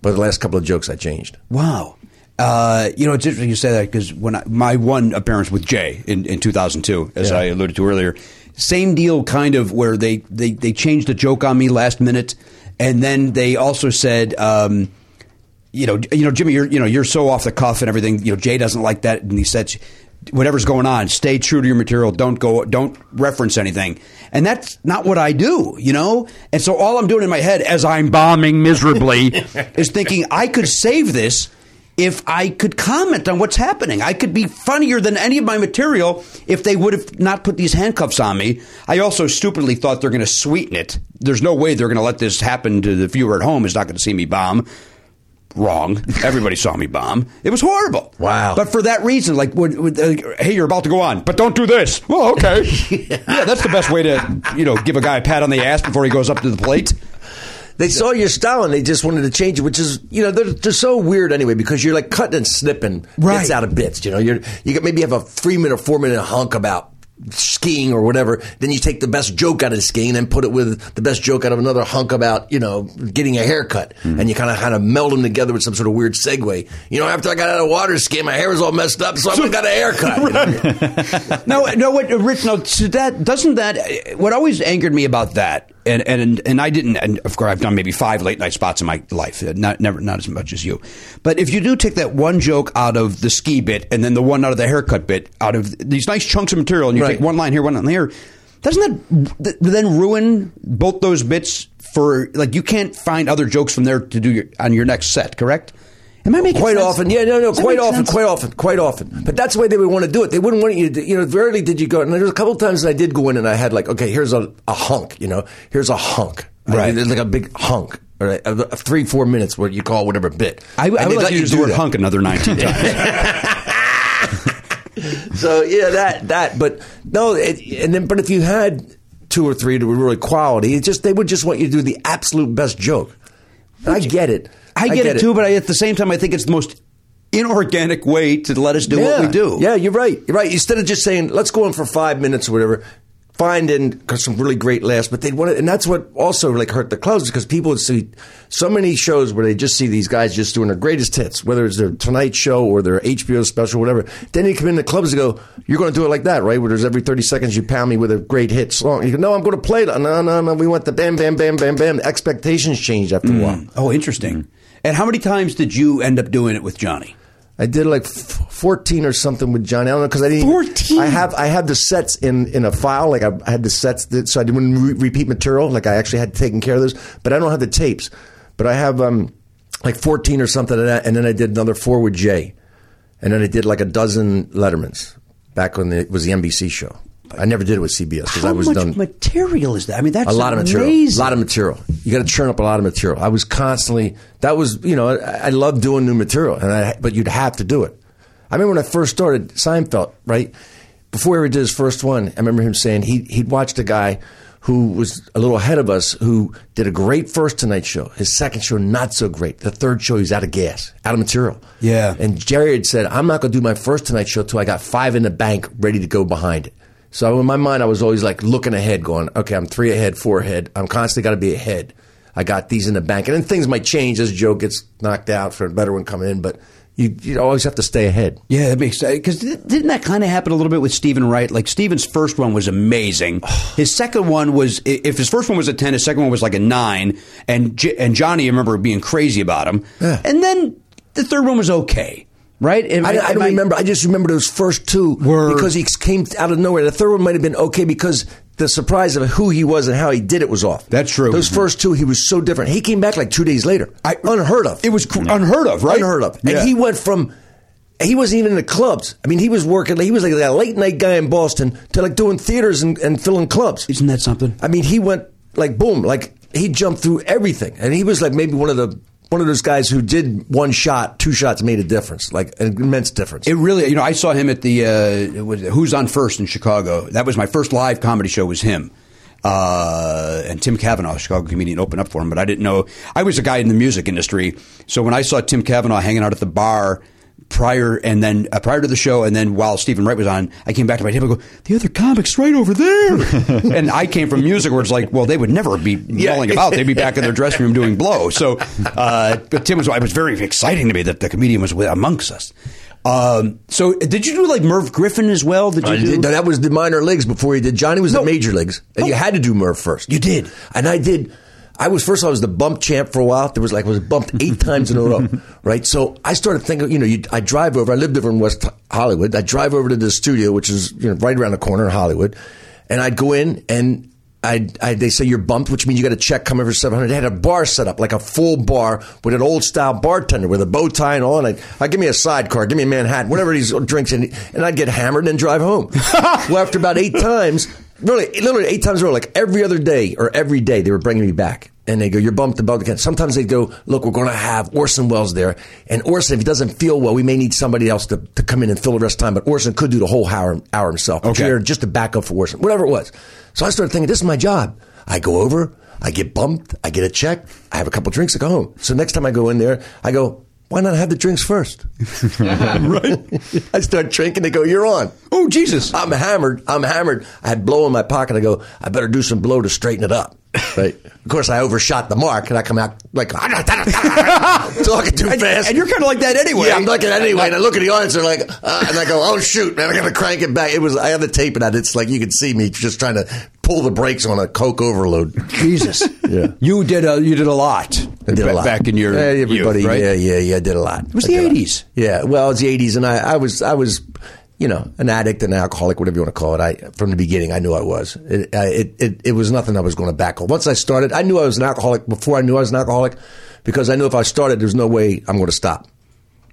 but the last couple of jokes I changed.
Wow. Uh, you know, it's interesting you say that because when I, my one appearance with Jay in, in 2002, as
Yeah.
I alluded to earlier, same deal kind of where they, they, they changed the joke on me last minute. And then they also said, um, you know, you know, Jimmy, you're, you know, you're so off the cuff and everything. You know, Jay doesn't like that in these sets. Whatever's going on, stay true to your material. Don't go, don't reference anything. And that's not what I do, you know. And so all I'm doing in my head as I'm bombing miserably is thinking I could save this if I could comment on what's happening. I could be funnier than any of my material if they would have not put these handcuffs on me. I also stupidly thought they're going to sweeten it. There's no way they're going to let this happen to the viewer at home. Is not going to see me bomb wrong. Everybody saw me bomb. It was horrible.
Wow.
But for that reason, like, when, when, uh, hey, you're about to go on, but don't do this. Well, okay. yeah. that's the best way to, you know, give a guy a pat on the ass before he goes up to the plate.
They saw your style and they just wanted to change it, which is you know they're, they're so weird anyway because you're like cutting and snipping
Right.
bits out of bits. You know you're you got- maybe have a three minute, four minute hunk about skiing or whatever. Then you take the best joke out of skiing and put it with the best joke out of another hunk about you know getting a haircut, and you kind of kind of meld them together with some sort of weird segue. You know after I got out of water skiing, my hair was all messed up, so I went and got a haircut. you
no,
know?
no, what, Rich, no, so that doesn't that, what always angered me about that, and, and, and I didn't, and of course I've done maybe five late night spots in my life, uh, not, never, not as much as you. But if you do take that one joke out of the ski bit and then the one out of the haircut bit, out of these nice chunks of material, and you
Right.
take one line here, one line here, doesn't that th- then ruin both those bits for, like, you can't find other jokes from there to do your, on your next set, correct? Am I making
quite
sense?
often. Yeah, no, no,
Does that
quite
make
often,
sense?
quite often, quite often. But that's the way they would want to do it. They wouldn't want you to, you know, rarely did you go. And there was a couple times that I did go in and I had like, okay, here's a, a hunk, you know, here's a hunk. I
Right.
did- There's like a big hunk. All right, of- of three, four minutes, what you call whatever bit.
I, I
And
would
they'd
like
let
to
you
use the
do
word
that.
hunk another 19 times.
So yeah, that that. But no, it, and then but if you had two or three that were really quality, it just they would just want you to do the absolute best joke. And I get it.
I get, it, too, but I, at the same time, I think it's the most inorganic way to let us do what we do.
Yeah, you're right. You're right. Instead of just saying, let's go in for five minutes or whatever, find in 'cause some really great laughs. But they want it. And that's what also like hurt the clubs because people would see so many shows where they just see these guys just doing their greatest hits, whether it's their Tonight Show or their HBO special, whatever. Then you come in the clubs and go, you're going to do it like that, right? Where there's every 30 seconds you pound me with a great hit song. You go, no, I'm going to play that. No, no, no. We want the bam, bam, bam, bam, bam. Expectations changed after a while.
Oh, interesting.
Mm-hmm.
And how many times did you end up doing it with Johnny?
I did like f- fourteen or something with Johnny. I don't know because I didn't.
14?
I have I have the sets in in a file. Like I, I had the sets, that, so I didn't re- repeat material. Like I actually had taken care of those, but I don't have the tapes. But I have um like fourteen or something of that, and then I did another four with Jay, and then I did like a dozen Lettermans back when the, it was the NBC show. I never did it with CBS because
How
I was
much
done
material is that? I mean, that's
a lot of material.
amazing.
A lot of material. You got to churn up a lot of material. I was constantly. That was you know I, I love doing new material, and I but you'd have to do it. I remember when I first started Seinfeld, right before he ever did his first one. I remember him saying he he'd watched a guy who was a little ahead of us who did a great first Tonight Show. His second show not so great. The third show he's out of gas, out of material.
Yeah.
And Jerry had said, I'm not going to do my first Tonight Show till I got five in the bank ready to go behind it. So in my mind, I was always like looking ahead, going, okay, I'm three ahead, four ahead. I'm constantly got to be ahead. I got these in the bank. And then things might change as Joe gets knocked out for a better one coming in, but you, you always have to stay ahead.
Yeah, that makes sense. Because didn't that kind of happen a little bit with Stephen Wright? Like Stephen's first one was amazing.
Oh.
His second one was, i- if his first one was a ten, his second one was like a nine. And J- and Johnny, I remember being crazy about him. And then the third one was okay, right? Am
I, I
am
don't remember. I just remember those first two
Were-
because he came out of nowhere. The third one might have been okay because the surprise of who he was and how he did it was off.
That's true.
Those
Mhm.
first two, he was so different. He came back like two days later.
I-
unheard of.
It was cr- unheard of, right?
Unheard of.
Yeah.
And he went from he wasn't even in the clubs. I mean, he was working. He was like that late night guy in Boston to like doing theaters and, and filling clubs.
Isn't that something?
I mean, he went like boom, like he jumped through everything, and he was like maybe one of the one of those guys who did one shot, two shots made a difference, like an immense difference.
It really, you know, I saw him at the uh, was it Who's on First in Chicago. That was my first live comedy show. Was him uh, and Tim Cavanaugh, Chicago comedian, opened up for him. But I didn't know I was a guy in the music industry. So when I saw Tim Cavanaugh hanging out at the bar prior and then uh, prior to the show, and then while Stephen Wright was on, I came back to my table. and Go the other comics right over there. and I came from music where it's like, well, they would never be yelling about. They'd be back in their dressing room doing blow. So, uh, but Tim was. It was very exciting to me that the comedian was with, amongst us. Um, so did you do like Merv Griffin as well? Did you
I
do?
did- that was the minor leagues before he did. Johnny was the major leagues, and you had to do Murph first.
You did.
and I did. I was first. I was the bump champ for a while. There was like I was bumped eight times in a row, right? So I started thinking. You know, you, I drive over. I lived over in West Hollywood. I drive over to the studio, which is you know right around the corner in Hollywood, and I'd go in and. I, I, they say you're bumped, which means you got a check coming for seven hundred. They had a bar set up, like a full bar with an old style bartender with a bow tie and all. And I, I give me a sidecar, give me a Manhattan, whatever these drinks, and and I'd get hammered and drive home. well, after about eight times, Really, literally eight times in a row, like every other day or every day, they were bringing me back. And they go, you're bumped above the cat. Sometimes they go, look, we're going to have Orson Welles there. And Orson, if he doesn't feel well, we may need somebody else to, to come in and fill the rest of the time. But Orson could do the whole hour, hour himself.
Okay.
You're Just to back up for Orson, whatever it was. So I started thinking, this is my job. I go over, I get bumped, I get a check, I have a couple drinks, I go home. So next time I go in there, I go, why not have the drinks first? right? I start drinking, they go, you're on.
Oh Jesus!
I'm hammered. I'm hammered. I had blow in my pocket. I go, I better do some blow to straighten it up. Right. of course, I overshot the mark, and I come out like talking too
And-
fast.
and you're kinda like that anyway.
Yeah, I'm like that anyway. And I look at the audience, and like, uh, and I go, oh shoot, man, I gotta crank it back. It was I have the tape, and I, it's like you can see me just trying to pull the brakes on a coke overload.
Jesus! yeah, you did a you did a lot.
I did a lot.
back in your
yeah, everybody.
youth, right?
Yeah, yeah, yeah. I did a lot. It
was the 80s.
Yeah, well, it's the eighties, and I, I was, I was, you know, an addict, an alcoholic, whatever you want to call it. I from the beginning, I knew I was. It, I, it, it, it was nothing I was going to back on. Once I started, I knew I was an alcoholic before I knew I was an alcoholic, because I knew if I started, there's no way I'm going to stop.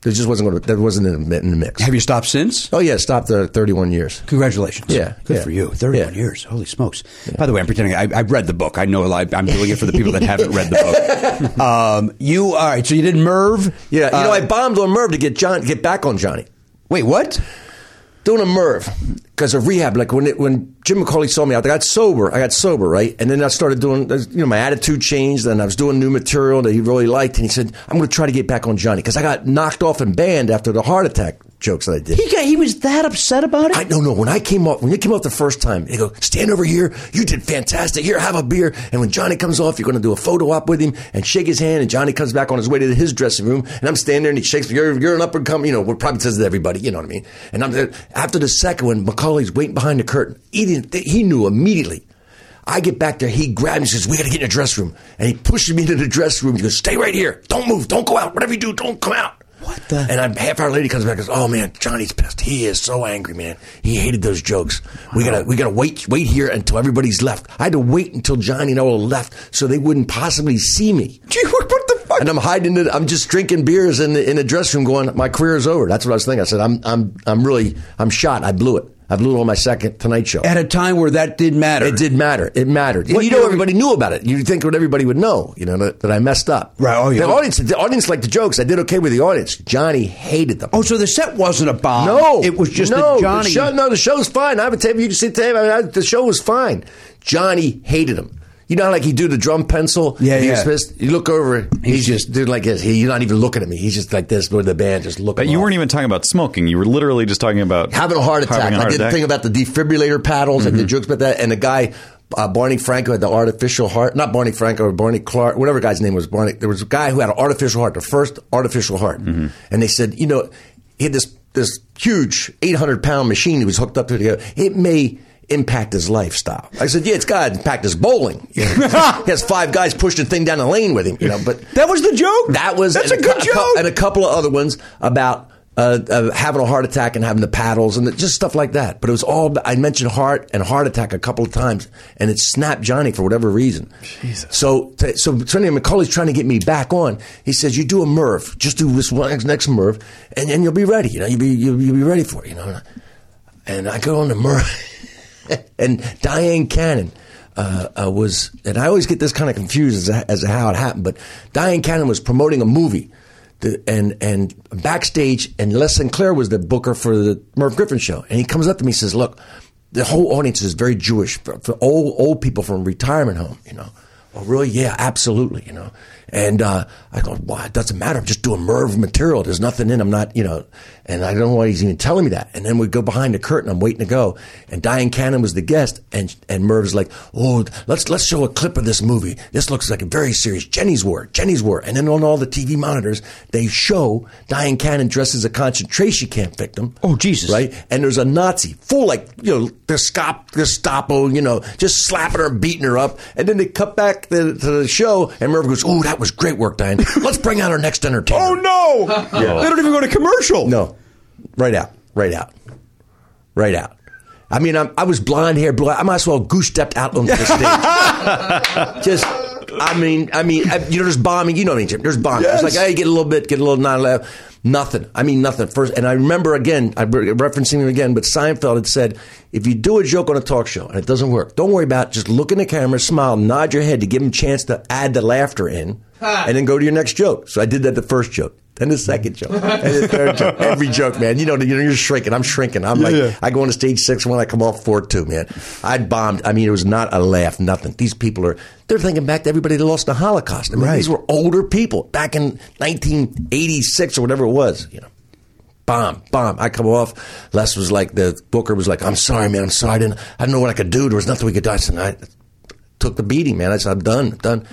There just wasn't going to. That wasn't in the, in the mix.
Have you stopped since?
Oh yeah, stopped there at 31 years.
Congratulations.
Yeah,
Good
yeah.
for you. 31
Yeah.
years. Holy smokes. By the way, I'm pretending I, I read the book. I know I, I'm doing it for the people that haven't read the book. Um, you, all right, so you did Merv.
Yeah, you know,
Uh,
I bombed on Merv to get John, get back on Johnny.
Wait, what?
doing a Merv because of rehab. Like when it, when Jim McCauley saw me out, I got sober. I got sober, right? And then I started doing, uh, you know, my attitude changed. And I was doing new material that he really liked. And he said, "I'm going to try to get back on Johnny" because I got knocked off and banned after the heart attack jokes that I did.
He, got, he was that upset about it?
I don't know. When I came up, when you came up the first time, they go, stand over here. You did fantastic. Here, have a beer. And when Johnny comes off, you're going to do a photo op with him and shake his hand. And Johnny comes back on his way to his dressing room. And I'm standing there and he shakes me. You're, you're an up and coming, you know, what probably says to everybody. You know what I mean? And I'm there. After the second one, Macaulay's waiting behind the curtain. He, didn't- he knew immediately. I get back there. He grabs me and says, We got to get in the dressing room. And he pushes me into the dressing room. He goes, Stay right here. Don't move. Don't go out. Whatever you do, don't come out.
What the-
And I'm half hour later he comes back and goes, Oh man, Johnny's pissed. He is so angry, man. He hated those jokes. We gotta we gotta wait wait here until everybody's left. I had to wait until Johnny and Ola left so they wouldn't possibly see me.
Gee, what the fuck?
And I'm hiding it. I'm just drinking beers in the in the dressing room, going, my career is over. That's what I was thinking. I said, I'm I'm I'm really I'm shot. I blew it. I blew it on my second Tonight Show.
At a time where that did matter.
It did matter. It mattered. And
What
you
year
know,
were-
everybody knew about it. You'd think what everybody would know, you know, that, that I messed up.
Right. Oh, yeah.
The audience, the audience liked the jokes. I did okay with the audience. Johnny hated them.
Oh, so the set wasn't a bomb.
no,
It was just
no.
that
the
Johnny.
show, no, the show's fine. I have a tape. You can see the tape. I mean, I, the show was fine. Johnny hated him. You know, how, like he do the drum pencil.
Yeah,
he was
yeah.
pissed. You look over. He's,
He's
just doing like this. He, you're not even looking at me. He's just like this with the band, just looking.
But Uh, you
off.
weren't even talking about smoking. You were literally just talking about
having a heart attack.
having a
I
heart
did the
attack. Mm-hmm.
thing about the defibrillator paddles. I did jokes about that. And the guy, uh, Barney Franco, had the artificial heart. Not Barney Franco or Barney Clark, whatever guy's name was. Barney. There was a guy who had an artificial heart, the first artificial heart.
Mm-hmm.
And they said, you know, he had this this huge 800 pound machine he was hooked up to. They go, It may impact his lifestyle. I said, yeah, it's got to impact his bowling. You know, he has five guys pushing a thing down the lane with him, you know, but
that was the joke?
that was
That's
and
a good
cou- cou-
joke.
and a couple of other ones about uh, uh, having a heart attack and having the paddles and the, just stuff like that. But it was all I mentioned heart and heart attack a couple of times, and it snapped Johnny for whatever reason. Jesus. So t- so Trinity McCauley's trying to get me back on. He says, "You do a Merv, just do this one next Merv, and then you'll be ready. You know, you'll be you'll, you'll be ready for it. You know." And I go on the Merv. and Diane Cannon uh, uh, was, and I always get this kind of confused as, to- as to how it happened, but Diane Cannon was promoting a movie. The, and and backstage, and Les Sinclair was the booker for the Merv Griffin show, and he comes up to me and says, "Look, the whole audience is very Jewish, for, for old old people from retirement home, you know." Oh, really? Yeah, absolutely. You know, and uh, I go, well, it doesn't matter. I'm just doing Merv material. There's nothing in. it. I'm not, you know, and I don't know why he's even telling me that. And then we go behind the curtain. I'm waiting to go, and Diane Cannon was the guest, and and Merv's like, oh, let's let's show a clip of this movie. This looks like a very serious Jenny's War. Jenny's War. And then on all the TV monitors, they show Diane Cannon dressed as a concentration camp victim.
Oh, Jesus.
Right and there's a Nazi, full like you know Gestapo, Gestapo, you know, just slapping her, beating her up, and then they cut back the, to the show, and Merv goes, "Ooh, that was great work, Diane. Let's bring out our next entertainer."
Oh no! They don't even go to commercial.
No, right out, right out, right out. I mean, I'm, I was blonde hair, blue. I might as well goose stepped out onto the stage. Just, I mean, I mean, I, you know, there's bombing. You know what I mean, Jim? There's bombing. It's like, hey, get a little bit, get a little not allowed. Nothing. I mean, nothing. First, and I remember again, I re- referencing him again, but Seinfeld had said, if you do a joke on a talk show and it doesn't work, don't worry about it. Just look in the camera, smile, nod your head to give him a chance to add the laughter in, and then go to your next joke. So I did that the first joke. Then the second joke, and the third joke, every joke, man. You know, you know, you're shrinking. I'm shrinking. I'm like, I go on to stage six when I come off four two, man. I bombed. I mean, it was not a laugh, nothing. These people are they're thinking back to everybody that lost in the Holocaust. I mean, these were older people back in 1986 or whatever it was. You know, bomb, bomb. I come off. Les was like, the booker was like, I'm sorry, man. I'm sorry. I didn't. I didn't know what I could do. There was nothing we could do. I said, I took the beating, man. I said, I'm done. I'm done.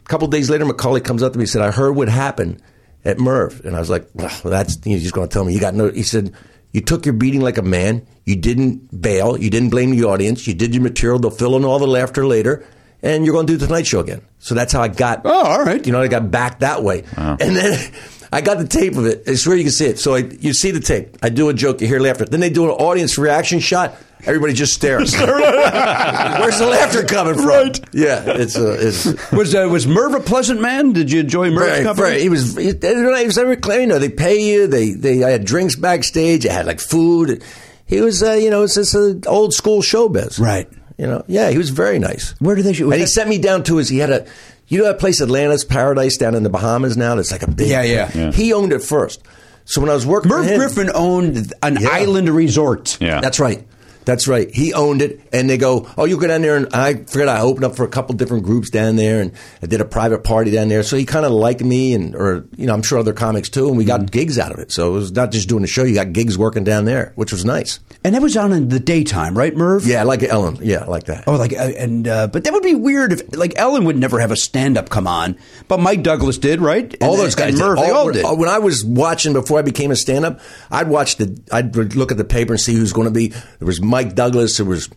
A couple days later, Macaulay comes up to me and said, I heard what happened at Merv. And I was like, well, that's, he's just going to tell me. You got no, he said, you took your beating like a man. You didn't bail. You didn't blame the audience. You did your material. They'll fill in all the laughter later. And you're going to do Tonight Show again. So that's how I got.
Oh, all right.
You know, I got back that way. And then I got the tape of it. I swear you can see it. So I, you see the tape. I do a joke. You hear laughter. Then they do an audience reaction shot. Everybody just stares. Where's the laughter coming from? Yeah, it's a, it's
Was uh, was Merv a pleasant man? Did you enjoy Merv's
Right,
company?
right. He was. He, they don't know, he was ever clear. You know, they pay you. They they. I had drinks backstage. I had like food. He was. Uh, you know, it's just an old school showbiz.
Right.
You know. Yeah. He was very nice.
Where did they shoot?
And
was
he
that-
sent me down to his. He had a. You know that place, Atlanta's Paradise, down in the Bahamas now. That's like a big.
Yeah, yeah. Yeah.
He owned it first. So when I was working, for
Merv
him-
Griffin owned an
Yeah.
island resort.
Yeah.
that's right. That's right. He owned it, and they go, "Oh, you go down there." And I forget. I opened up for a couple different groups down there, and I did a private party down there. So he kind of liked me, and or you know, I'm sure other comics too. And we got gigs out of it. So it was not just doing a show. You got gigs working down there, which was nice.
and that was on in the daytime, right, Merv?
Yeah, I like Ellen. Yeah, I like that.
Oh, like uh, and uh, but that would be weird if like Ellen would never have a stand up come on, but Mike Douglas did, right?
all
And-
those guys,
and
did.
Merv, they all
when,
did.
When I was watching before I became a stand-up, I'd watch the, I'd look at the paper and see who's going to be. There was Mike Douglas. There was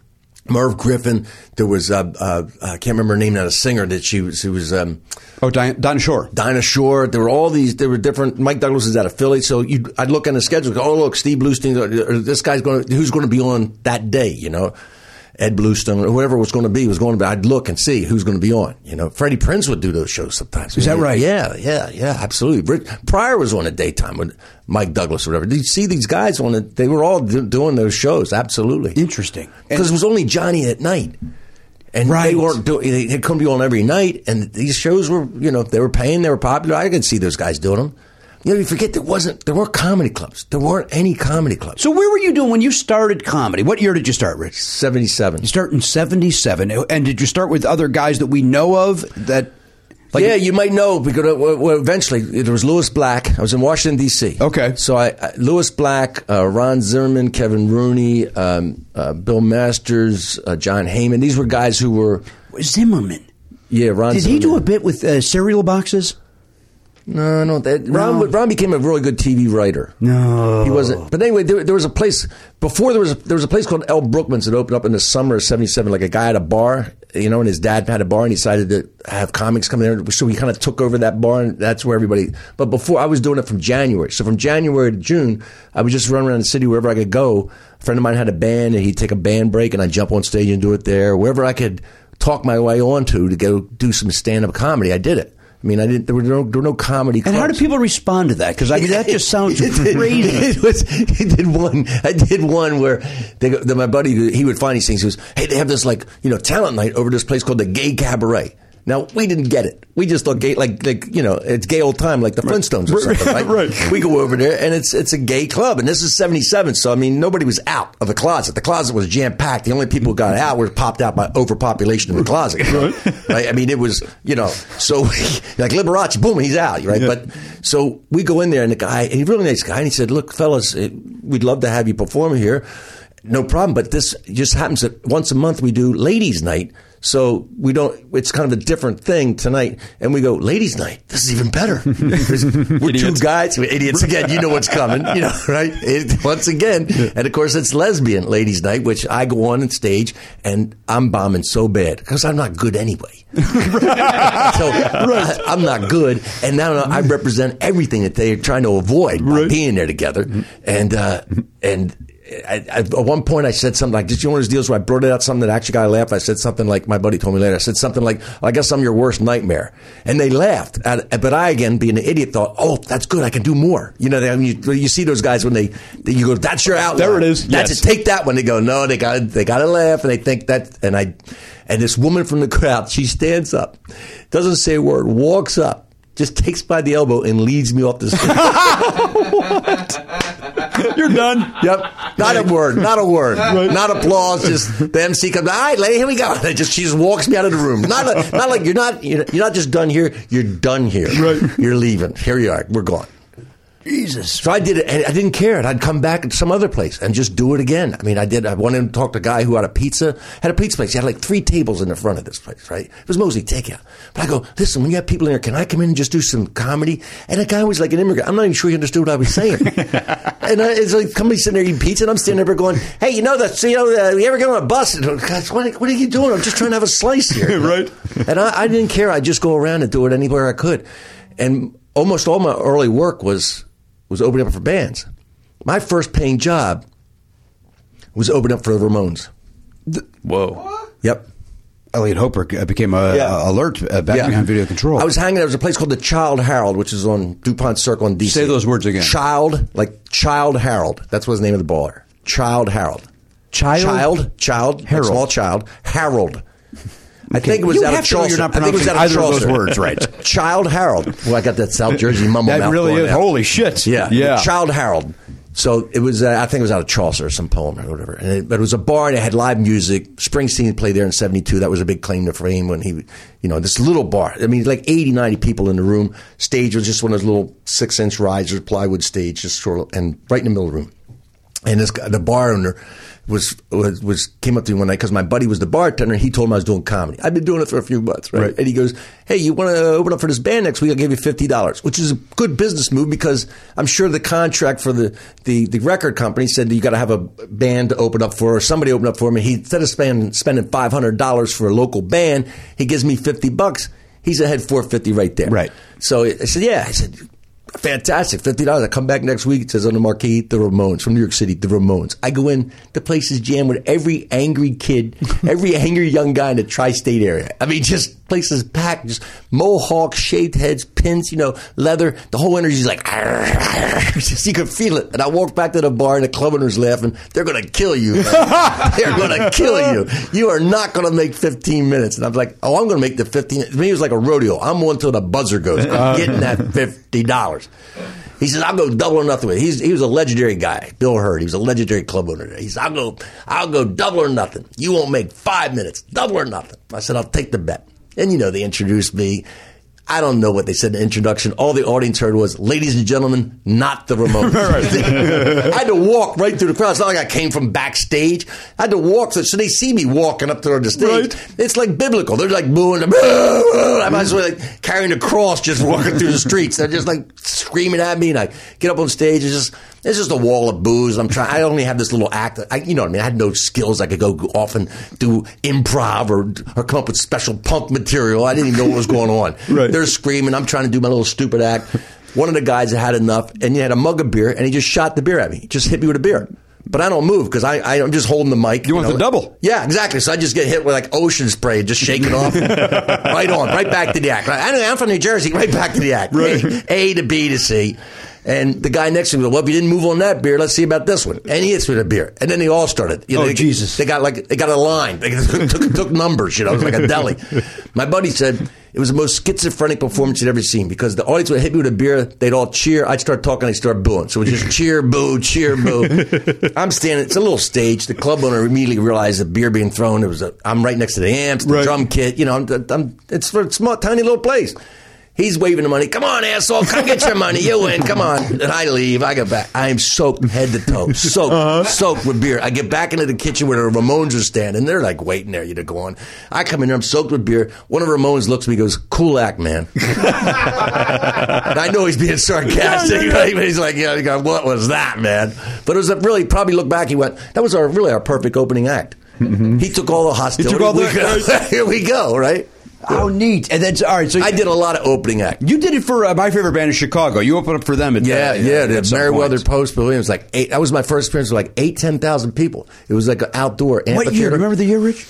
Merv Griffin. There was uh, uh, I can't remember her name now. A singer that she was. She was um,
oh, Diane, Don Shore.
Dinah Shore. There were all these. There were different. Mike Douglas is out of Philly, so you, I'd look on the schedule. Go, oh, look, Steve Bluestein. Or, or this guy's going. to Who's going to be on that day? You know, Ed Bluestein or whoever it was going to be was going to be. I'd look and see who's going to be on. You know, Freddie Prinz would do those shows sometimes.
Is that right?
Yeah, yeah, yeah. Absolutely. Rick Pryor was on at daytime with Mike Douglas or whatever. Did you see these guys on it? They were all do, doing those shows. Absolutely
Interesting.
because it was only Johnny at night, and
Right.
they weren't doing. They they'd come to you on every night, and these shows were you know they were paying, they were popular. I could see those guys doing them. You know, you forget there wasn't there weren't comedy clubs. There weren't any comedy clubs.
So where were you doing when you started comedy? What year did you start, Rich?
Seventy seven.
You start in '77, and did you start with other guys that we know of? That like,
yeah, you might know because uh, well, well, eventually there was Lewis Black. I was in Washington D.C.
Okay.
so I, I Lewis Black, uh, Ron Zimmerman, Kevin Rooney, um, uh, Bill Masters, uh, John Heyman. These were guys who were
Zimmerman.
yeah. Ron
Did he do
Zimmerman.
a bit with uh, cereal boxes?
No, no. That, Ron, Ron became a really good TV writer.
No.
he wasn't. But anyway, there, there was a place before there was a, there was a place called El Brookman's that opened up in the summer of '77. Like a guy at a bar you know, and his dad had a bar and he decided to have comics come there. So we kind of took over that bar and that's where everybody, but before I was doing it from January. So from January to June, I would just run around the city wherever I could go. A friend of mine had a band and he'd take a band break and I'd jump on stage and do it there. Wherever I could talk my way onto to go do some stand up comedy, I did it. I mean, I didn't, there were no, there were no comedy
And how do
clubs.
people respond to that? Because I mean, that just sounds crazy.
It was. He did one. I did one where they, go- that my buddy he would find these things. He was, hey, they have this like you know talent night over this place called the Gay Cabaret. Now we didn't get it. We just thought gay like like you know it's gay old time like the Flintstones or something. Right. right. We go over there and it's it's a gay club and this is seventy seven. So I mean nobody was out of the closet. The closet was jam packed. The only people who got out were popped out by overpopulation in the closet. Right. I mean it was you know so like Liberace boom he's out right. But so we go in there, and the guy, and he really nice guy, and he said, "Look, fellas, it, we'd love to have you perform here, no problem. But this just happens that once a month we do ladies' night, so we don't. It's kind of a different thing tonight. And we go ladies' night. This is even better. We're two guys, we're idiots again. You know what's coming, you know, right? It, once again, and of course it's lesbian ladies' night, which I go on and stage, and I'm bombing so bad because I'm not good anyway. So I, am not good, and now I represent everything that they're trying to avoid by being there together. And uh, and I, I, at one point, I said something like, "Did you know one of those deals where I brought out something that actually got a laugh?" I said something like, "My buddy told me later." I said something like, "I guess I'm your worst nightmare," and they laughed. At, but I, again, being an idiot, thought, "Oh, that's good. I can do more." You know, they, I mean, you, you see those guys when they, they you go, "That's your outline."
There it is.
That's
Yes.
it. Take that one. They go, "No, they got they got to laugh," and they think that. And I and this woman from the crowd, she stands up, doesn't say a word, walks up, just takes by the elbow and leads me off the stage.
You're done.
yep, not a word, not a word, not applause. Just the MC comes. All right, lady, here we go. And it just she just walks me out of the room. Not a, not like you're not you're you're not just done here. You're done here. Right. You're leaving. Here you are. We're gone. Jesus. So I did it, and I didn't care. And I'd come back at some other place and just do it again. I mean, I did. I went in and talked to a guy who had a pizza, had a pizza place. He had like three tables in the front of this place, right? It was mostly takeout. But I go, listen, when you have people in here, can I come in and just do some comedy? And the guy was like an immigrant. I'm not even sure he understood what I was saying. and I, it's like somebody's sitting there eating pizza, and I'm standing there going, hey, you know that? You know, uh, you ever get on a bus? And, God, what, what are you doing? I'm just trying to have a slice here, right? And I, I didn't care. I'd just go around and do it anywhere I could, and almost all my early work was was opening up for bands. My first paying job was opening up for the Ramones.
Whoa.
Yep.
Elliot Hoper uh, became a,
Yeah.
a- alert uh, back
Yeah.
behind video control.
I was hanging. There was a place called the Child Herald, which is on Dupont Circle in DC.
Say those words again.
Child, like Child Herald. That's what his name of the bar. Child Herald.
Child-
Child. Child. like
Herald.
small child. Harold. I think it was
You
out
have
of
to know
Chaucer.
you're not
I think it was out
pronouncing either of those
Chaucer.
words right.
Child Harold. Well, I got that South Jersey mumble
That
mouth
really
going
is.
out.
Holy shit.
Yeah,
Yeah.
The Child Harold. So it was. Uh, I think it was out of Chaucer or some poem or whatever. And it, but it was a bar and it had live music. Springsteen played there in '72. That was a big claim to fame when he, you know, this little bar. I mean, like 80, 90 people in the room. Stage was just one of those little six-inch risers, plywood stage, just sort of, and right in the middle of the room. And this guy, the bar owner was, was was came up to me one night because my buddy was the bartender. and He told him I was doing comedy. I've been doing it for a few months, right? And he goes, "Hey, you want to open up for this band next week? I'll give you fifty dollars," which is a good business move because I'm sure the contract for the the, the record company said that you got to have a band to open up for, or somebody open up for him. And he instead of spend, spending five hundred dollars for a local band, he gives me fifty bucks. He's ahead four fifty right there.
Right.
So I said, "Yeah." I said. Fantastic, fifty dollars. I come back next week. It says on the marquee, the Ramones from New York City, the Ramones. I go in, the place is jammed with every angry kid, every angry young guy in the tri-state area. I mean, just places packed, just mohawk, shaved heads, pins, you know, leather. The whole energy's like, just, you could feel it. And I walked back to the bar, and the club owner's laughing. They're gonna kill you. man. They're gonna kill you. You are not gonna make fifteen minutes. And I'm like, oh, I'm gonna make the fifteen. To me, it was like a rodeo. I'm on till the buzzer goes. I'm getting that fifty dollars. He says, "I'll go double or nothing with." It. He's he was a legendary guy, Bill Hurd. He was a legendary club owner. He says, "I'll go, I'll go double or nothing. You won't make five minutes, double or nothing." I said, "I'll take the bet." And you know, they introduced me. I don't know what they said in the introduction. All the audience heard was, "Ladies and gentlemen, not the Ramones." I had to walk right through the crowd. It's not like I came from backstage. I had to walk, so so they see me walking up to the stage. It's like biblical. They're like booing. boo, boo. I might as well like carrying a cross, just walking through the streets. They're just like screaming at me, and I get up on stage and just It's just a wall of booze. I'm trying. I only have this little act. I, you know what I mean? I had no skills. I could go off and do improv or or come up with special punk material. I didn't even know what was going on.
Right.
They're screaming. I'm trying to do my little stupid act. One of the guys had enough, and he had a mug of beer, and he just shot the beer at me. He just hit me with a beer. But I don't move because I, I am just holding the mic. You
want the double.
Yeah, exactly. So I just get hit with like ocean spray, just shake it off, right on, right back to the act. Right? I don't know, I'm from New Jersey, right back to the act. A, A to B to C. And the guy next to me, goes, well, if you didn't move on that beer, let's see about this one. And he hits me with a beer, and then they all started. You
Oh,
they,
Jesus.
They got like they got a line. They took, took, took numbers. You know, it was like a deli. My buddy said it was the most schizophrenic performance he'd ever seen because the audience would hit me with a beer. They'd all cheer. I'd start talking. They'd start booing. So it was just cheer, boo, cheer, boo. I'm standing. It's a little stage. The club owner immediately realized the beer being thrown. It was a. I'm right next to the amps, the
Right.
drum kit. You know, I'm, I'm, it's for a small, tiny little place. He's waving the money. Come on, asshole. Come get your money. You win. Come on. And I leave. I get back. I am soaked head to toe. Soaked. Soaked with beer. I get back into the kitchen where the Ramones are standing. They're like waiting there. You to go on. I come in there. I'm soaked with beer. One of the Ramones looks at me and goes, cool act, man. And I know he's being sarcastic, right? But he's like, yeah, he goes, what was that, man? But it was a really, probably look back, he went, that was our really our perfect opening act. Mm-hmm. He took all the hostility.
all
We
the-
go- here we go, right?
How neat! And that's all right. So
I did a lot of opening act.
You did it for uh, my favorite band in Chicago. You opened up for them. At
Yeah,
uh,
yeah.
at
The
some
Meriwether
point.
Post Pavilion was like eight. That was my first experience with like eight, ten thousand people. It was like an outdoor amphitheater.
What year? Remember the year, Rich?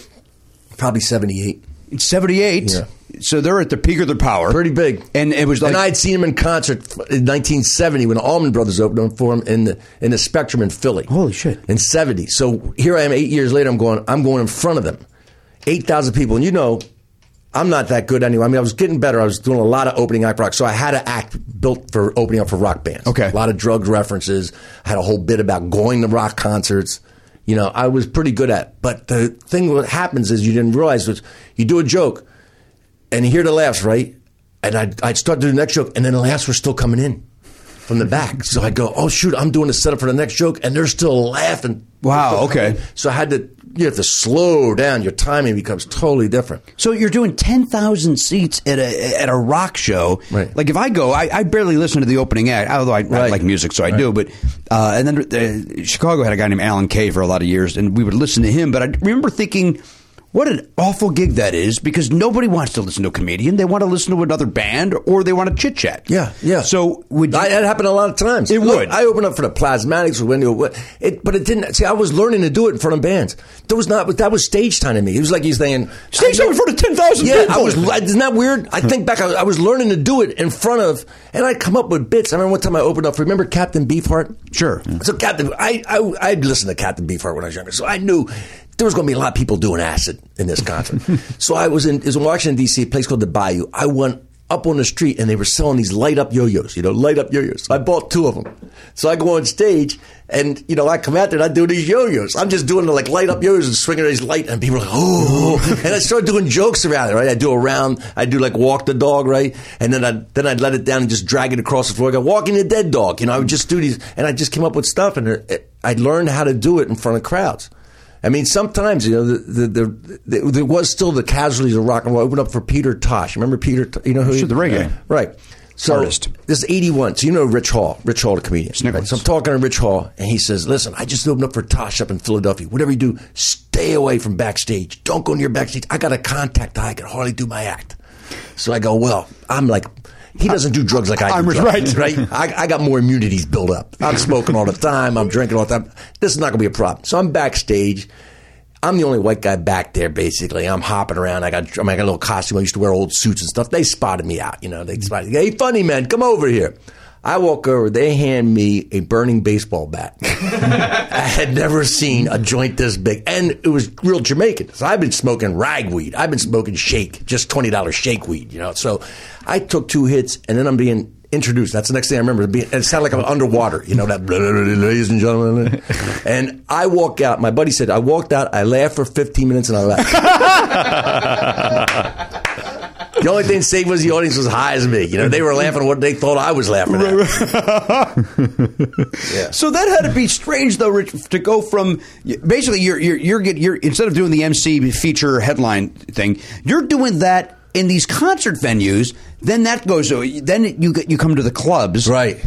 Probably seventy-eight.
It's '78.
Yeah.
So they're at the peak of their power.
Pretty big.
And it was like
and I had seen him in concert f- in 1970 when the Allman Brothers opened for him in the in the Spectrum in Philly.
Holy shit.
In 70. So here I am, eight years later. I'm going. I'm going in front of them, eight thousand people, and you know. I'm not that good anyway. I mean, I was getting better. I was doing a lot of opening act rock, so I had an act built for opening up for rock bands.
Okay.
a lot of drugs references. I had a whole bit about going to rock concerts. You know, I was pretty good at. it. But the thing that happens is you didn't realize was you do a joke, and you hear the laughs, right? And I'd, I'd start to do the next joke, and then the laughs were still coming in from the back. So I'd go, oh, shoot, I'm doing a setup for the next joke, and they're still laughing.
Wow, okay.
So I had to, you have to slow down. Your timing becomes totally different.
So you're doing ten thousand seats at a at a rock show.
Right.
Like if I go, I, I barely listen to the opening act, although I, I
Right.
like music, so I do. But uh, and then uh, Chicago had a guy named Alan Kay for a lot of years, and we would listen to him. But I remember thinking, what an awful gig that is, because nobody wants to listen to a comedian. They want to listen to another band, or they want to chit chat. So would you,
I, that happened a lot of times?
It
Look,
would.
I opened up for the Plasmatics with Wendy. Wood. It, but it didn't. See, I was learning to do it in front of bands. There was not. That was stage time to me. It was like he's saying
Stage time in front of 10,000
Yeah, I
people.
was. I- Isn't that weird? I think back. I, I was learning to do it in front of, and I come up with bits. I remember one time I opened up. Remember Captain Beefheart?
Sure.
So Captain, I, I I'd listened to Captain Beefheart when I was younger, so I knew there was going to be a lot of people doing acid in this concert. so I was in it was in Washington D.C., a place called the Bayou. I went up on the street and they were selling these light up yo-yos, you know, light up yo-yos. I bought two of them. So I go on stage and, you know, I come out there and I do these yo-yos. I'm just doing the like light up yo-yos and swinging these light and people are like, oh, and I start doing jokes around it, right? I do a round, I do like walk the dog, right? And then I, then I'd let it down and just drag it across the floor. I go, walking the dead dog, you know, I would just do these and I just came up with stuff and it, I learned how to do it in front of crowds. I mean, sometimes you know the, the, the, the there was still the casualties of rock and roll. I opened up for Peter Tosh. Remember Peter? T- You know who? he-
Sure, the reggae.
Yeah. right? So
Artist.
this is eighty one. So you know Rich Hall, Rich Hall, the comedian.
Snickers.
So I'm talking to Rich Hall, and he says, "Listen, I just opened up for Tosh up in Philadelphia. Whatever you do, stay away from backstage. Don't go near backstage. I got a contact. I can hardly do my act." So I go, "Well, I'm like." He doesn't do drugs like I do.
I'm
drugs, right. I, I got more immunities built up. I'm smoking all the time. I'm drinking all the time. This is not going to be a problem. So I'm backstage. I'm the only white guy back there, basically. I'm hopping around. I got, I, mean, I got a little costume. I used to wear old suits and stuff. They spotted me out, you know. They spotted, hey, funny man, come over here. I walk over. They hand me a burning baseball bat. I had never seen a joint this big, and it was real Jamaican. So I've been smoking ragweed. I've been smoking shake, just twenty dollars shake weed, you know. So I took two hits, and then I'm being introduced. That's the next thing I remember. Being, it sounded like I'm underwater, you know, that, blah, blah, blah, blah, ladies and gentlemen. And I walk out. My buddy said, I walked out, I laughed for 15 minutes, and I left. The only thing saved was the audience was high as me. You know, they were laughing at what they thought I was laughing at.
So that had to be strange, though, Rich, to go from basically you're you're you're, get, you're instead of doing the MC feature headline thing, you're doing that in these concert venues. Then that goes. Then you get, you come to the clubs,
Right.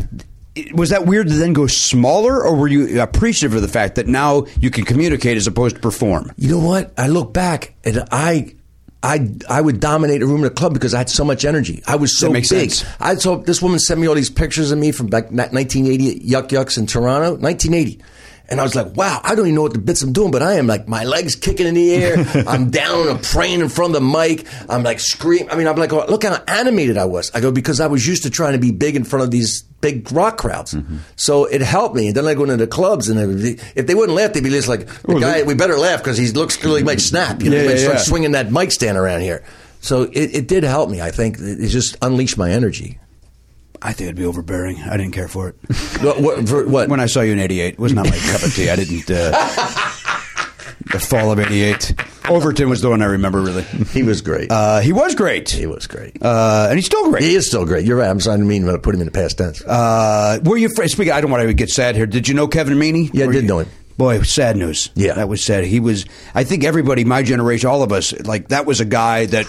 was that weird to then go smaller, or were you appreciative of the fact that now you can communicate as opposed to perform?
You know what? I look back and I. I, I would dominate a room in a club because I had so much energy. I was so
That makes
big.
sense.
I so this woman sent me all these pictures of me from back na- 1980 at Yuck Yucks in Toronto, 1980. And I was like, wow, I don't even know what the bits I'm doing, but I am like, my legs kicking in the air. I'm down, I'm praying in front of the mic. I'm like scream. I mean, I'm like, oh, look how animated I was. I go, because I was used to trying to be big in front of these big rock crowds.
Mm-hmm.
So it helped me. And then I go into the clubs and they- if they wouldn't laugh, they'd be just like, the guy, we better laugh because he looks like he might snap. You know, he
Yeah,
might
yeah,
start
yeah.
swinging that mic stand around here. So it, it did help me. I think it it just unleashed my energy.
I think it'd be overbearing. I didn't care for it.
What? what, for, what?
when I saw you in '88, was not my cup of tea. I didn't. Uh, the fall of '88. Overton was the one I remember really.
he was great.
Uh, he was great.
he was great.
uh, and he's still great.
he is still great. You're right. I'm sorry. I didn't mean to put him in the past tense.
Uh, were you fr- speaking? I don't want to get sad here. Did you know Kevin Meaney?
Yeah, I
Were
did
you-
know him.
Boy, sad news.
Yeah.
that was sad. He was. I think everybody, my generation, all of us, like that was a guy that,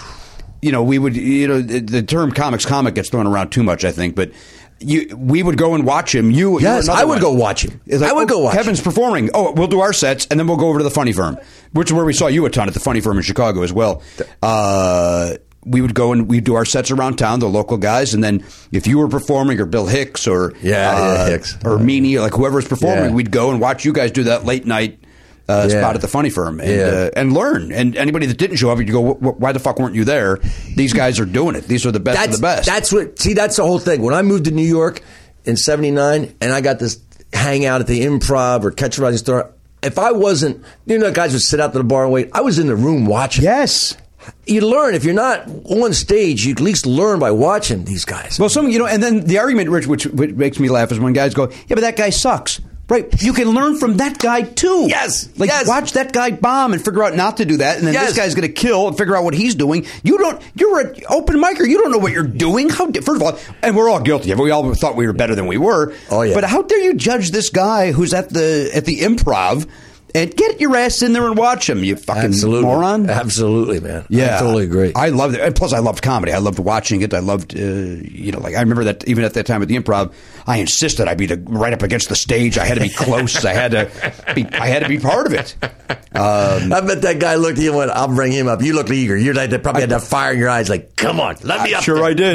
you know, we would. You know, the, the term comics comic gets thrown around too much. I think, but you, we would go and watch him. You, you were
Yes,
another
I would
one.
go watch him.
It's
I would
oh,
go watch
Kevin's performing. Oh, we'll do our sets, and then we'll go over to the Funny Firm, which is where we saw you a ton at the Funny Firm in Chicago as well. Uh, we would go and we'd do our sets around town, the local guys, and then if you were performing or Bill Hicks or
Yeah,
uh,
yeah, Hicks.
or Meanie, like whoever's performing,
Yeah.
we'd go and watch you guys do that late night. Uh,
Yeah.
Spot at the funny firm and,
Yeah.
uh, and learn and anybody that didn't show up you'd go "Wh- wh- why the fuck weren't you there these guys are doing it these are the best
that's
of the best
That's what. See, that's the whole thing. When I moved to New York in '79, and I got this hangout at the Improv or Catch a Rising Star. If I wasn't, you know, guys would sit out to the bar and wait. I was in the room watching.
yes
You learn if you're not on stage, you at least learn by watching these guys.
Well, some you know, and then the argument, Rich, which, which makes me laugh, is when guys go, "Yeah, but that guy sucks." Right? You can learn from that guy too.
Yes,
Like
yes.
watch that guy bomb and figure out not to do that, and then
Yes.
this guy's going to kill and figure out what he's doing. You don't. You're an open micer. You don't know what you're doing. How da- first of all, and we're all guilty. of it. We all thought we were better than we were.
Oh, yeah.
But how dare you judge this guy who's at the at the improv? And get your ass in there and watch him, you fucking moron.
Absolutely, man.
Yeah,
I totally agree.
I loved it. And plus, I loved comedy. I loved watching it. I loved, uh, you know, like I remember that even at that time at the improv, I insisted I be the, right up against the stage. I had to be close. I had to be. I had to be part of it. Um,
I bet that guy looked at you and went, I'll bring him up. You looked eager. You're like, they probably had that fire in your eyes, like, come on, let me up. there."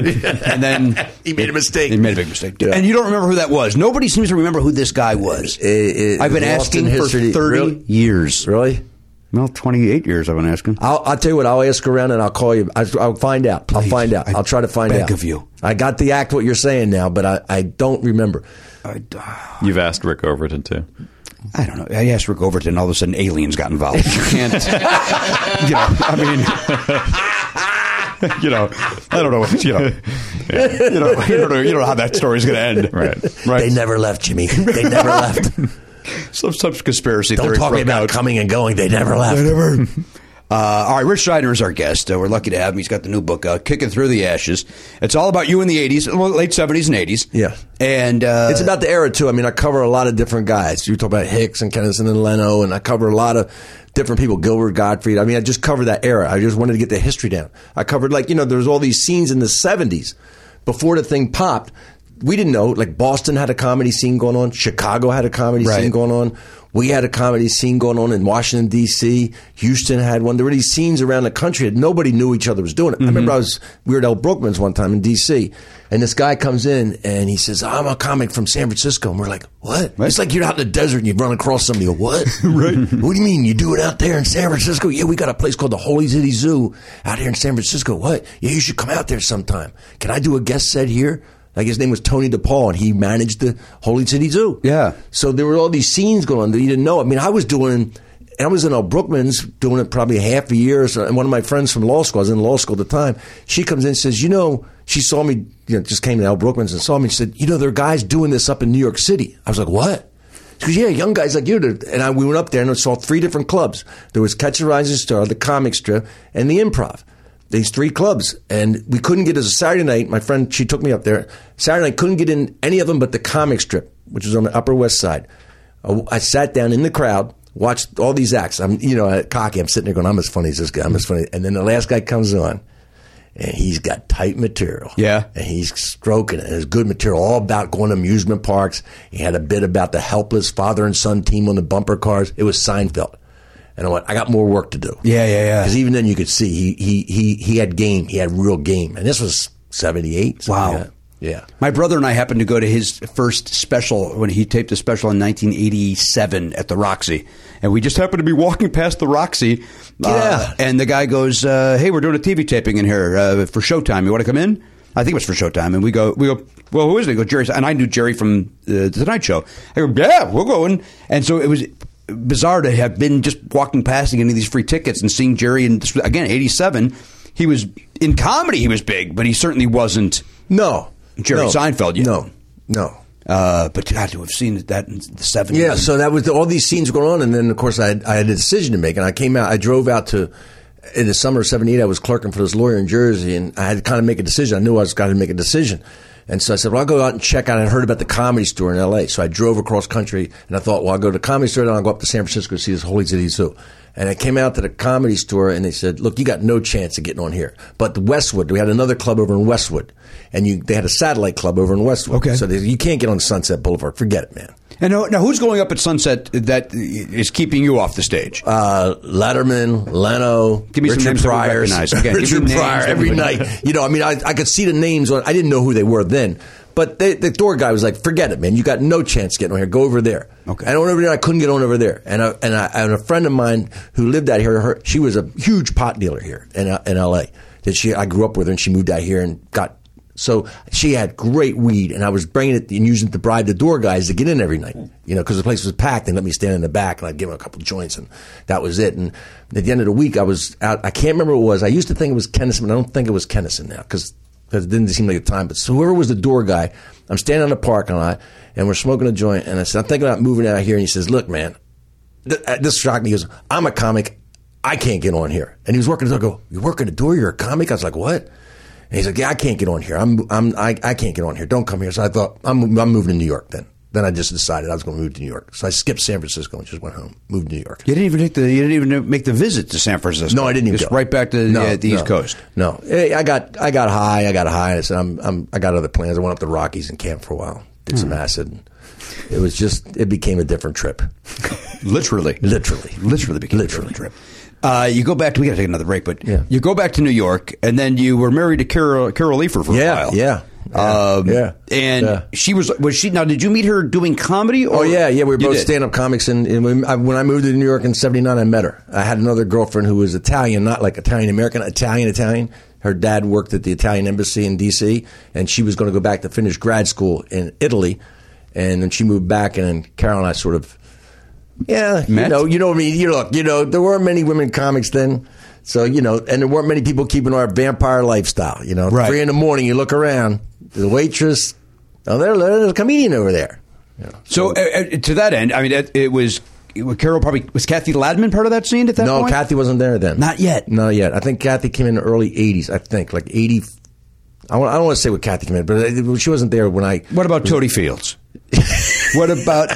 and then
He made a mistake.
He made a big mistake.
Yeah.
And you don't remember who that was. Nobody seems to remember who this guy was.
it-
I've been
lost in
asking for
history.
thirty
Really?
years.
Really?
Well, twenty-eight years I've been asking.
I'll, I'll tell you what. I'll ask around and I'll call you. I, I'll find out. I'll
Please.
find out.
I
I'll try to find
beg
out.
of you.
I got the act what you're saying now, but I, I don't remember.
I,
You've asked Rick Overton too.
I don't know. I asked Rick Overton, all of a sudden aliens got involved. You can't. you know, I mean,
you know,
I don't know. What, you know, you know, you don't know, you don't know how that story's going to end.
Right.
Right.
They never left, Jimmy. They never left.
Some, some conspiracy
Don't
theory
talk
broke
about
out.
coming and going. They never left.
Uh, all right, Rich Schneider is our guest. Uh, we're lucky to have him. He's got the new book, uh, "Kicking Through the Ashes." It's all about you in the '80s, well, late '70s and '80s.
Yeah.
and uh,
It's about the era too. I mean, I cover a lot of different guys. You talk about Hicks and Kennison and Leno, and I cover a lot of different people. Gilbert Gottfried. I mean, I just covered that era. I just wanted to get the history down. I covered like you know, there's all these scenes in the '70s before the thing popped. We didn't know. Like Boston had a comedy scene going on. Chicago had a comedy
Right.
scene going on. We had a comedy scene going on in Washington D.C. Houston had one. There were these scenes around the country that nobody knew each other was doing it.
Mm-hmm.
I remember I was we were at El Brookman's one time in D.C. and this guy comes in and he says, "I'm a comic from San Francisco," and we're like, "What?" It's like you're out in the desert and you run across somebody. you go, What? right? What do you mean you do it out there in San Francisco? Yeah, we got a place called the Holy City Zoo out here in San Francisco. What? Yeah, you should come out there sometime. Can I do a guest set here? Like his name was Tony DePaul, and he managed the Holy City Zoo.
Yeah.
So there were all these scenes going on that you didn't know. I mean, I was doing, I was in El Brookman's doing it probably half a year. Or so, and one of my friends from law school, I was in law school at the time, she comes in and says, You know, she saw me, you know, just came to El Brookman's and saw me and said, You know, there are guys doing this up in New York City. I was like, What? She goes, yeah, young guys like you. And I, we went up there and saw three different clubs. There was Catch a Rising Star, the Comic Strip, and the Improv. These three clubs. And we couldn't get as a Saturday night. My friend, she took me up there. Saturday night, couldn't get in any of them but the Comic Strip, which was on the Upper West Side. I, I sat down in the crowd, watched all these acts. I'm, you know, cocky. I'm sitting there going, I'm as funny as this guy. I'm as funny. And then the last guy comes on and he's got tight material.
Yeah.
And he's stroking it. It's good material, all about going to amusement parks. He had a bit about the helpless father and son team on the bumper cars. It was Seinfeld. And I went, I got more work to do.
Yeah, yeah, yeah.
Because even then you could see he, he, he, he had game. He had real game. And this was 78. something
Wow.
like that. yeah.
My brother and I happened to go to his first special when he taped a special in 1987 at the Roxy, and we just happened to be walking past the Roxy. uh,
Yeah.
and the guy goes, uh, "Hey, we're doing a TV taping in here uh, for Showtime. You want to come in?" I think it was for Showtime, and we go, we go. Well, who is it? They Go Jerry, and I knew Jerry from uh, the Tonight Show. I go, yeah, we're going, and so it was bizarre to have been just walking past and getting these free tickets and seeing Jerry. And this was, again, '87, he was in comedy. He was big, but he certainly wasn't.
No.
Jerry
No.
Seinfeld, yeah.
No. No.
Uh, but God, to have seen that in the seventies.
Yeah, so that was the, all these scenes going on, and then of course I had, I had a decision to make, and I came out. I drove out to in the summer of '78. I was clerking for this lawyer in Jersey, and I had to kind of make a decision. I knew I was going to make a decision, and so I said, "Well, I'll go out and check out." I heard about the Comedy Store in L.A., so I drove across country, and I thought, "Well, I'll go to the Comedy Store, then I'll go up to San Francisco to see this Holy City Zoo." And I came out to the Comedy Store, and they said, "Look, you got no chance of getting on here." But the Westwood, we had another club over in Westwood, and you, they had a satellite club over in Westwood.
Okay.
so they, you can't get on Sunset Boulevard. Forget it, man.
And now, now who's going up at sunset that is keeping you off the stage?
uh, Letterman, Leno,
Give me some
Richard
names that we
Pryor,
recognize. Again, give me
Richard
names
Pryor
that
every
we-
night. You know, I mean, I, I could see the names. On, I didn't know who they were then, but they, the door guy was like, "Forget it, man. You got no chance getting on here. Go over there."
Okay.
And I went over there. I couldn't get on over there. And I, and I, and a friend of mine who lived out here, her, she was a huge pot dealer here in in L.A. That she I grew up with her, and she moved out here and got. So she had great weed, and I was bringing it and using it to bribe the door guys to get in every night. You know, because the place was packed, and let me stand in the back, and I'd give them a couple joints, and that was it. And at the end of the week, I was out. I can't remember what it was. I used to think it was Kennison, but I don't think it was Kennison now because because it didn't seem like a time. But so whoever was the door guy, I'm standing in the parking lot, and we're smoking a joint, and I said, I'm thinking about moving out here. And he says, Look, man, th- uh, this shocked me. He goes, I'm a comic. I can't get on here. And he was working the door. I go, you work at the door? You're a comic? I was like, what? And he's like, yeah, I can't get on here. I'm, I'm, I, I can't get on here. Don't come here. So I thought, I'm, I'm moving to New York then. Then I just decided I was going to move to New York. So I skipped San Francisco and just went home, moved to New York.
you didn't even take the. You didn't even make the visit to San Francisco.
No, I didn't even
Just
go.
right back to
No,
uh, the East
no,
Coast.
No, Eh, I got I got high. I got high. I said I'm, I'm I got other plans. I went up the Rockies and camped for a while. Did
Hmm.
some acid. It was just it became a different trip.
Literally,
Literally.
literally became literally
Literally.
trip. Uh, you go back to. We got to take another break, but
Yeah.
you go back to New York, and then you were married to Carol Carol Leifer for
Yeah,
a while.
yeah, yeah,
um,
yeah,
And
yeah.
she was was she now? Did you meet her doing comedy? Or
Oh yeah, yeah. We were
You
both
did.
stand-up comics, and, and when, I, when I moved to New York in '79, I met her. I had another girlfriend who was Italian, not like Italian American, Italian Italian. Her dad worked at the Italian embassy in D.C., and she was going to go back to finish grad school in Italy, and then she moved back, and then Carol and I sort of, yeah, you
Met?
know, you know what I mean. You look, you know, there weren't many women comics then. So you know, and there weren't many people keeping our vampire lifestyle. You know,
Right.
three in the morning, you look around, the waitress, oh, there, there's a comedian over there.
So uh, uh, to that end, I mean, it, it was Carol probably was Kathy Ladman part of that scene at that
no,
point.
Kathy wasn't there then.
Not yet.
Not yet. I think Kathy came in the early '80s. I think like '80. I don't, I don't want to say what Kathy came in, but it- she wasn't there when I.
What about Toady Fields? what about?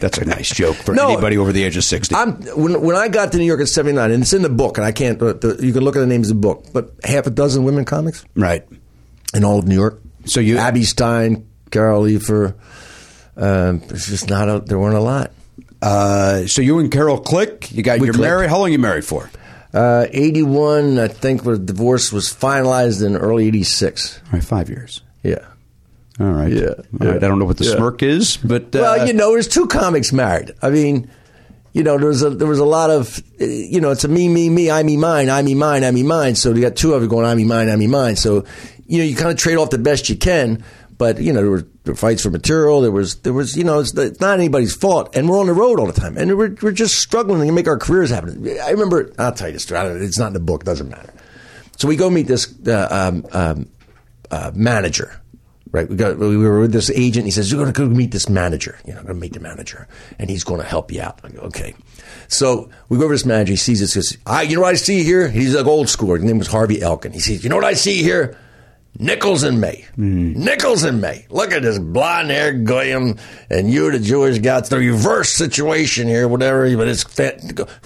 That's a nice joke for
No.
anybody over the age of sixty.
I'm when when I got to New York at '79, and it's in the book, and I can't. The, you can look at the names of the book, but half a dozen women comics
right.
in all of New York.
So you-
Abby Stein, Carol Leifer. Um, it's just not. A, there weren't a lot.
Uh, so you and Carol click. You got
We
you're
clicked.
married. How long you married for?
Uh, '81, I think, the divorce was finalized in early '86.
All right, five years.
Yeah.
All right.
Yeah,
All right.
yeah,
I don't know what the
yeah.
smirk is, but uh,
Well, you know, there's two comics married. I mean, you know, there was a there was a lot of uh, you know, it's a me, me, me, I me mine, I me mine, I me mine. So you got two of you going I me mine, I me mine. So you know, you kind of trade off the best you can. But you know, there were, there were fights for material. There was there was you know, it's, it's not anybody's fault. And we're on the road all the time, and we're we're just struggling to make our careers happen. I remember I'll tell you this story. I don't, it's not in the book. Doesn't matter. So we go meet this uh, um, um, uh, manager, right? We got we were with this agent. He says you're going to go meet this manager. You know, I'm going to meet the manager, and he's going to help you out. I go, okay. So we go over to this manager. He sees this. He Says, I, you know what I see here? He's like old school. His name was Harvey Elkin. He says, you know what I see here? Nichols and May. Nichols and May. Look at this blonde hair goyim and you, the Jewish guy. It's the reverse situation here, whatever. But it's fan-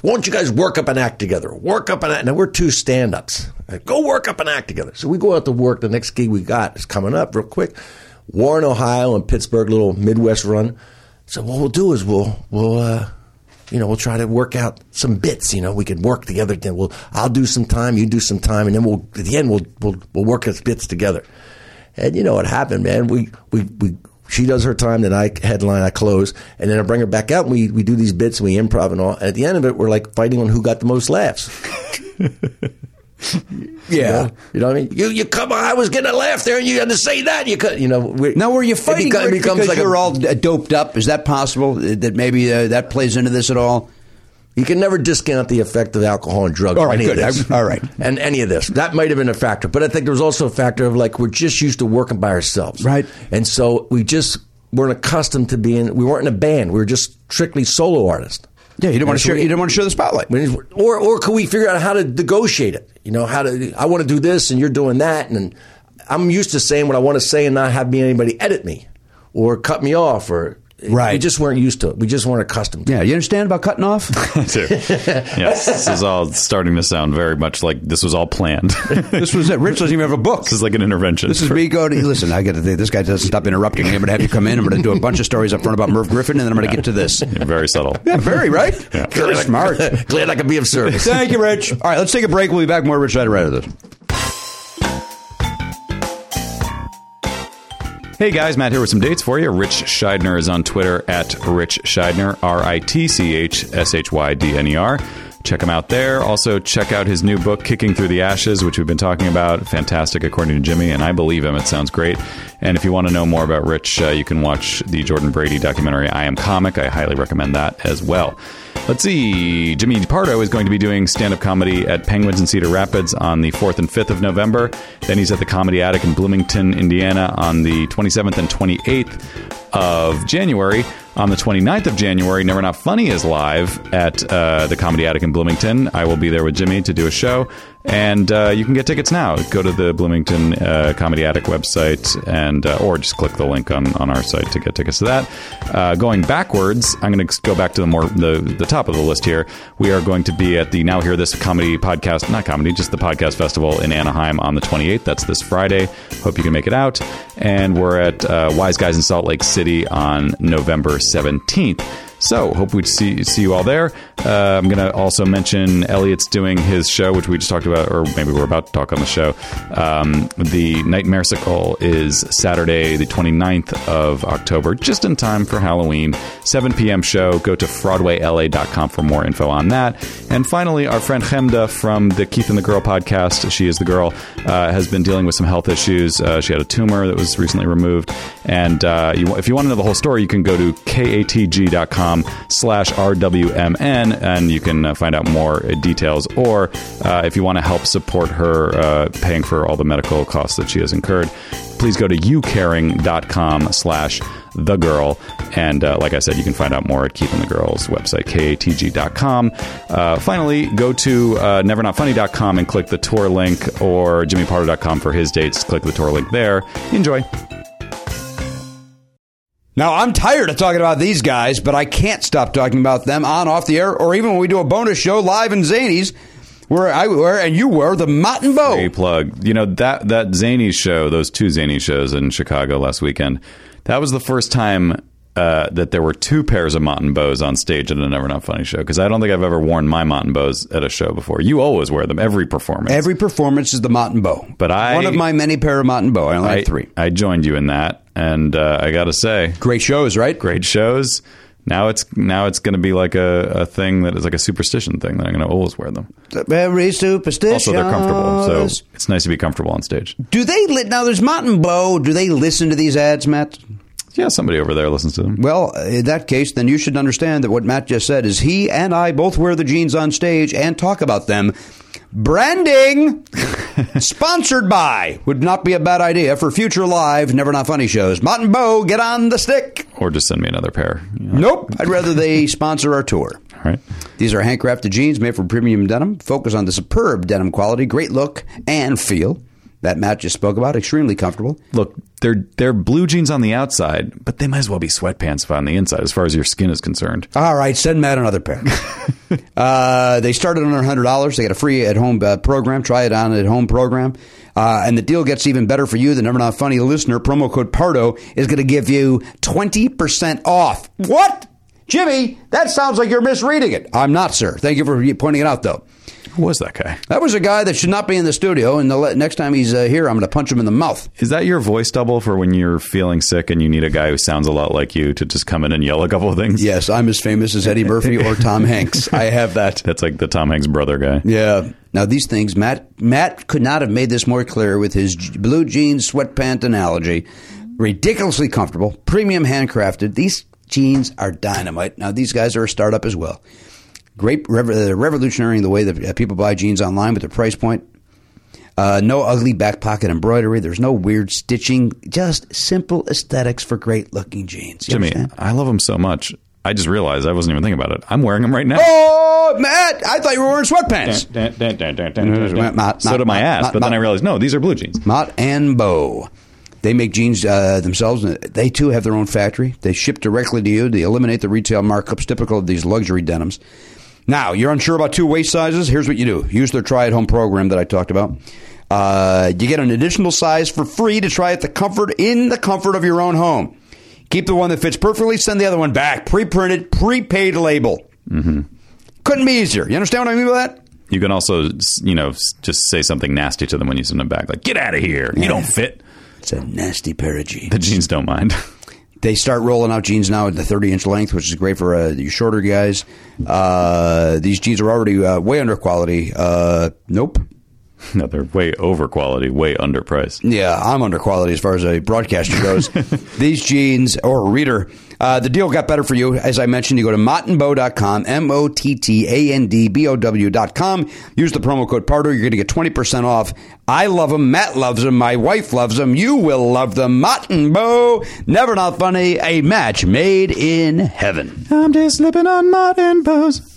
won't you guys work up an act together? Work up an act. Now we're two stand ups. Go work up an act together. So we go out to work. The next gig we got is coming up real quick. Warren, Ohio, and Pittsburgh, little Midwest run. So what we'll do is we'll we'll uh, you know we'll try to work out some bits. You know, we can work together. Then we'll I'll do some time, you do some time, and then we'll at the end we'll we'll, we'll work as bits together. And you know what happened, man? We we we. She does her time, then I headline, I close, and then I bring her back out. And we, we do these bits, and we improv and all. And at the end of it, we're like fighting on who got the most laughs.
Yeah.
You know what I mean? You you come on, I was getting a laugh there, and you had to say that. You could, you know. we-
Now, were you
it
fighting
beco- it
Rick,
becomes
because
like a-
you're all d- doped up? Is that possible? Uh, That maybe uh, that plays into this at all?
You can never discount the effect of alcohol and drugs.
All
on
right,
any
good.
Of this.
I- all right.
and any of this that might have been a factor, but I think there was also a factor of like we're just used to working by ourselves,
Right.
And so we just weren't accustomed to being. We weren't in a band. We were just strictly solo artists.
Yeah, you don't want to share. You don't want to share the spotlight.
We need- Or or could we figure out how to negotiate it? You know, how to I want to do this and you're doing that, and I'm used to saying what I want to say and not having anybody edit me or cut me off or. We
Right.
just weren't used to it. We just weren't accustomed to it.
Yeah, you understand about cutting off?
too. yes, this is all starting to sound very much like this was all planned. this
this was it. Rich doesn't even have a book.
is like an intervention.
This is
for-
me going. To, listen, I got to. This guy doesn't stop interrupting me. I'm going to have you come in. I'm going to do a bunch of stories up front about Merv Griffin, and then I'm going to get to this.
Very subtle.
Yeah, very right. Very smart.
Glad I could be of service.
Thank you, Rich. All right, let's take a break. We'll be back more Rich Rider right after this.
Hey guys, Matt here with some dates for you. Rich Scheidner is on Twitter at Rich Scheidner, R I T C H S H Y D N E R. Check him out there. Also, check out his new book, Kicking Through the Ashes, which we've been talking about. Fantastic, according to Jimmy, and I believe him. It sounds great. And if you want to know more about Rich, uh, you can watch the Jordan Brady documentary, I Am Comic. I highly recommend that as well. Let's see. Jimmy DiPardo is going to be doing stand up comedy at Penguins in Cedar Rapids on the 4th and 5th of November. Then he's at the Comedy Attic in Bloomington, Indiana on the 27th and 28th of January. On the 29th of January, Never Not Funny is live at uh, the Comedy Attic in Bloomington. I will be there with Jimmy to do a show. And uh, you can get tickets now. Go to the Bloomington uh, Comedy Attic website, and uh, or just click the link on, on our site to get tickets to that. Uh, going backwards, I'm going to go back to the more the, the top of the list here. We are going to be at the Now Hear This Comedy Podcast, not comedy, just the podcast festival in Anaheim on the 28th. That's this Friday. Hope you can make it out. And we're at uh, Wise Guys in Salt Lake City on November 17th. So, hope we see see you all there. Uh, I'm going to also mention Elliot's doing his show, which we just talked about, or maybe we're about to talk on the show. Um, the Nightmare Cycle is Saturday, the 29th of October, just in time for Halloween. 7 p.m. show. Go to FroadwayLA.com for more info on that. And finally, our friend Hemda from the Keith and the Girl podcast, she is the girl, uh, has been dealing with some health issues. Uh, she had a tumor that was recently removed. And uh, you, if you want to know the whole story, you can go to katg.com slash rwmn and you can uh, find out more uh, details. Or uh, if you want to help support her uh, paying for all the medical costs that she has incurred, please go to youcaring.com slash the girl and uh, like i said you can find out more at keith and the girls website katg.com uh, finally go to uh, nevernotfunny.com and click the tour link or jimmypardo.com for his dates click the tour link there enjoy
Now, I'm tired of talking about these guys, but I can't stop talking about them on, off the air, or even when we do a bonus show live in Zanies, where I were and you were the Mott and Bow.
a plug. You know that that Zany show, those two Zany shows in Chicago last weekend. That was the first time uh, that there were two pairs of mountain bows on stage at a Never Not Funny show. Because I don't think I've ever worn my mountain bows at a show before. You always wear them every performance.
Every performance is the Mott and Bow.
But I-
one of my many pair of Mott and Bow. I only
I,
have three.
I joined you in that, and uh, I got to say,
Great shows, right?
great shows. Now it's now it's going to be like a, a thing that is like a superstition thing that I'm going to always wear them.
Very superstitious.
Also, they're comfortable, so it's nice to be comfortable on stage.
do they li- now? There's Mott and Bow. Do they listen to these ads, Matt?
Yeah, somebody over there listens to them.
Well, in that case, then you should understand that what Matt just said is he and I both wear the jeans on stage and talk about them. Branding sponsored by would not be a bad idea for future live Never Not Funny shows. Mott and Bow, get on the stick.
or just send me another pair. You know,
Nope. I'd rather they sponsor our tour.
all right.
These are handcrafted jeans made from premium denim, focus on the superb denim quality, great look, and feel. that Matt just spoke about. Extremely comfortable.
Look, they're they're blue jeans on the outside, but they might as well be sweatpants on the inside, as far as your skin is concerned.
All right, send Matt another pair. uh, they started under hundred dollars. They got a free at home uh, program. Try it on at home program, uh, and the deal gets even better for you. The Never Not Funny listener promo code Pardo is going to give you twenty percent off. What, Jimmy? That sounds like you're misreading it. I'm not, sir. Thank you for pointing it out, though.
Who was that guy?
That was a guy that should not be in the studio. And the le- next time he's uh, here, I'm going to punch him in the mouth.
Is that your voice double for when you're feeling sick and you need a guy who sounds a lot like you to just come in and yell a couple of things?
Yes, I'm as famous as Eddie Murphy or Tom Hanks. I have that.
That's like the Tom Hanks brother guy.
Yeah. Now these things, Matt Matt could not have made this more clear with his j- blue jeans sweatpant analogy. Ridiculously comfortable, premium handcrafted. These jeans are dynamite. Now these guys are a startup as well. Great, rev- they're revolutionary in the way that uh, people buy jeans online with their price point. Uh, no ugly back pocket embroidery. There's no weird stitching. Just simple aesthetics for great looking jeans. You
Jimmy,
understand?
I love him so much. I just realized I wasn't even thinking about it. I'm wearing them right now.
Oh, Matt! I thought you were wearing sweatpants.
so did my ass, but then I realized no, these are blue jeans.
Mott and Bow. They make jeans uh, themselves. They too have their own factory. They ship directly to you. They eliminate the retail markups typical of these luxury denims. Now, you're unsure about two waist sizes? Here's what you do use their try at home program that I talked about. Uh, you get an additional size for free to try at the comfort in the comfort of your own home. Keep the one that fits perfectly, send the other one back. Pre printed, prepaid label. Mm-hmm. Couldn't be easier. You understand what I mean by that?
You can also, you know, just say something nasty to them when you send them back, like "Get out of here! You don't fit."
It's a nasty pair of jeans.
The jeans don't mind.
they start rolling out jeans now at the 30 inch length, which is great for uh, you shorter guys. Uh, these jeans are already uh, way under quality. Uh, nope.
no, they're way over quality, way under price.
Yeah, I'm under quality as far as a broadcaster goes. these jeans or a reader. Uh, the deal got better for you. As I mentioned, you go to mottenbow.com, M O T T A N D B O W.com. Use the promo code PARDO. You're going to get 20% off. I love them. Matt loves them. My wife loves them. You will love them. Mottenbow. Never not funny. A match made in heaven.
I'm just slipping on modern bows.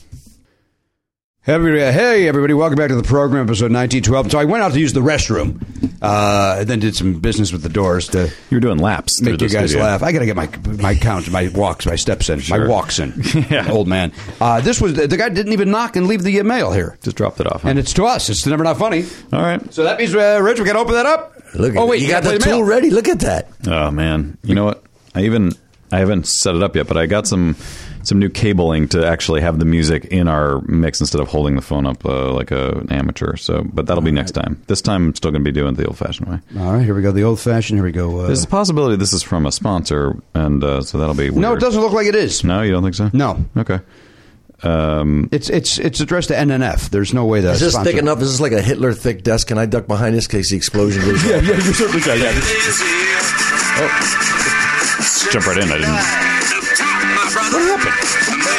Everybody, hey, everybody, welcome back to the program, episode 1912. So I went out to use the restroom, uh, and then did some business with the doors to
You're doing laps.
make
through
you
the
guys
studio.
laugh. I got to get my my counts, my walks, my steps in, my
Sure.
walks in.
Yeah.
Old man. Uh, this was the guy didn't even knock and leave the uh, mail here,
Just dropped it off. huh?
and it's to us. It's never not funny.
All right.
So that means, uh, Rich, we got to open that up.
Look at
oh wait,
you
we
got
gotta
the
play
tool
mail.
ready. Look at that.
Oh man, you know what? I even I haven't set it up yet, but I got some some new cabling to actually have the music in our mix instead of holding the phone up uh, like a, an amateur. So, but that'll be next time. This time, I'm still going to be doing it the old-fashioned way.
All right, here we go. The old fashioned. Here we go. Uh,
There's a possibility this is from a sponsor, and uh, so that'll be weird.
no, it doesn't look like it is.
No, you don't think so?
No.
Okay. Um,
It's it's it's addressed to NNF. There's no way that
Is this
sponsor-
thick enough? Is this like a Hitler thick desk? Can I duck behind this in case the explosion goes off?
Yeah, you certainly can. Yeah, jump right in. I didn't.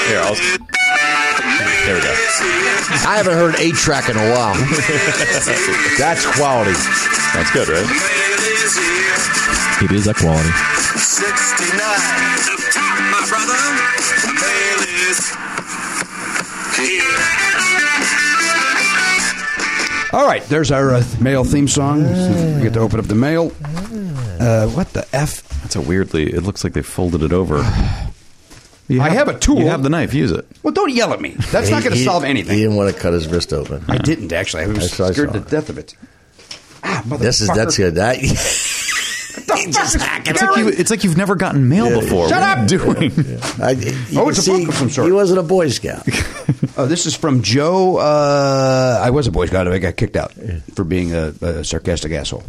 Here, I'll. There we go.
I haven't heard eight track in a while. That's quality.
That's good, right?
It is a quality.
All right, there's our uh, mail theme song. So we get to open up the mail. Uh, what the f?
That's a weirdly. It looks like they folded it over. You
I have a tool.
You have the knife. Use it.
Well, don't yell at me. That's not going to
He-
solve
He
anything.
didn't want to cut his wrist open.
I didn't actually. I was
That's what I
scared
saw.
to death of it. Ah, motherfucker.
This is that's good. That
just
It's like, you, it's like you've never gotten mail before.
Shut
what
up!
Are you doing?
I,
Oh,
you
it's a book of some sort.
He wasn't a Boy Scout.
Oh, this is from Joe. Uh, I was a Boy Scout. I got kicked out for being a, a sarcastic asshole.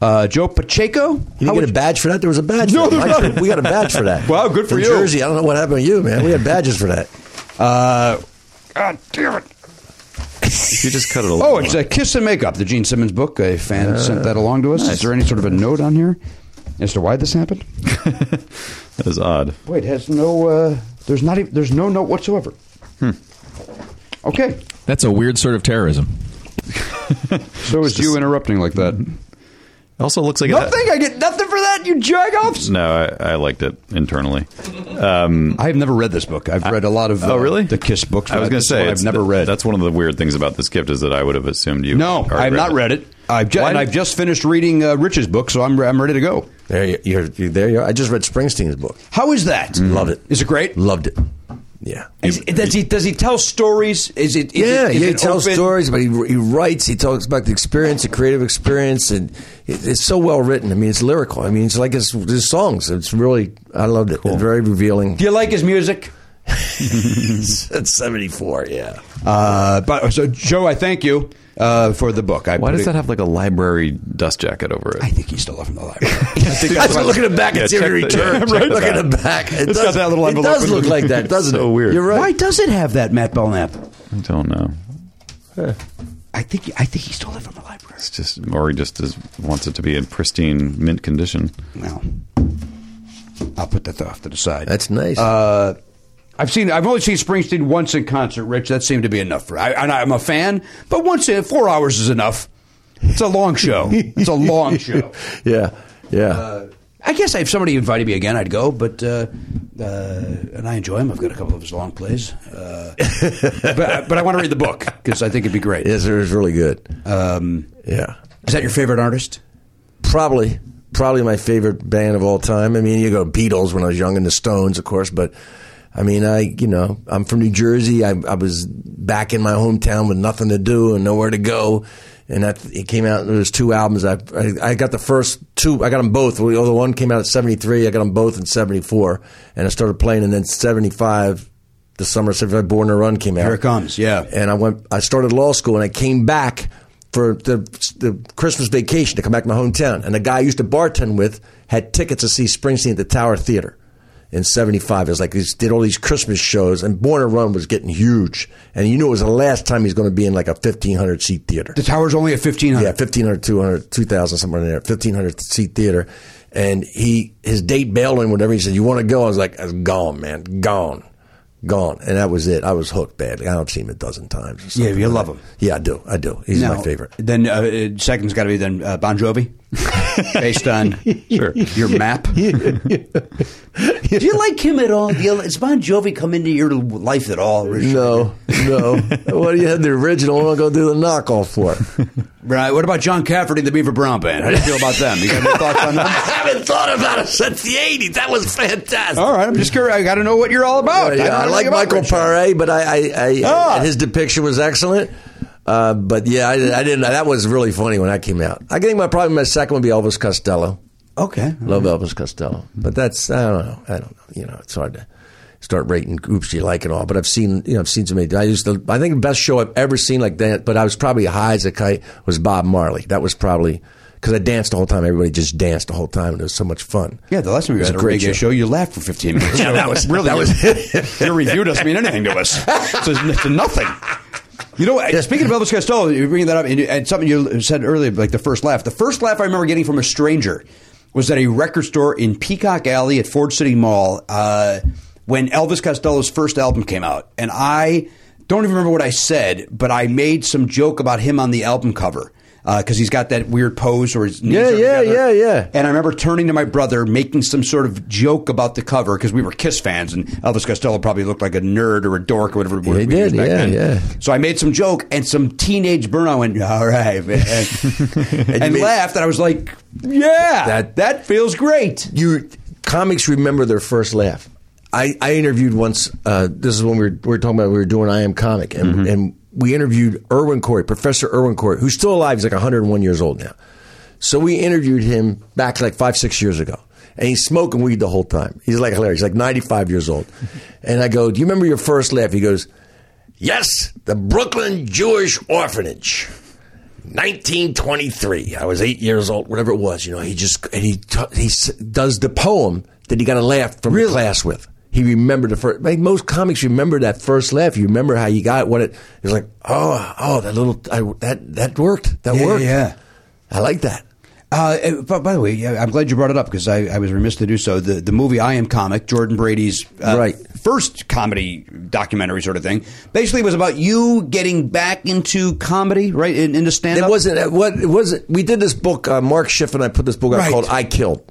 Uh, Joe Pacheco.
You
How
didn't
would-
get a badge for that? There was a badge.
No,
for that.
there's
My-
not.
We got a badge for that.
Wow, good for
In
you.
Jersey, I don't know what happened to you, man. We had badges for that.
God damn it.
You just cut it a little.
Oh, it's a Kiss and Makeup, the Gene Simmons book. A fan sent that along to us. Is there any sort of a note on here as to why this happened?
that is odd.
Wait, it has no. Uh, there's not. Even, there's no note whatsoever. Okay,
That's a weird sort of terrorism.
so it's you interrupting like that.
It also looks like
Nothing. I get nothing for that. You jag offs.
It, no, I, I liked it internally.
I've never read this book. I've read a lot of.
oh,
uh,
really?
The Kiss books.
I was
but
going to
this one
say
I've
it's-
never read.
That's one of the weird things about this gift is that I would have assumed you.
no,
already
I've not read it. I've ju- and I've just finished reading uh, Rich's book, so I'm, re- I'm ready to go.
There you, you're, you there you are. I just read Springsteen's book.
How is that?
Love it.
Hmm. Is it great?
Loved it. Yeah.
Is, does he does he tell stories? Is it? Is
yeah,
it, is
yeah, he
it
tells
open?
stories, but he, he writes. He talks about the experience, the creative experience, and it, it's so well written. I mean, it's lyrical. I mean, it's like his, his songs. It's really, I loved it. Very revealing.
Do you like his music?
At 74, yeah.
Uh, but so Joe, I thank you uh, for the book. I
Why
put
does
it-
that have like a library dust jacket over it?
I think he's still up in the library. I think
I was looking at back
Yeah,
at see if
check
it
the- yeah,
returned.
check the
Look
back.
at the back. It
It's got
does-
that little
It
envelope
does
with
look
the-
like that, doesn't
So
it?
weird.
You're
Why
right.
does it have that, Matt Belknap?
I don't know.
I think I think he still lives in the library.
It's just Maury just is, wants it to be in pristine mint condition.
Well, I'll put that off to the side.
That's nice.
Uh, I've seen. I've only seen Springsteen once in concert. Rich, that seemed to be enough for. I, and I'm a fan, but once in four hours is enough. It's a long show. It's a long show. Uh,
yeah, yeah.
I guess if somebody invited me again, I'd go. But uh, uh, and I enjoy him. I've got a couple of his long plays. Uh, but but I want to read the book because I think it'd be great.
yes, it was really good.
Um,
Yeah.
is that your favorite artist?
probably probably my favorite band of all time. I mean, you go Beatles when I was young, and the Stones, of course. But I mean, I you know I'm from New Jersey. I, I was back in my hometown with nothing to do and nowhere to go. And that it came out. There was two albums. I, I I got the first two. I got them both. Well, The one came out at seventy three. I got them both in seventy four. And I started playing. And then seventy five, the summer of seventy five, Born to Run came out
Here it comes. Yeah.
and I went. I started law school, and I came back for the, the Christmas vacation to come back to my hometown. And the guy I used to bartend with had tickets to see Springsteen at the Tower Theater in '75. It was like he did all these Christmas shows, and Born to Run was getting huge. And you knew it was the last time he was going to be in like a 1,500 seat theater.
The tower's only at fifteen
Yeah,
hundred.
1,500, 200, 2,000, somewhere in there, 1,500 seat theater. And he, his date bailed him, whatever. He said, You want to go? I was like, It's gone, man. Gone. Gone. And that was it. I was hooked badly. I don't see him a dozen times. or something
you love
like that.
him.
Yeah, I do. I do. He's
No.
my favorite.
Then uh, uh, second's got to be then uh, Bon Jovi, based on
Sure.
your map. Do you like him at all? Do you, does Bon Jovi come into your life at all? Richard?
No, no. what do you have the original? What am I going to do the knockoff for?
Right. What about John Cafferty and the Beaver Brown Band? How do you feel about them? You got any thoughts on
I
them?
haven't thought about it since the 80s. That was fantastic.
All right. I'm just curious. Oh, I got to know what you're all about.
Yeah,
don't know
I, like
anything about
Michael
Richard.
Paré, but I, I, I
Ah.
and his depiction was excellent. Uh, but yeah, I, I didn't. That was really funny when that came out. I think my probably my second would be Elvis Costello.
Okay.
Love Elvis Costello, but that's I don't know. I don't know. You know, it's hard to start rating groups you like and all. But I've seen you know I've seen so many. I used to. I think the best show I've ever seen like that. But I was probably high as a kite was Bob Marley. That was probably. Because I danced the whole time, everybody just danced the whole time, and it was so much fun.
Yeah, the last time we
It was
had a
a great
reggae show.
show.
you laughed for 15 minutes.
Yeah,
So
that was-
really
that was-
your review doesn't mean anything to us. It's, it's nothing. You know, speaking of Elvis Costello, you bring that up, and, you- and something you said earlier, like the first laugh. The first laugh I remember getting from a stranger was at a record store in Peacock Alley at Ford City Mall uh, when Elvis Costello's first album came out, and I don't even remember what I said, but I made some joke about him on the album cover. Because he's got that weird pose, or his knees
Yeah,
are
yeah,
together.
yeah, yeah.
And I remember turning to my brother, making some sort of joke about the cover because we were Kiss fans, and Elvis Costello probably looked like a nerd or a dork or whatever. word
he
we used
did,
back
yeah,
then.
yeah.
So I made some joke, and some teenage burnout went, "All right," man," and,
made-
laughed, and I was like, "Yeah, that
That-
that feels great."
you comics remember their first laugh. I, I interviewed once. Uh, this is when we were, we were talking about we were doing I am comic, and, and we interviewed Irwin Corey, Professor Irwin Corey, who's still alive. He's like 101 years old now. So we interviewed him back like five six years ago, and he's smoking weed the whole time. He's like hilarious. He's like 95 years old, and I go, "Do you remember your first laugh?" He goes, "Yes, the Brooklyn Jewish Orphanage." 1923. I was eight years old, whatever it was. You know, he just and he t- he s- does the poem that he got a laugh from the class with. He remembered the first. Like most comics remember that first laugh. You remember how you got what it. It's like, oh, oh, that little I, that that worked. That
Yeah,
worked.
yeah.
I like that.
Uh, but by the way, yeah, I'm glad you brought it up because I, I was remiss to do so. The the movie I Am Comic, Jordan Brady's uh,
Right.
first comedy documentary sort of thing, basically was about you getting back into comedy, right, in, into stand
It
up.
wasn't what it wasn't. We did this book. Uh, Mark Schiff and I put this book out
Right.
called "I Killed."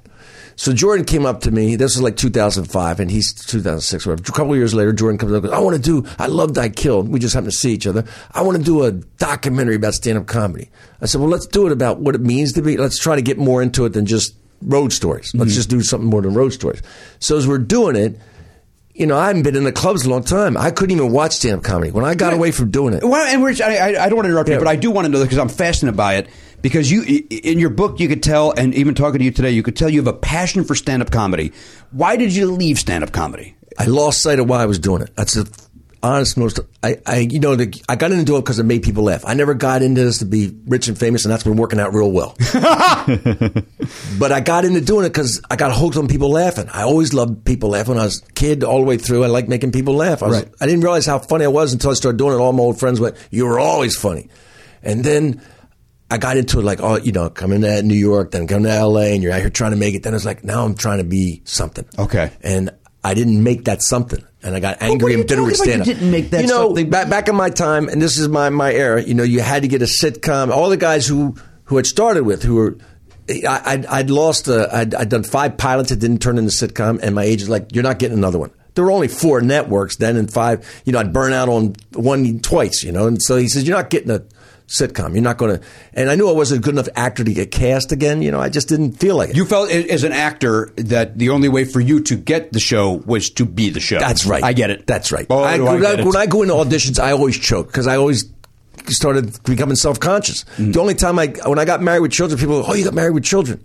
So Jordan came up to me. This was like 2005, and he's 2006, whatever. A couple of years later, Jordan comes up. and goes, I want to do. I loved I Killed. We just happened to see each other. I want to do a documentary about stand-up comedy. I said, well, let's do it about what it means to be. Let's try to get more into it than just road stories.
Mm-hmm.
Let's just do something more than road stories. So as we're doing it. You know, I haven't been in the clubs in a long time. I couldn't even watch stand up comedy when I got away from doing it.
Well, and Rich, I, I, I don't want to interrupt you,
Yeah.
but I do want to know this because I'm fascinated by it. Because you, i- in your book, you could tell, and even talking to you today, you could tell you have a passion for stand up comedy. Why did you leave stand up comedy?
I lost sight of why I was doing it. That's the honest most. I, I you know, the, I got into it because it made people laugh. I never got into this to be rich and famous, and that's been working out real well. but I got into doing it because I got hooked on people laughing. I always loved people laughing. When I was a kid all the way through, I liked making people laugh. I, was,
Right.
I didn't realize how funny I was until I started doing it. All my old friends went, "You were always funny," and then. I got into it like, oh, you know, coming to New York, then coming to LA, and you're out here trying to make it. Then it's like, now I'm trying to be something.
Okay.
And I didn't make that something. And I got angry and bitter
talking
with
about? You
stand up.
didn't make that
You know,
something.
Back, back in my time, and this is my, my era, you know, you had to get a sitcom. All the guys who, who had started with, who were. I, I'd, I'd lost, uh, I'd, I'd done five pilots that didn't turn into sitcom, and my agent's like, you're not getting another one. There were only four networks then, and five, you know, I'd burn out on one twice, you know, and so he says, you're not getting a sitcom. You're not going to. And I knew I wasn't a good enough actor to get cast again, you know, I just didn't feel like it.
You felt a- as an actor that the only way for you to get the show was to be the show.
That's right.
I get it.
That's right.
Oh,
I-
do I
when,
get
I,
it.
when I go into auditions, I always choke because I always started becoming self conscious.
Mm.
The only time I when I got married with children, people, go, oh, you got married with children.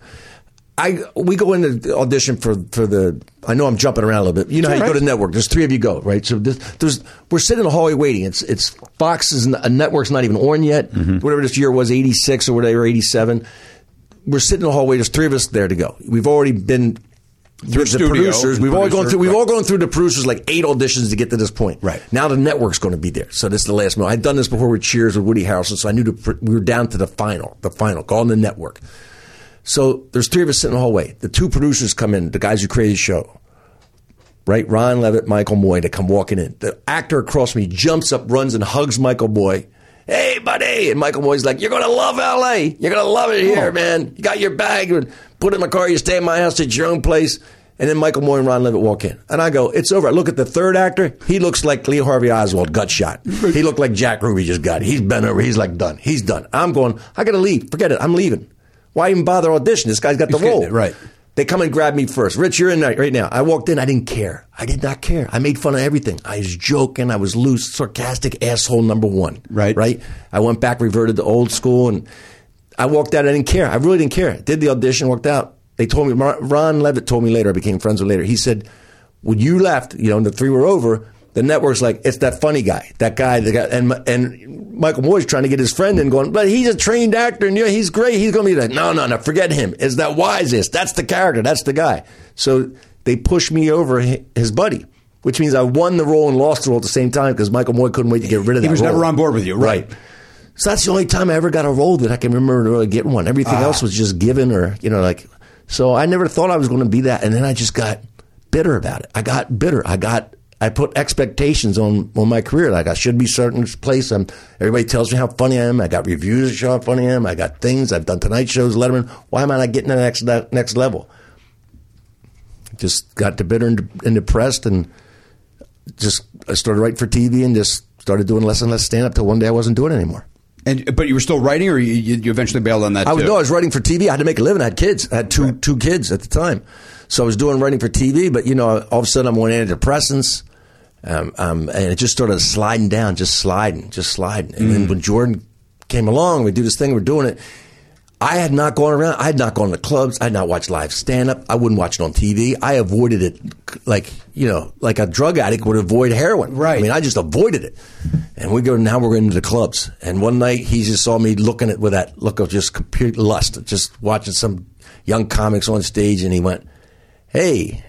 I we go into the audition for for the. I know I'm jumping around a little bit. You know how you go to network. There's three of you go right. So this, there's we're sitting in the hallway waiting. It's it's Fox is a network's not even on yet.
Mm-hmm.
Whatever this year was, eighty six or whatever, eighty seven. We're sitting in the hallway. There's three of us there to go. We've already been through the
studio,
producers. We've all gone
producer,
through. We've
right.
all gone through the producers like eight auditions to get to this point.
Right.
now, the network's going to be there. So this is the last moment. I'd done this before with Cheers with Woody Harrelson, so I knew the, pr- we were down to the final. The final, call on the network. So there's three of us sitting in the hallway. The two producers come in, the guys who created the show, right? Ron Levitt, Michael Moy, they come walking in. The actor across from me jumps up, runs, and hugs Michael Moy. Hey, buddy! And Michael Moy's like, "You're gonna love L.A. You're gonna love it here, man. You got your bag, and put it in my car. You stay in my house. It's your own place." And then Michael Moy and Ron Levitt walk in, and I go, "It's over." I look at the third actor. He looks like Lee Harvey Oswald gut shot. He looked like Jack Ruby just got. It. He's bent over. He's like done. He's done. I'm going. I gotta leave. Forget it. I'm leaving. Why even bother auditioning? This guy's got the
He's getting
role,
it, right.
they come and grab me first. Rich, you're in right right now. I walked in. I didn't care. I did not care. I made fun of everything. I was joking. I was loose, sarcastic asshole number one.
Right.
Right. I went back, reverted to old school, and I walked out. I didn't care. I really didn't care. Did the audition, walked out. They told me, Mar- Ron Levitt told me later, I became friends with later. He said, when you left, you know, and the three were over, the network's like, it's that funny guy, that guy, that guy. And, and Michael Moore's trying to get his friend in, going, but he's a trained actor and yeah, he's great. He's going to be like, no, no, no, forget him. It's that wisest. That's the character. That's the guy. So they pushed me over hi- his buddy. Which means I won the role and lost the role at the same time because Michael Moore couldn't wait to get rid of that.
He was
role.
never on board with you, right?
So that's the only time I ever got a role that I can remember really getting one. Everything else was just given or, you know, like, so I never thought I was going to be that. And then I just got bitter about it. I got bitter. I got, I put expectations on, on my career. Like I should be certain place. I'm, everybody tells me how funny I am. I got reviews that show how funny I am. I got things. I've done tonight shows, Letterman. Why am I not getting to the next, that next level? Just got to bitter and, and depressed and just, I started writing for TV and just started doing less and less stand up till one day I wasn't doing it anymore.
And but you were still writing, or you, you you eventually bailed on that
I was,
too?
no, I was writing for TV. I had to make a living. I had kids. I had two two kids at the time, so I was doing writing for TV. But you know, all of a sudden, I'm on antidepressants, um, um, and it just started sliding down, just sliding, just sliding. And
Mm.
then when Jordan came along, we do this thing. We're doing it. I had not gone around. I had not gone to clubs. I had not watched live stand up. I wouldn't watch it on TV. I avoided it like, you know, like a drug addict would avoid heroin.
Right.
I mean, I just avoided it. And we go, now we're into the clubs. And one night he just saw me looking at with that look of just complete lust, just watching some young comics on stage. And he went, Hey,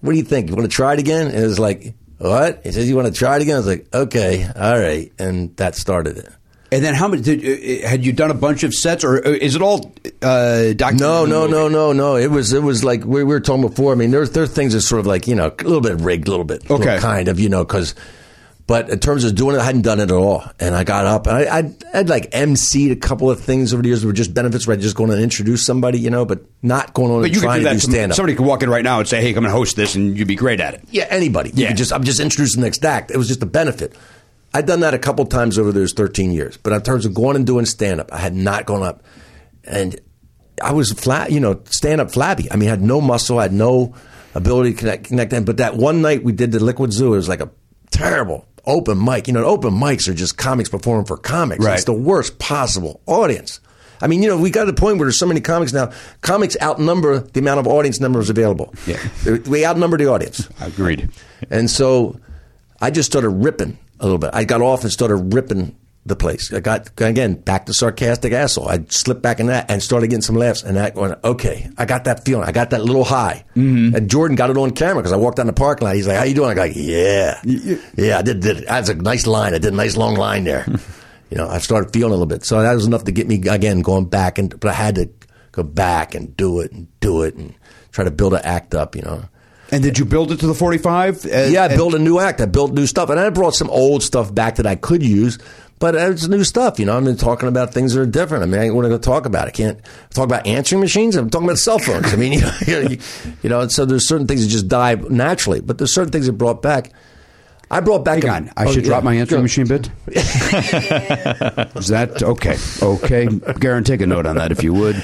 what do you think? You want to try it again? And it was like, What? He says, You want to try it again? I was like, Okay, all right. And that started it.
And then how many did, uh, had you done a bunch of sets, or uh, is it all uh, documented?
No,
in the
no,
movie?
no, no, no. It was it was like we, we were talking before. I mean, there's there's things that's sort of like you know a little bit rigged, a little bit,
Okay.
kind of you know because But in terms of doing it, I hadn't done it at all. And I got up and I, I I'd like emceed a couple of things over the years that were just benefits where I just going to introduce somebody, you know, but not going on
But
and
you could
trying
do that.
to do stand
To,
up.
somebody could walk in right now and say, "Hey, come and host this," and you'd be great at it.
Yeah, anybody. You
Yeah.
could just I'm just introducing the next act. It was just a benefit. I'd done that a couple times over those 13 years, but in terms of going and doing stand up, I had not gone up, and I was flat. You know, stand up flabby. I mean, I had no muscle, I had no ability to connect. connect in. But that one night we did the Liquid Zoo, it was like a terrible open mic. You know, open mics are just comics performing for comics.
Right.
It's the worst possible audience. I mean, you know, we got to the point where there's so many comics now. Comics outnumber the amount of audience numbers available.
Yeah.
we outnumber the audience.
Agreed.
And so I just started ripping a little bit. I got off and started ripping the place. I got, again, back to sarcastic asshole. I slipped back in that and started getting some laughs. And that went, okay, I got that feeling. I got that little high. And Jordan got it on camera because I walked down the parking lot. He's like, how you doing? I go, yeah. Yeah, I did, did it. That's a nice line. I did a nice long line there. you know, I started feeling a little bit. So that was enough to get me, again, going back. and But I had to go back and do it and do it and try to build an act up, you know.
And did you build it to the forty-five? Uh,
Yeah, I built a new act. I built new stuff, and I brought some old stuff back that I could use. But it's new stuff, you know. I've been talking about things that are different. I mean, I ain't want to go talk about. It. I can't talk about answering machines. I'm talking about cell phones. I mean, you know, you, you know. And so there's certain things that just die naturally, but there's certain things that brought back. I brought back.
Hang
a-
on, I
oh,
should
yeah.
drop my answering
Go.
machine bit. Is that okay? Okay, Garen, take a note on that if you would.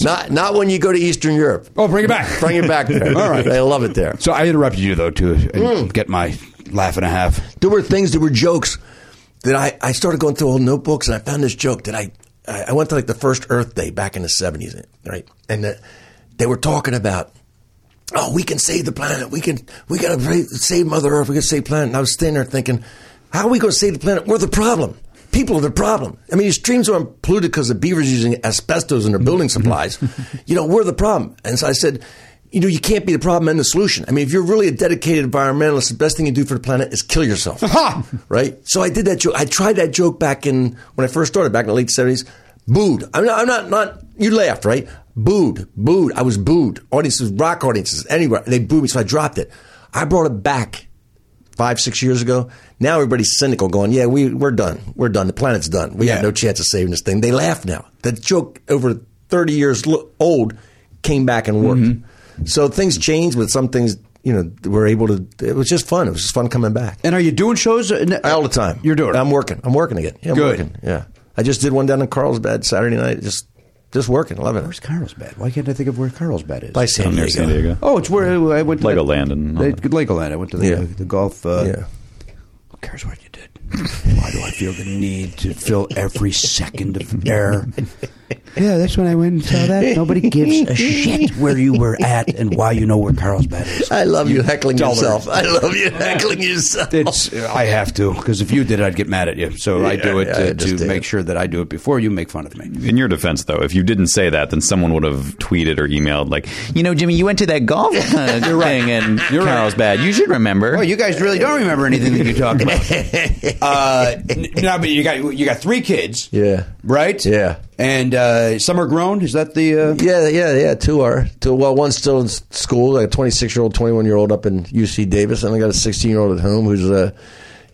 Not not when you go to Eastern Europe.
Oh, bring it back.
Bring it back there.
All right.
they love it there.
So I interrupted you though to
Mm.
and get my laugh and a half.
there were things that were jokes that I, I started going through old notebooks and I found this joke that I I I went to like the first Earth Day back in the seventies, right? And uh they were talking about oh we can save the planet, we can we gotta ra- save Mother Earth, we can save planet. And I was standing there thinking, how are we gonna save the planet? We're the problem. People are the problem. I mean, your streams aren't polluted because the beavers using asbestos in their building supplies. you know, we're the problem. And so I said, you know, you can't be the problem and the solution. I mean, if you're really a dedicated environmentalist, the best thing you do for the planet is kill yourself. right? So I did that joke. I tried that joke back in when I first started, back in the late seventies. Booed. I'm not, I'm not. Not you laughed, right? Booed. Booed. I was booed. Audiences, rock audiences, anywhere. They booed me, so I dropped it. I brought it back five, six years ago. Now everybody's cynical, going, "Yeah, we we're done. We're done. The planet's done. We
Yeah.
have no chance of saving this thing." They laugh now. That joke over thirty years lo- old came back and worked. So things change, but some things, you know, we're able to. It was just fun. It was just fun coming back
And are you doing shows in-
all the time.
You're doing. it.
I'm working. I'm working again. Yeah, I'm
Good.
Working. Yeah. I just did one down in Carlsbad Saturday night. Just, just working. Loving
Where's
it.
Carlsbad? Why can't I think of where Carlsbad is?
By San
Down near
Diego.
San Diego.
Oh, it's where I went to
Legoland and all
They-
that.
Legoland. I went to the,
Yeah.
the golf. Uh,
Yeah.
Who cares what you did? Why do I feel the need to fill every second of air? Yeah, that's when I went and saw that. Nobody gives a shit where you were at and why you know where Carlsbad is.
I love you heckling
dullard.
yourself. I love you heckling yourself.
It's I have to because if you did, I'd get mad at you. So I do it
Yeah, I
uh, to
understand.
make sure that I do it before you make fun of me.
In your defense, though, if you didn't say that, then someone would have tweeted or emailed like, you know, Jimmy, you went to that golf uh, thing and
You're right.
Carlsbad. You should remember.
Well, Oh, you guys really don't remember anything that you talk about. uh, n- no, but you got you got three kids.
Yeah.
Right.
Yeah.
And uh, some are grown. Is that the? Uh,
Yeah, yeah, yeah. Two are two. Well, one's still in s- school, like a twenty-six year old, twenty-one year old up in UC Davis, and I got a sixteen year old at home who's a,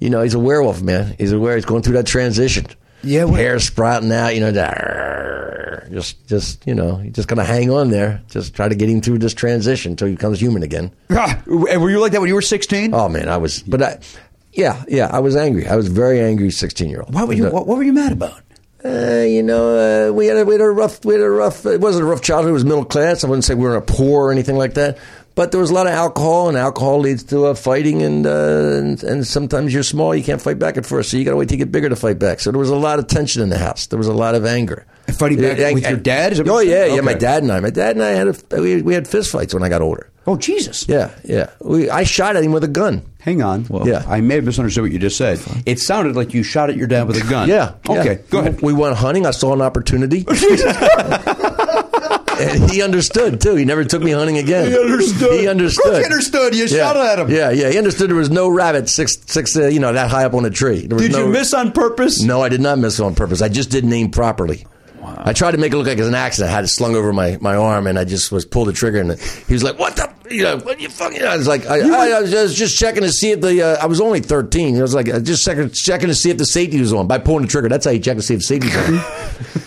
you know, he's a werewolf man. He's a werewolf. He's going through that transition.
Yeah, what-
hair sprouting out. You know, that, just just you know, you just gonna hang on there. Just try to get him through this transition until he becomes human again.
Ah, were you like that when you were sixteen?
Oh man, I was, but I, yeah, yeah, I was angry. I was very angry, sixteen year old.
Why were you? What, what were you mad about?
Uh, you know, uh, we had a, we had a rough we had a rough. It wasn't a rough childhood. It was middle class. I wouldn't say we were poor or anything like that. But there was a lot of alcohol, and alcohol leads to uh, fighting, and, uh, and and sometimes you're small, you can't fight back at first, so you got to wait to get bigger to fight back. So there was a lot of tension in the house. There was a lot of anger.
Fighting back with your dad? Is that what
oh
you're
yeah,
saying?
yeah. My
Okay.
dad and I, my dad and I had a, we, we had fist fights when I got older.
Oh Jesus!
Yeah, yeah. We, I shot at him with a gun.
Hang on.
Yeah.
I may have misunderstood what you just said. It sounded like you shot at your dad with a gun.
Yeah.
Okay.
yeah.
Go ahead.
We went hunting. I saw an opportunity. and he understood too. He never took me hunting again.
He understood.
He understood.
Of course he understood. You
yeah.
shot at him.
Yeah, yeah. He understood there was no rabbit six six uh, you know that high up on a tree. There was
Did
no-
you miss on purpose?
No, I did not miss on purpose. I just didn't aim properly. I tried to make it look like it was an accident. I had it slung over my, my arm, and I just was pulled the trigger, and he was like, "What the?" you know, what you fucking. I was like, I, I, I was just- just checking to see if the. Uh, I was only thirteen. I was like, uh, just checking, checking to see if the safety was on by pulling the trigger. That's how you check to see if the safety's on.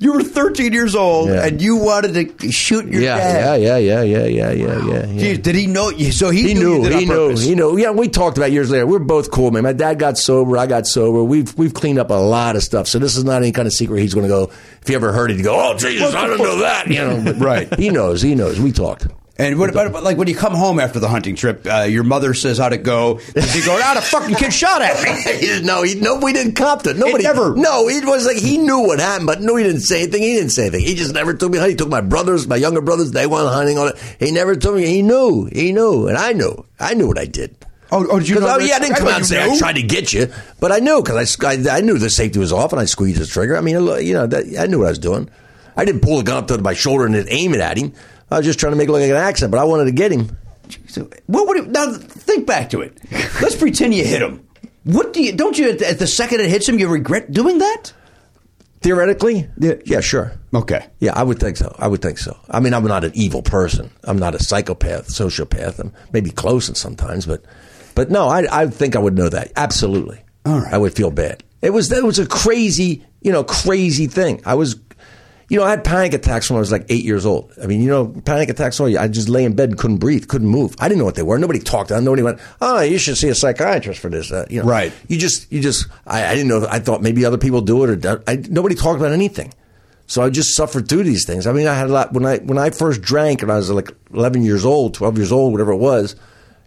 You were 13 years old
Yeah.
and you wanted to shoot your
yeah, yeah,
dad.
yeah, yeah, yeah, yeah, yeah, yeah, yeah.
Geez, did he know? you- So he,
he
knew.
knew.
you did it
He
on
knew.
purpose.
He knew. Yeah, we talked about it years later. We are both cool, man. My dad got sober. I got sober. We've we've cleaned up a lot of stuff. So this is not any kind of secret. He's going to go. If you ever heard it, you go, "Oh Jesus, I don't know that." You know, but
Right.
He knows. He knows. We talked.
And what about like when you come home after the hunting trip? Uh, your mother says how'd it go? Does he go? Ah, the fucking kid shot at me.
no, he, no, we didn't cop it. Nobody
never-
No, it was like he knew what happened, but no, he didn't say anything. He didn't say anything. He just never took me hunting. He took my brothers, my younger brothers. They went hunting on it. He never told me. He knew. He knew, and I knew. I knew what I did.
Oh, oh, did you know?
Because, oh,
this?
yeah, I didn't come
thought
out and
you
say
knew.
I tried to get you, but I knew because I, I, I knew the safety was off and I squeezed the trigger. I mean, I lo- you know, that, I knew what I was doing. I didn't pull the gun up to my shoulder and then aim it at him. I was just trying to make it look like an accident, but I wanted to get him.
So, what would it, now? Think back to it. Let's pretend you hit him. What do you? Don't you? At the, at the second it hits him, you regret doing that?
Theoretically, yeah, yeah, sure,
Okay.
yeah, I would think so. I would think so. I mean, I'm not an evil person. I'm not a psychopath, sociopath. I'm maybe close in sometimes, but but no, I, I think I would know that absolutely.
All right.
I would feel bad. It was that was a crazy, you know, crazy thing. I was, you know, I had panic attacks when I was like eight years old. I mean, you know, panic attacks. All I just lay in bed and couldn't breathe, couldn't move. I didn't know what they were. Nobody talked. I nobody went. Oh, you should see a psychiatrist for this. Uh, you know,
Right.
You just, you just. I, I didn't know. I thought maybe other people do it, or I, nobody talked about anything. So I just suffered through these things. I mean, I had a lot when I when I first drank and I was like 11 years old, 12 years old, whatever it was.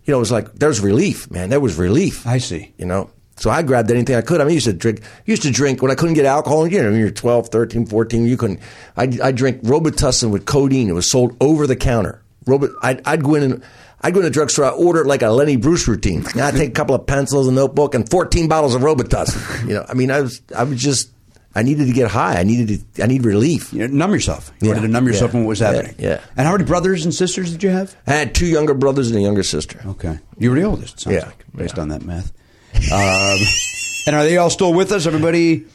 You know, it was like there's relief, man. There was relief.
I see.
You know. So I grabbed anything I could. I mean, I used to drink used to drink when I couldn't get alcohol, you know, when you're 12, 13, 14, you couldn't I I drank Robitussin with codeine. It was sold over the counter. Robot I'd, I'd go in and I'd go in a drugstore. I order it like a Lenny Bruce routine. And I'd take a couple of pencils, a notebook, and 14 bottles of Robitussin. You know, I mean, I was, I was just, I needed to get high. I needed to, I need relief.
You know, numb yourself. You
Yeah.
wanted to numb yourself
Yeah.
in what was
Yeah.
happening.
Yeah.
And how many brothers and sisters did you have?
I had two younger brothers and a younger sister.
Okay. You were the oldest, it sounds
Yeah.
like, based on that math. Um, and are they all still with us, everybody?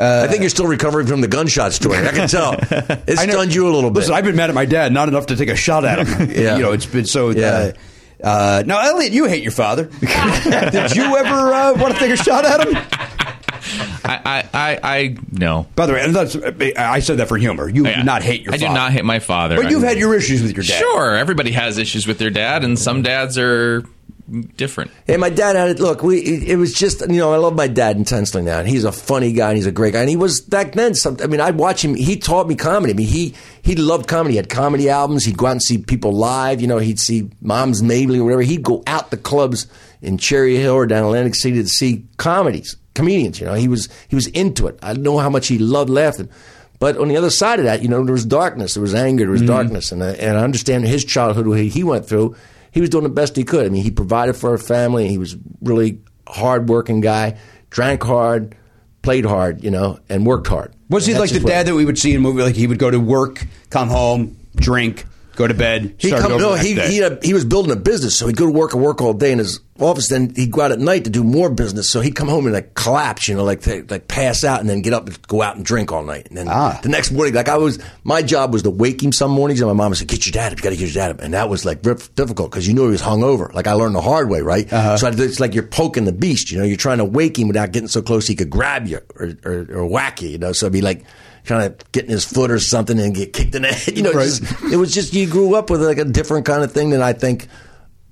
I think you're still recovering from the gunshot story. I can tell. It
I know-
stunned you a little bit.
Listen, I've been mad at my dad, not enough to take a shot at him.
Yeah.
You know, it's been so.
Yeah.
Uh, uh, now, Elliot, you hate your father. Did you ever uh, want to take a shot at him?
I, I, I, I no.
By the way, and that's, I said that for humor. You
Yeah.
do not hate your
I
father.
do not hate my father.
But you've
I-
had your issues with your dad.
Sure, everybody has issues with their dad, and some dads are different.
And my dad had it. Look, we it, it was just you know I love my dad intensely now, and he's a funny guy and he's a great guy, and he was back then. Some, I mean, I'd watch him. He taught me comedy. I mean, he he loved comedy. He had comedy albums. He'd go out and see people live. You know, he'd see Moms Mabley or whatever. He'd go out to clubs in Cherry Hill or down Atlantic City to see comedies, comedians. You know, he was he was into it. I know how much he loved laughing. But on the other side of that, you know, there was darkness, there was anger, there was darkness, and I, and I understand his childhood what he went through. He was doing the best he could. I mean, he provided for our family. He was really hardworking guy, drank hard, played hard, you know, and worked hard.
Was he
And
like
that's
the
just what-
dad that we would see in a movie? Like he would go to work, come home, drink, go to bed.
He
start
come,
over the
no,
next
he
day.
he, had a, he was building a business, so he'd go to work and work all day in his office. Then he'd go out at night to do more business. So he'd come home and like collapse, you know, like to, like pass out, and then get up and go out and drink all night. And then
Ah.
the next morning, like I was, my job was to wake him some mornings, and my mom would say, "Get your dad up, you got to get your dad up," and that was like rif- difficult because you knew he was hungover. Like I learned the hard way, right?
Uh-huh.
So I, it's like you're poking the beast, you know, you're trying to wake him without getting so close he could grab you or or, or whack you, you know. So it'd be like. Kind of getting his foot or something and get kicked in the head, you know.
Right.
Just, it was just you grew up with like a different kind of thing than I think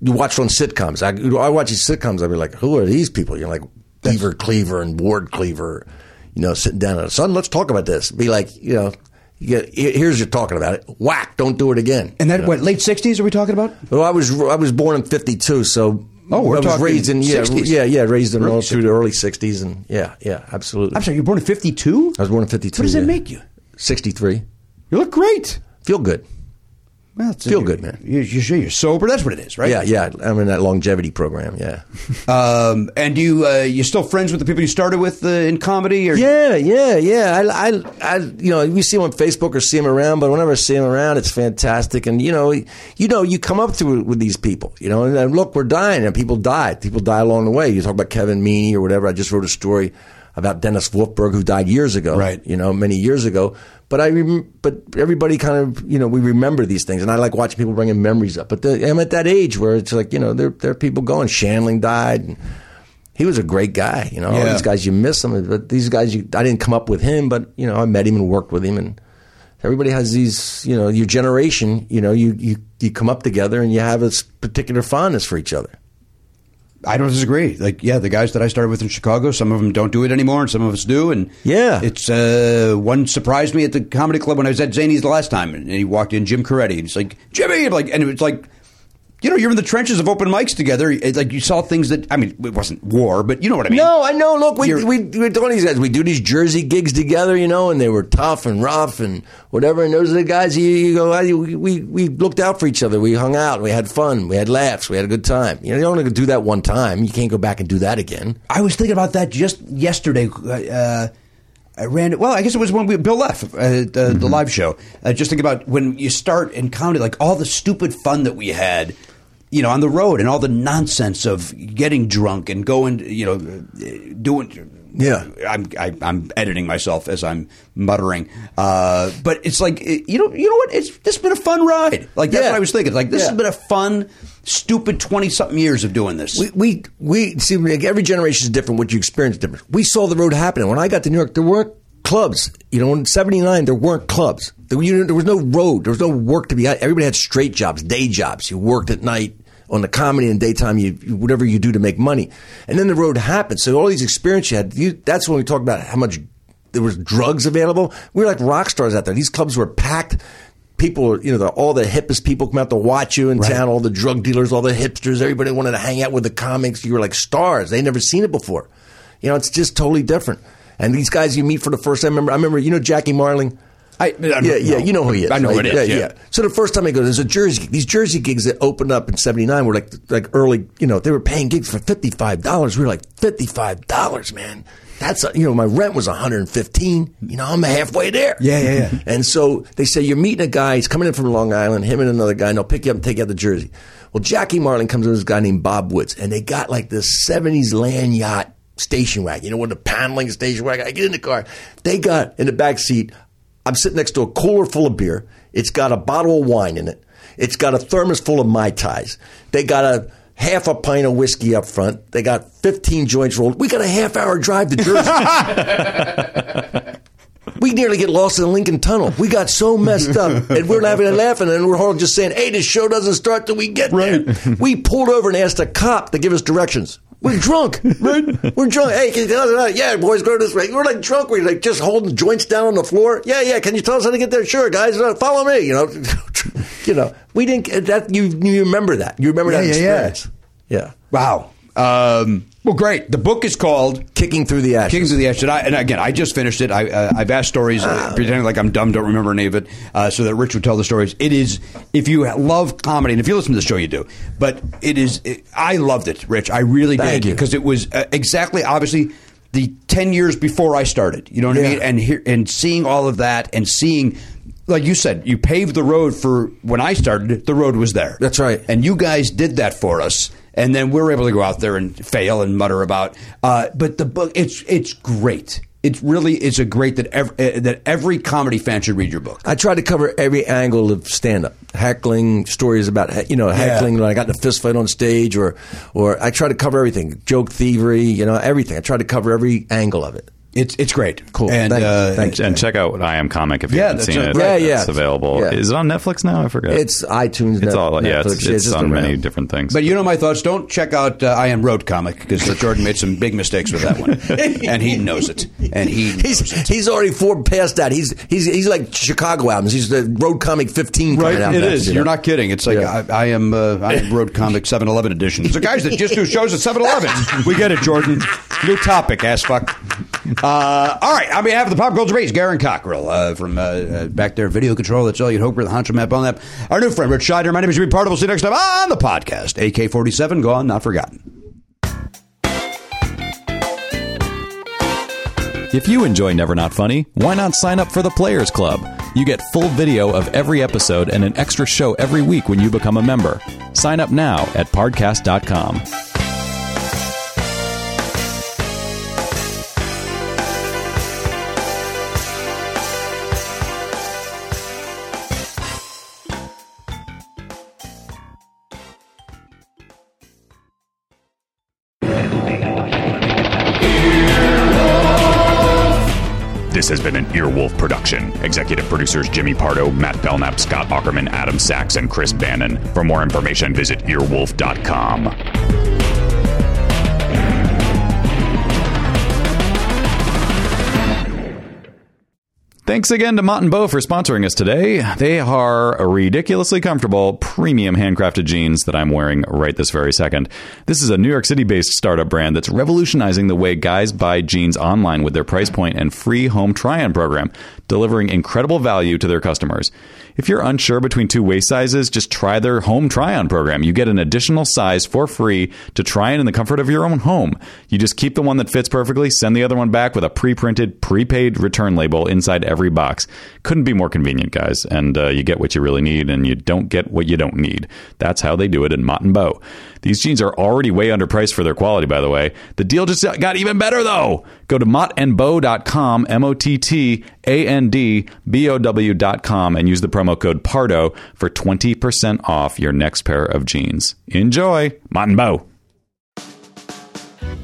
you watch on sitcoms. I, I watch these sitcoms. I'd be like, who are these people? You're like Beaver Cleaver and Ward Cleaver, you know, sitting down and son, let's talk about this. Be like, you know, you get, here- here's you're talking about it. Whack! Don't do it again.
and that what late sixties are we talking about?
Well, I was I was born in '52, so
Oh, we're
I was
talking
raised in yeah
60s.
yeah yeah raised in
Early
early, through the early '60s and yeah yeah absolutely.
I'm sorry, you were born in fifty two.
I was born in
What
'52.
does
yeah.
that make you?
'63.
You look great.
Feel good.
Well, it's-
Feel good, man.
You, you, you're sober. That's what it is, right?
Yeah, yeah. I'm in that longevity program. Yeah.
Um, and you uh, you still friends with the people you started with uh, in comedy? Or
Yeah, yeah, yeah. I, I, I, you know, you see him on Facebook or see him around, but whenever I see him around, it's fantastic. And you know, you know, you come up to it with these people, you know, and, uh, look, we're dying, and people die. People die along the way. You talk about Kevin Meaney or whatever. I just wrote a story. about Dennis Wolfberg, who died years ago,
Right.
You know, many years ago. But I, rem- but everybody kind of, you know, we remember these things, and I like watching people bringing memories up. But the, I'm at that age where it's like, you know, there there are people going. Shanling died. And, he was a great guy, you know. All
Yeah.
these guys, you miss them, but these guys, you, I didn't come up with him, but you know, I met him and worked with him, and everybody has these you know your generation you know you you, you come up together and you have this particular fondness for each other
I don't disagree. Like, yeah, the guys that I started with in Chicago, some of them don't do it anymore, and some of us do. And
Yeah.
it's uh, one surprised me at the comedy club when I was at Zany's the last time, and he walked in, Jim Coretti, and he's like, Jimmy, and like, and it was like, you know, you're in the trenches of open mics together. It's like you saw things that I mean, it wasn't war, but you know what I mean.
no i know look we
You're-
we we're doing these guys we do these jersey gigs together you know and they were tough and rough and whatever and those are the guys you, you go "Ah, you- we we looked out for each other we hung out we had fun we had laughs we had a good time you know you only can do that one time you can't go back and do that again
I was thinking about that just yesterday. Uh, I ran. Well, I guess it was when we Bill left uh, the,
Mm-hmm.
the live show. Uh, just think about when you start and count it, like all the stupid fun that we had, you know, on the road, and all the nonsense of getting drunk and going, you know, uh, doing.
Yeah.
I'm I, I'm editing myself as I'm muttering, uh, but it's like it- you know you know what it's this has been a fun ride. Like that's
Yeah.
what I was thinking. Like this
Yeah.
has been a fun, stupid twenty something years of doing this.
We, we, we see like every generation is different. What you experience is different. We saw the road happening. When I got to New York, there weren't clubs. You know, in '79, there weren't clubs. There, you, there was no road. There was no work to be had. Everybody had straight jobs, day jobs. You worked at night on the comedy and daytime. You you- whatever you do to make money. And then the road happened. So all these experience you had. You, that's when we talk about how much there was drugs available. We were like rock stars out there. These clubs were packed. People, were- you know, the, all the hippest people come out to watch you in town. All the drug dealers, all the hipsters, everybody wanted to hang out with the comics. You were like stars. They never seen it before. You know, it's just totally different. And these guys you meet for the first time. I remember, I remember, you know, Jackie Marling.
I- I don't
yeah, yeah,
know.
you know who he is.
I know who
right?
it is, yeah.
So the first time I go, there's a Jersey. gig. These Jersey gigs that opened up in '79 were like like early. You know, they were paying gigs for fifty five dollars. We were like fifty five dollars, man. That's a, you know, my rent was one hundred and fifteen. You know, I'm halfway there.
Yeah, yeah, yeah.
Mm-hmm. And so they say you're meeting a guy. He's coming in from Long Island. Him and another guy, and they'll pick you up and take you out to Jersey. Well, Jackie Marlin comes in with this guy named Bob Woods, and they got like this '70s land yacht station wagon. You know, one of the paneling station wagon. I get in the car. They got in the back seat. I'm sitting next to a cooler full of beer. It's got a bottle of wine in it. It's got a thermos full of mai tais. They got a half a pint of whiskey up front. They got 15 joints rolled. We got a half hour drive to Jersey. We nearly get lost in the Lincoln Tunnel. We got so messed up, and we're laughing and laughing, and we're all just saying, "Hey, this show doesn't start till we get there." We pulled over and asked a cop to give us directions. We're drunk. We're drunk. Hey, can you tell us? How? Yeah, boys, go this way. We're like drunk. We're like just holding joints down on the floor. Yeah, yeah. Can you tell us how to get there? Sure, guys. Uh, follow me. You know, you know. We didn't. uh, That you you remember that. You remember that
Yeah, yeah, yeah.
experience. Yeah.
Wow. Um, well, great. The book is called
Kicking through the ashes.
Kings of the Ash. And, I, and again, I just finished it. I, uh, I've asked stories, uh, pretending like I'm dumb, don't remember any of it, uh, so that Rich would tell the stories. It is, if you love comedy, and if you listen to the show, you do. But it is, it, I loved it, Rich. I really
Thank
did
you.
because it was uh, exactly, obviously, the ten years before I started. You know what I
Yeah.
mean? And here, and seeing all of that, and seeing. Like you said, you paved the road for when I started. The road was there.
That's right.
And you guys did that for us, and then we're able to go out there and fail and mutter about. Uh, but the book, it's it's great. It really is a great that ev- uh, that every comedy fan should read your book.
I tried to cover every angle of stand up. Heckling, stories about, you know, heckling when I got in a fist fight on stage, or, or I try to cover everything. Joke thievery, you know, everything. I try to cover every angle of it.
It's it's great.
Cool.
And
Thank you.
uh,
Thank you.
and check out I Am Comic if you
Yeah,
haven't
that's
seen
right.
it.
Yeah, yeah.
It's available.
Yeah.
Is it on Netflix now? I forget.
It's iTunes,
It's
Net-
all yeah.
Netflix.
It's,
Yeah,
it's
just
on many
around.
different things.
But you know my thoughts. Don't check out uh, I Am Road Comic because Jordan made some big mistakes with that one, and he knows it. And he
He's,
knows it.
he's already four past that. He's he's he's like Chicago albums. He's the Road Comic 15 coming out.
It
next,
is.
you
You're
know?
not kidding. It's like
Yeah.
I, I am. Uh, I am Road Comic 7-Eleven edition. It's the guys that just do shows at 7-Eleven. We get it, Jordan. New topic, ass fuck. Uh, all right. On behalf of the Pop Culture Base, Garen Cockrell uh, from uh, uh, back there, Video Control. That's Elliot Hoper, the Honcho Map on that. Our new friend Rich Scheider. My name is Jimmy Pardo. We'll see you next time on the podcast. AK forty seven, gone, not forgotten.
If you enjoy Never Not Funny, why not sign up for the Players Club? You get full video of every episode and an extra show every week when you become a member. Sign up now at podcast.com.
This has been an Earwolf production. Executive producers Jimmy Pardo, Matt Belknap, Scott Ackerman, Adam Sachs, and Chris Bannon. For more information, visit earwolf.com.
Thanks again to Mott and Bow for sponsoring us today. They are ridiculously comfortable, premium handcrafted jeans that I'm wearing right this very second. This is a New York City based startup brand that's revolutionizing the way guys buy jeans online with their price point and free home try on program, delivering incredible value to their customers. If you're unsure between two waist sizes, just try their home try on program. You get an additional size for free to try in in the comfort of your own home. You just keep the one that fits perfectly, send the other one back with a pre printed, prepaid return label inside every box. Couldn't be more convenient, guys. And uh, you get what you really need and you don't get what you don't need. That's how they do it in Mott and Bow. These jeans are already way underpriced for their quality, by the way. The deal just got even better, though. Go to mottandbow.com, M O T T A N D B O W.com, and use the promo code PARDO for 20% off your next pair of jeans. Enjoy! Mott and Bow.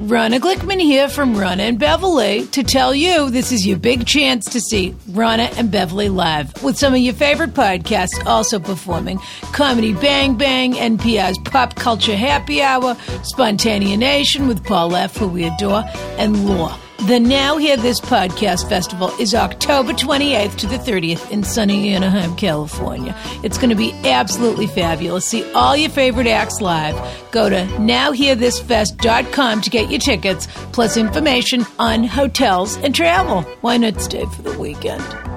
Ronna Glickman here from Ronna and Beverly to tell you this is your big chance to see Ronna and Beverly live with some of your favorite podcasts also performing Comedy Bang Bang, NPR's Pop Culture Happy Hour, Spontaneation with Paul F., who we adore, and Law. The Now Hear This Podcast Festival is October 28th to the 30th in sunny Anaheim, California. It's going to be absolutely fabulous. See all your favorite acts live. Go to nowhearthisfest.com to get your tickets, plus information on hotels and travel. Why not stay for the weekend?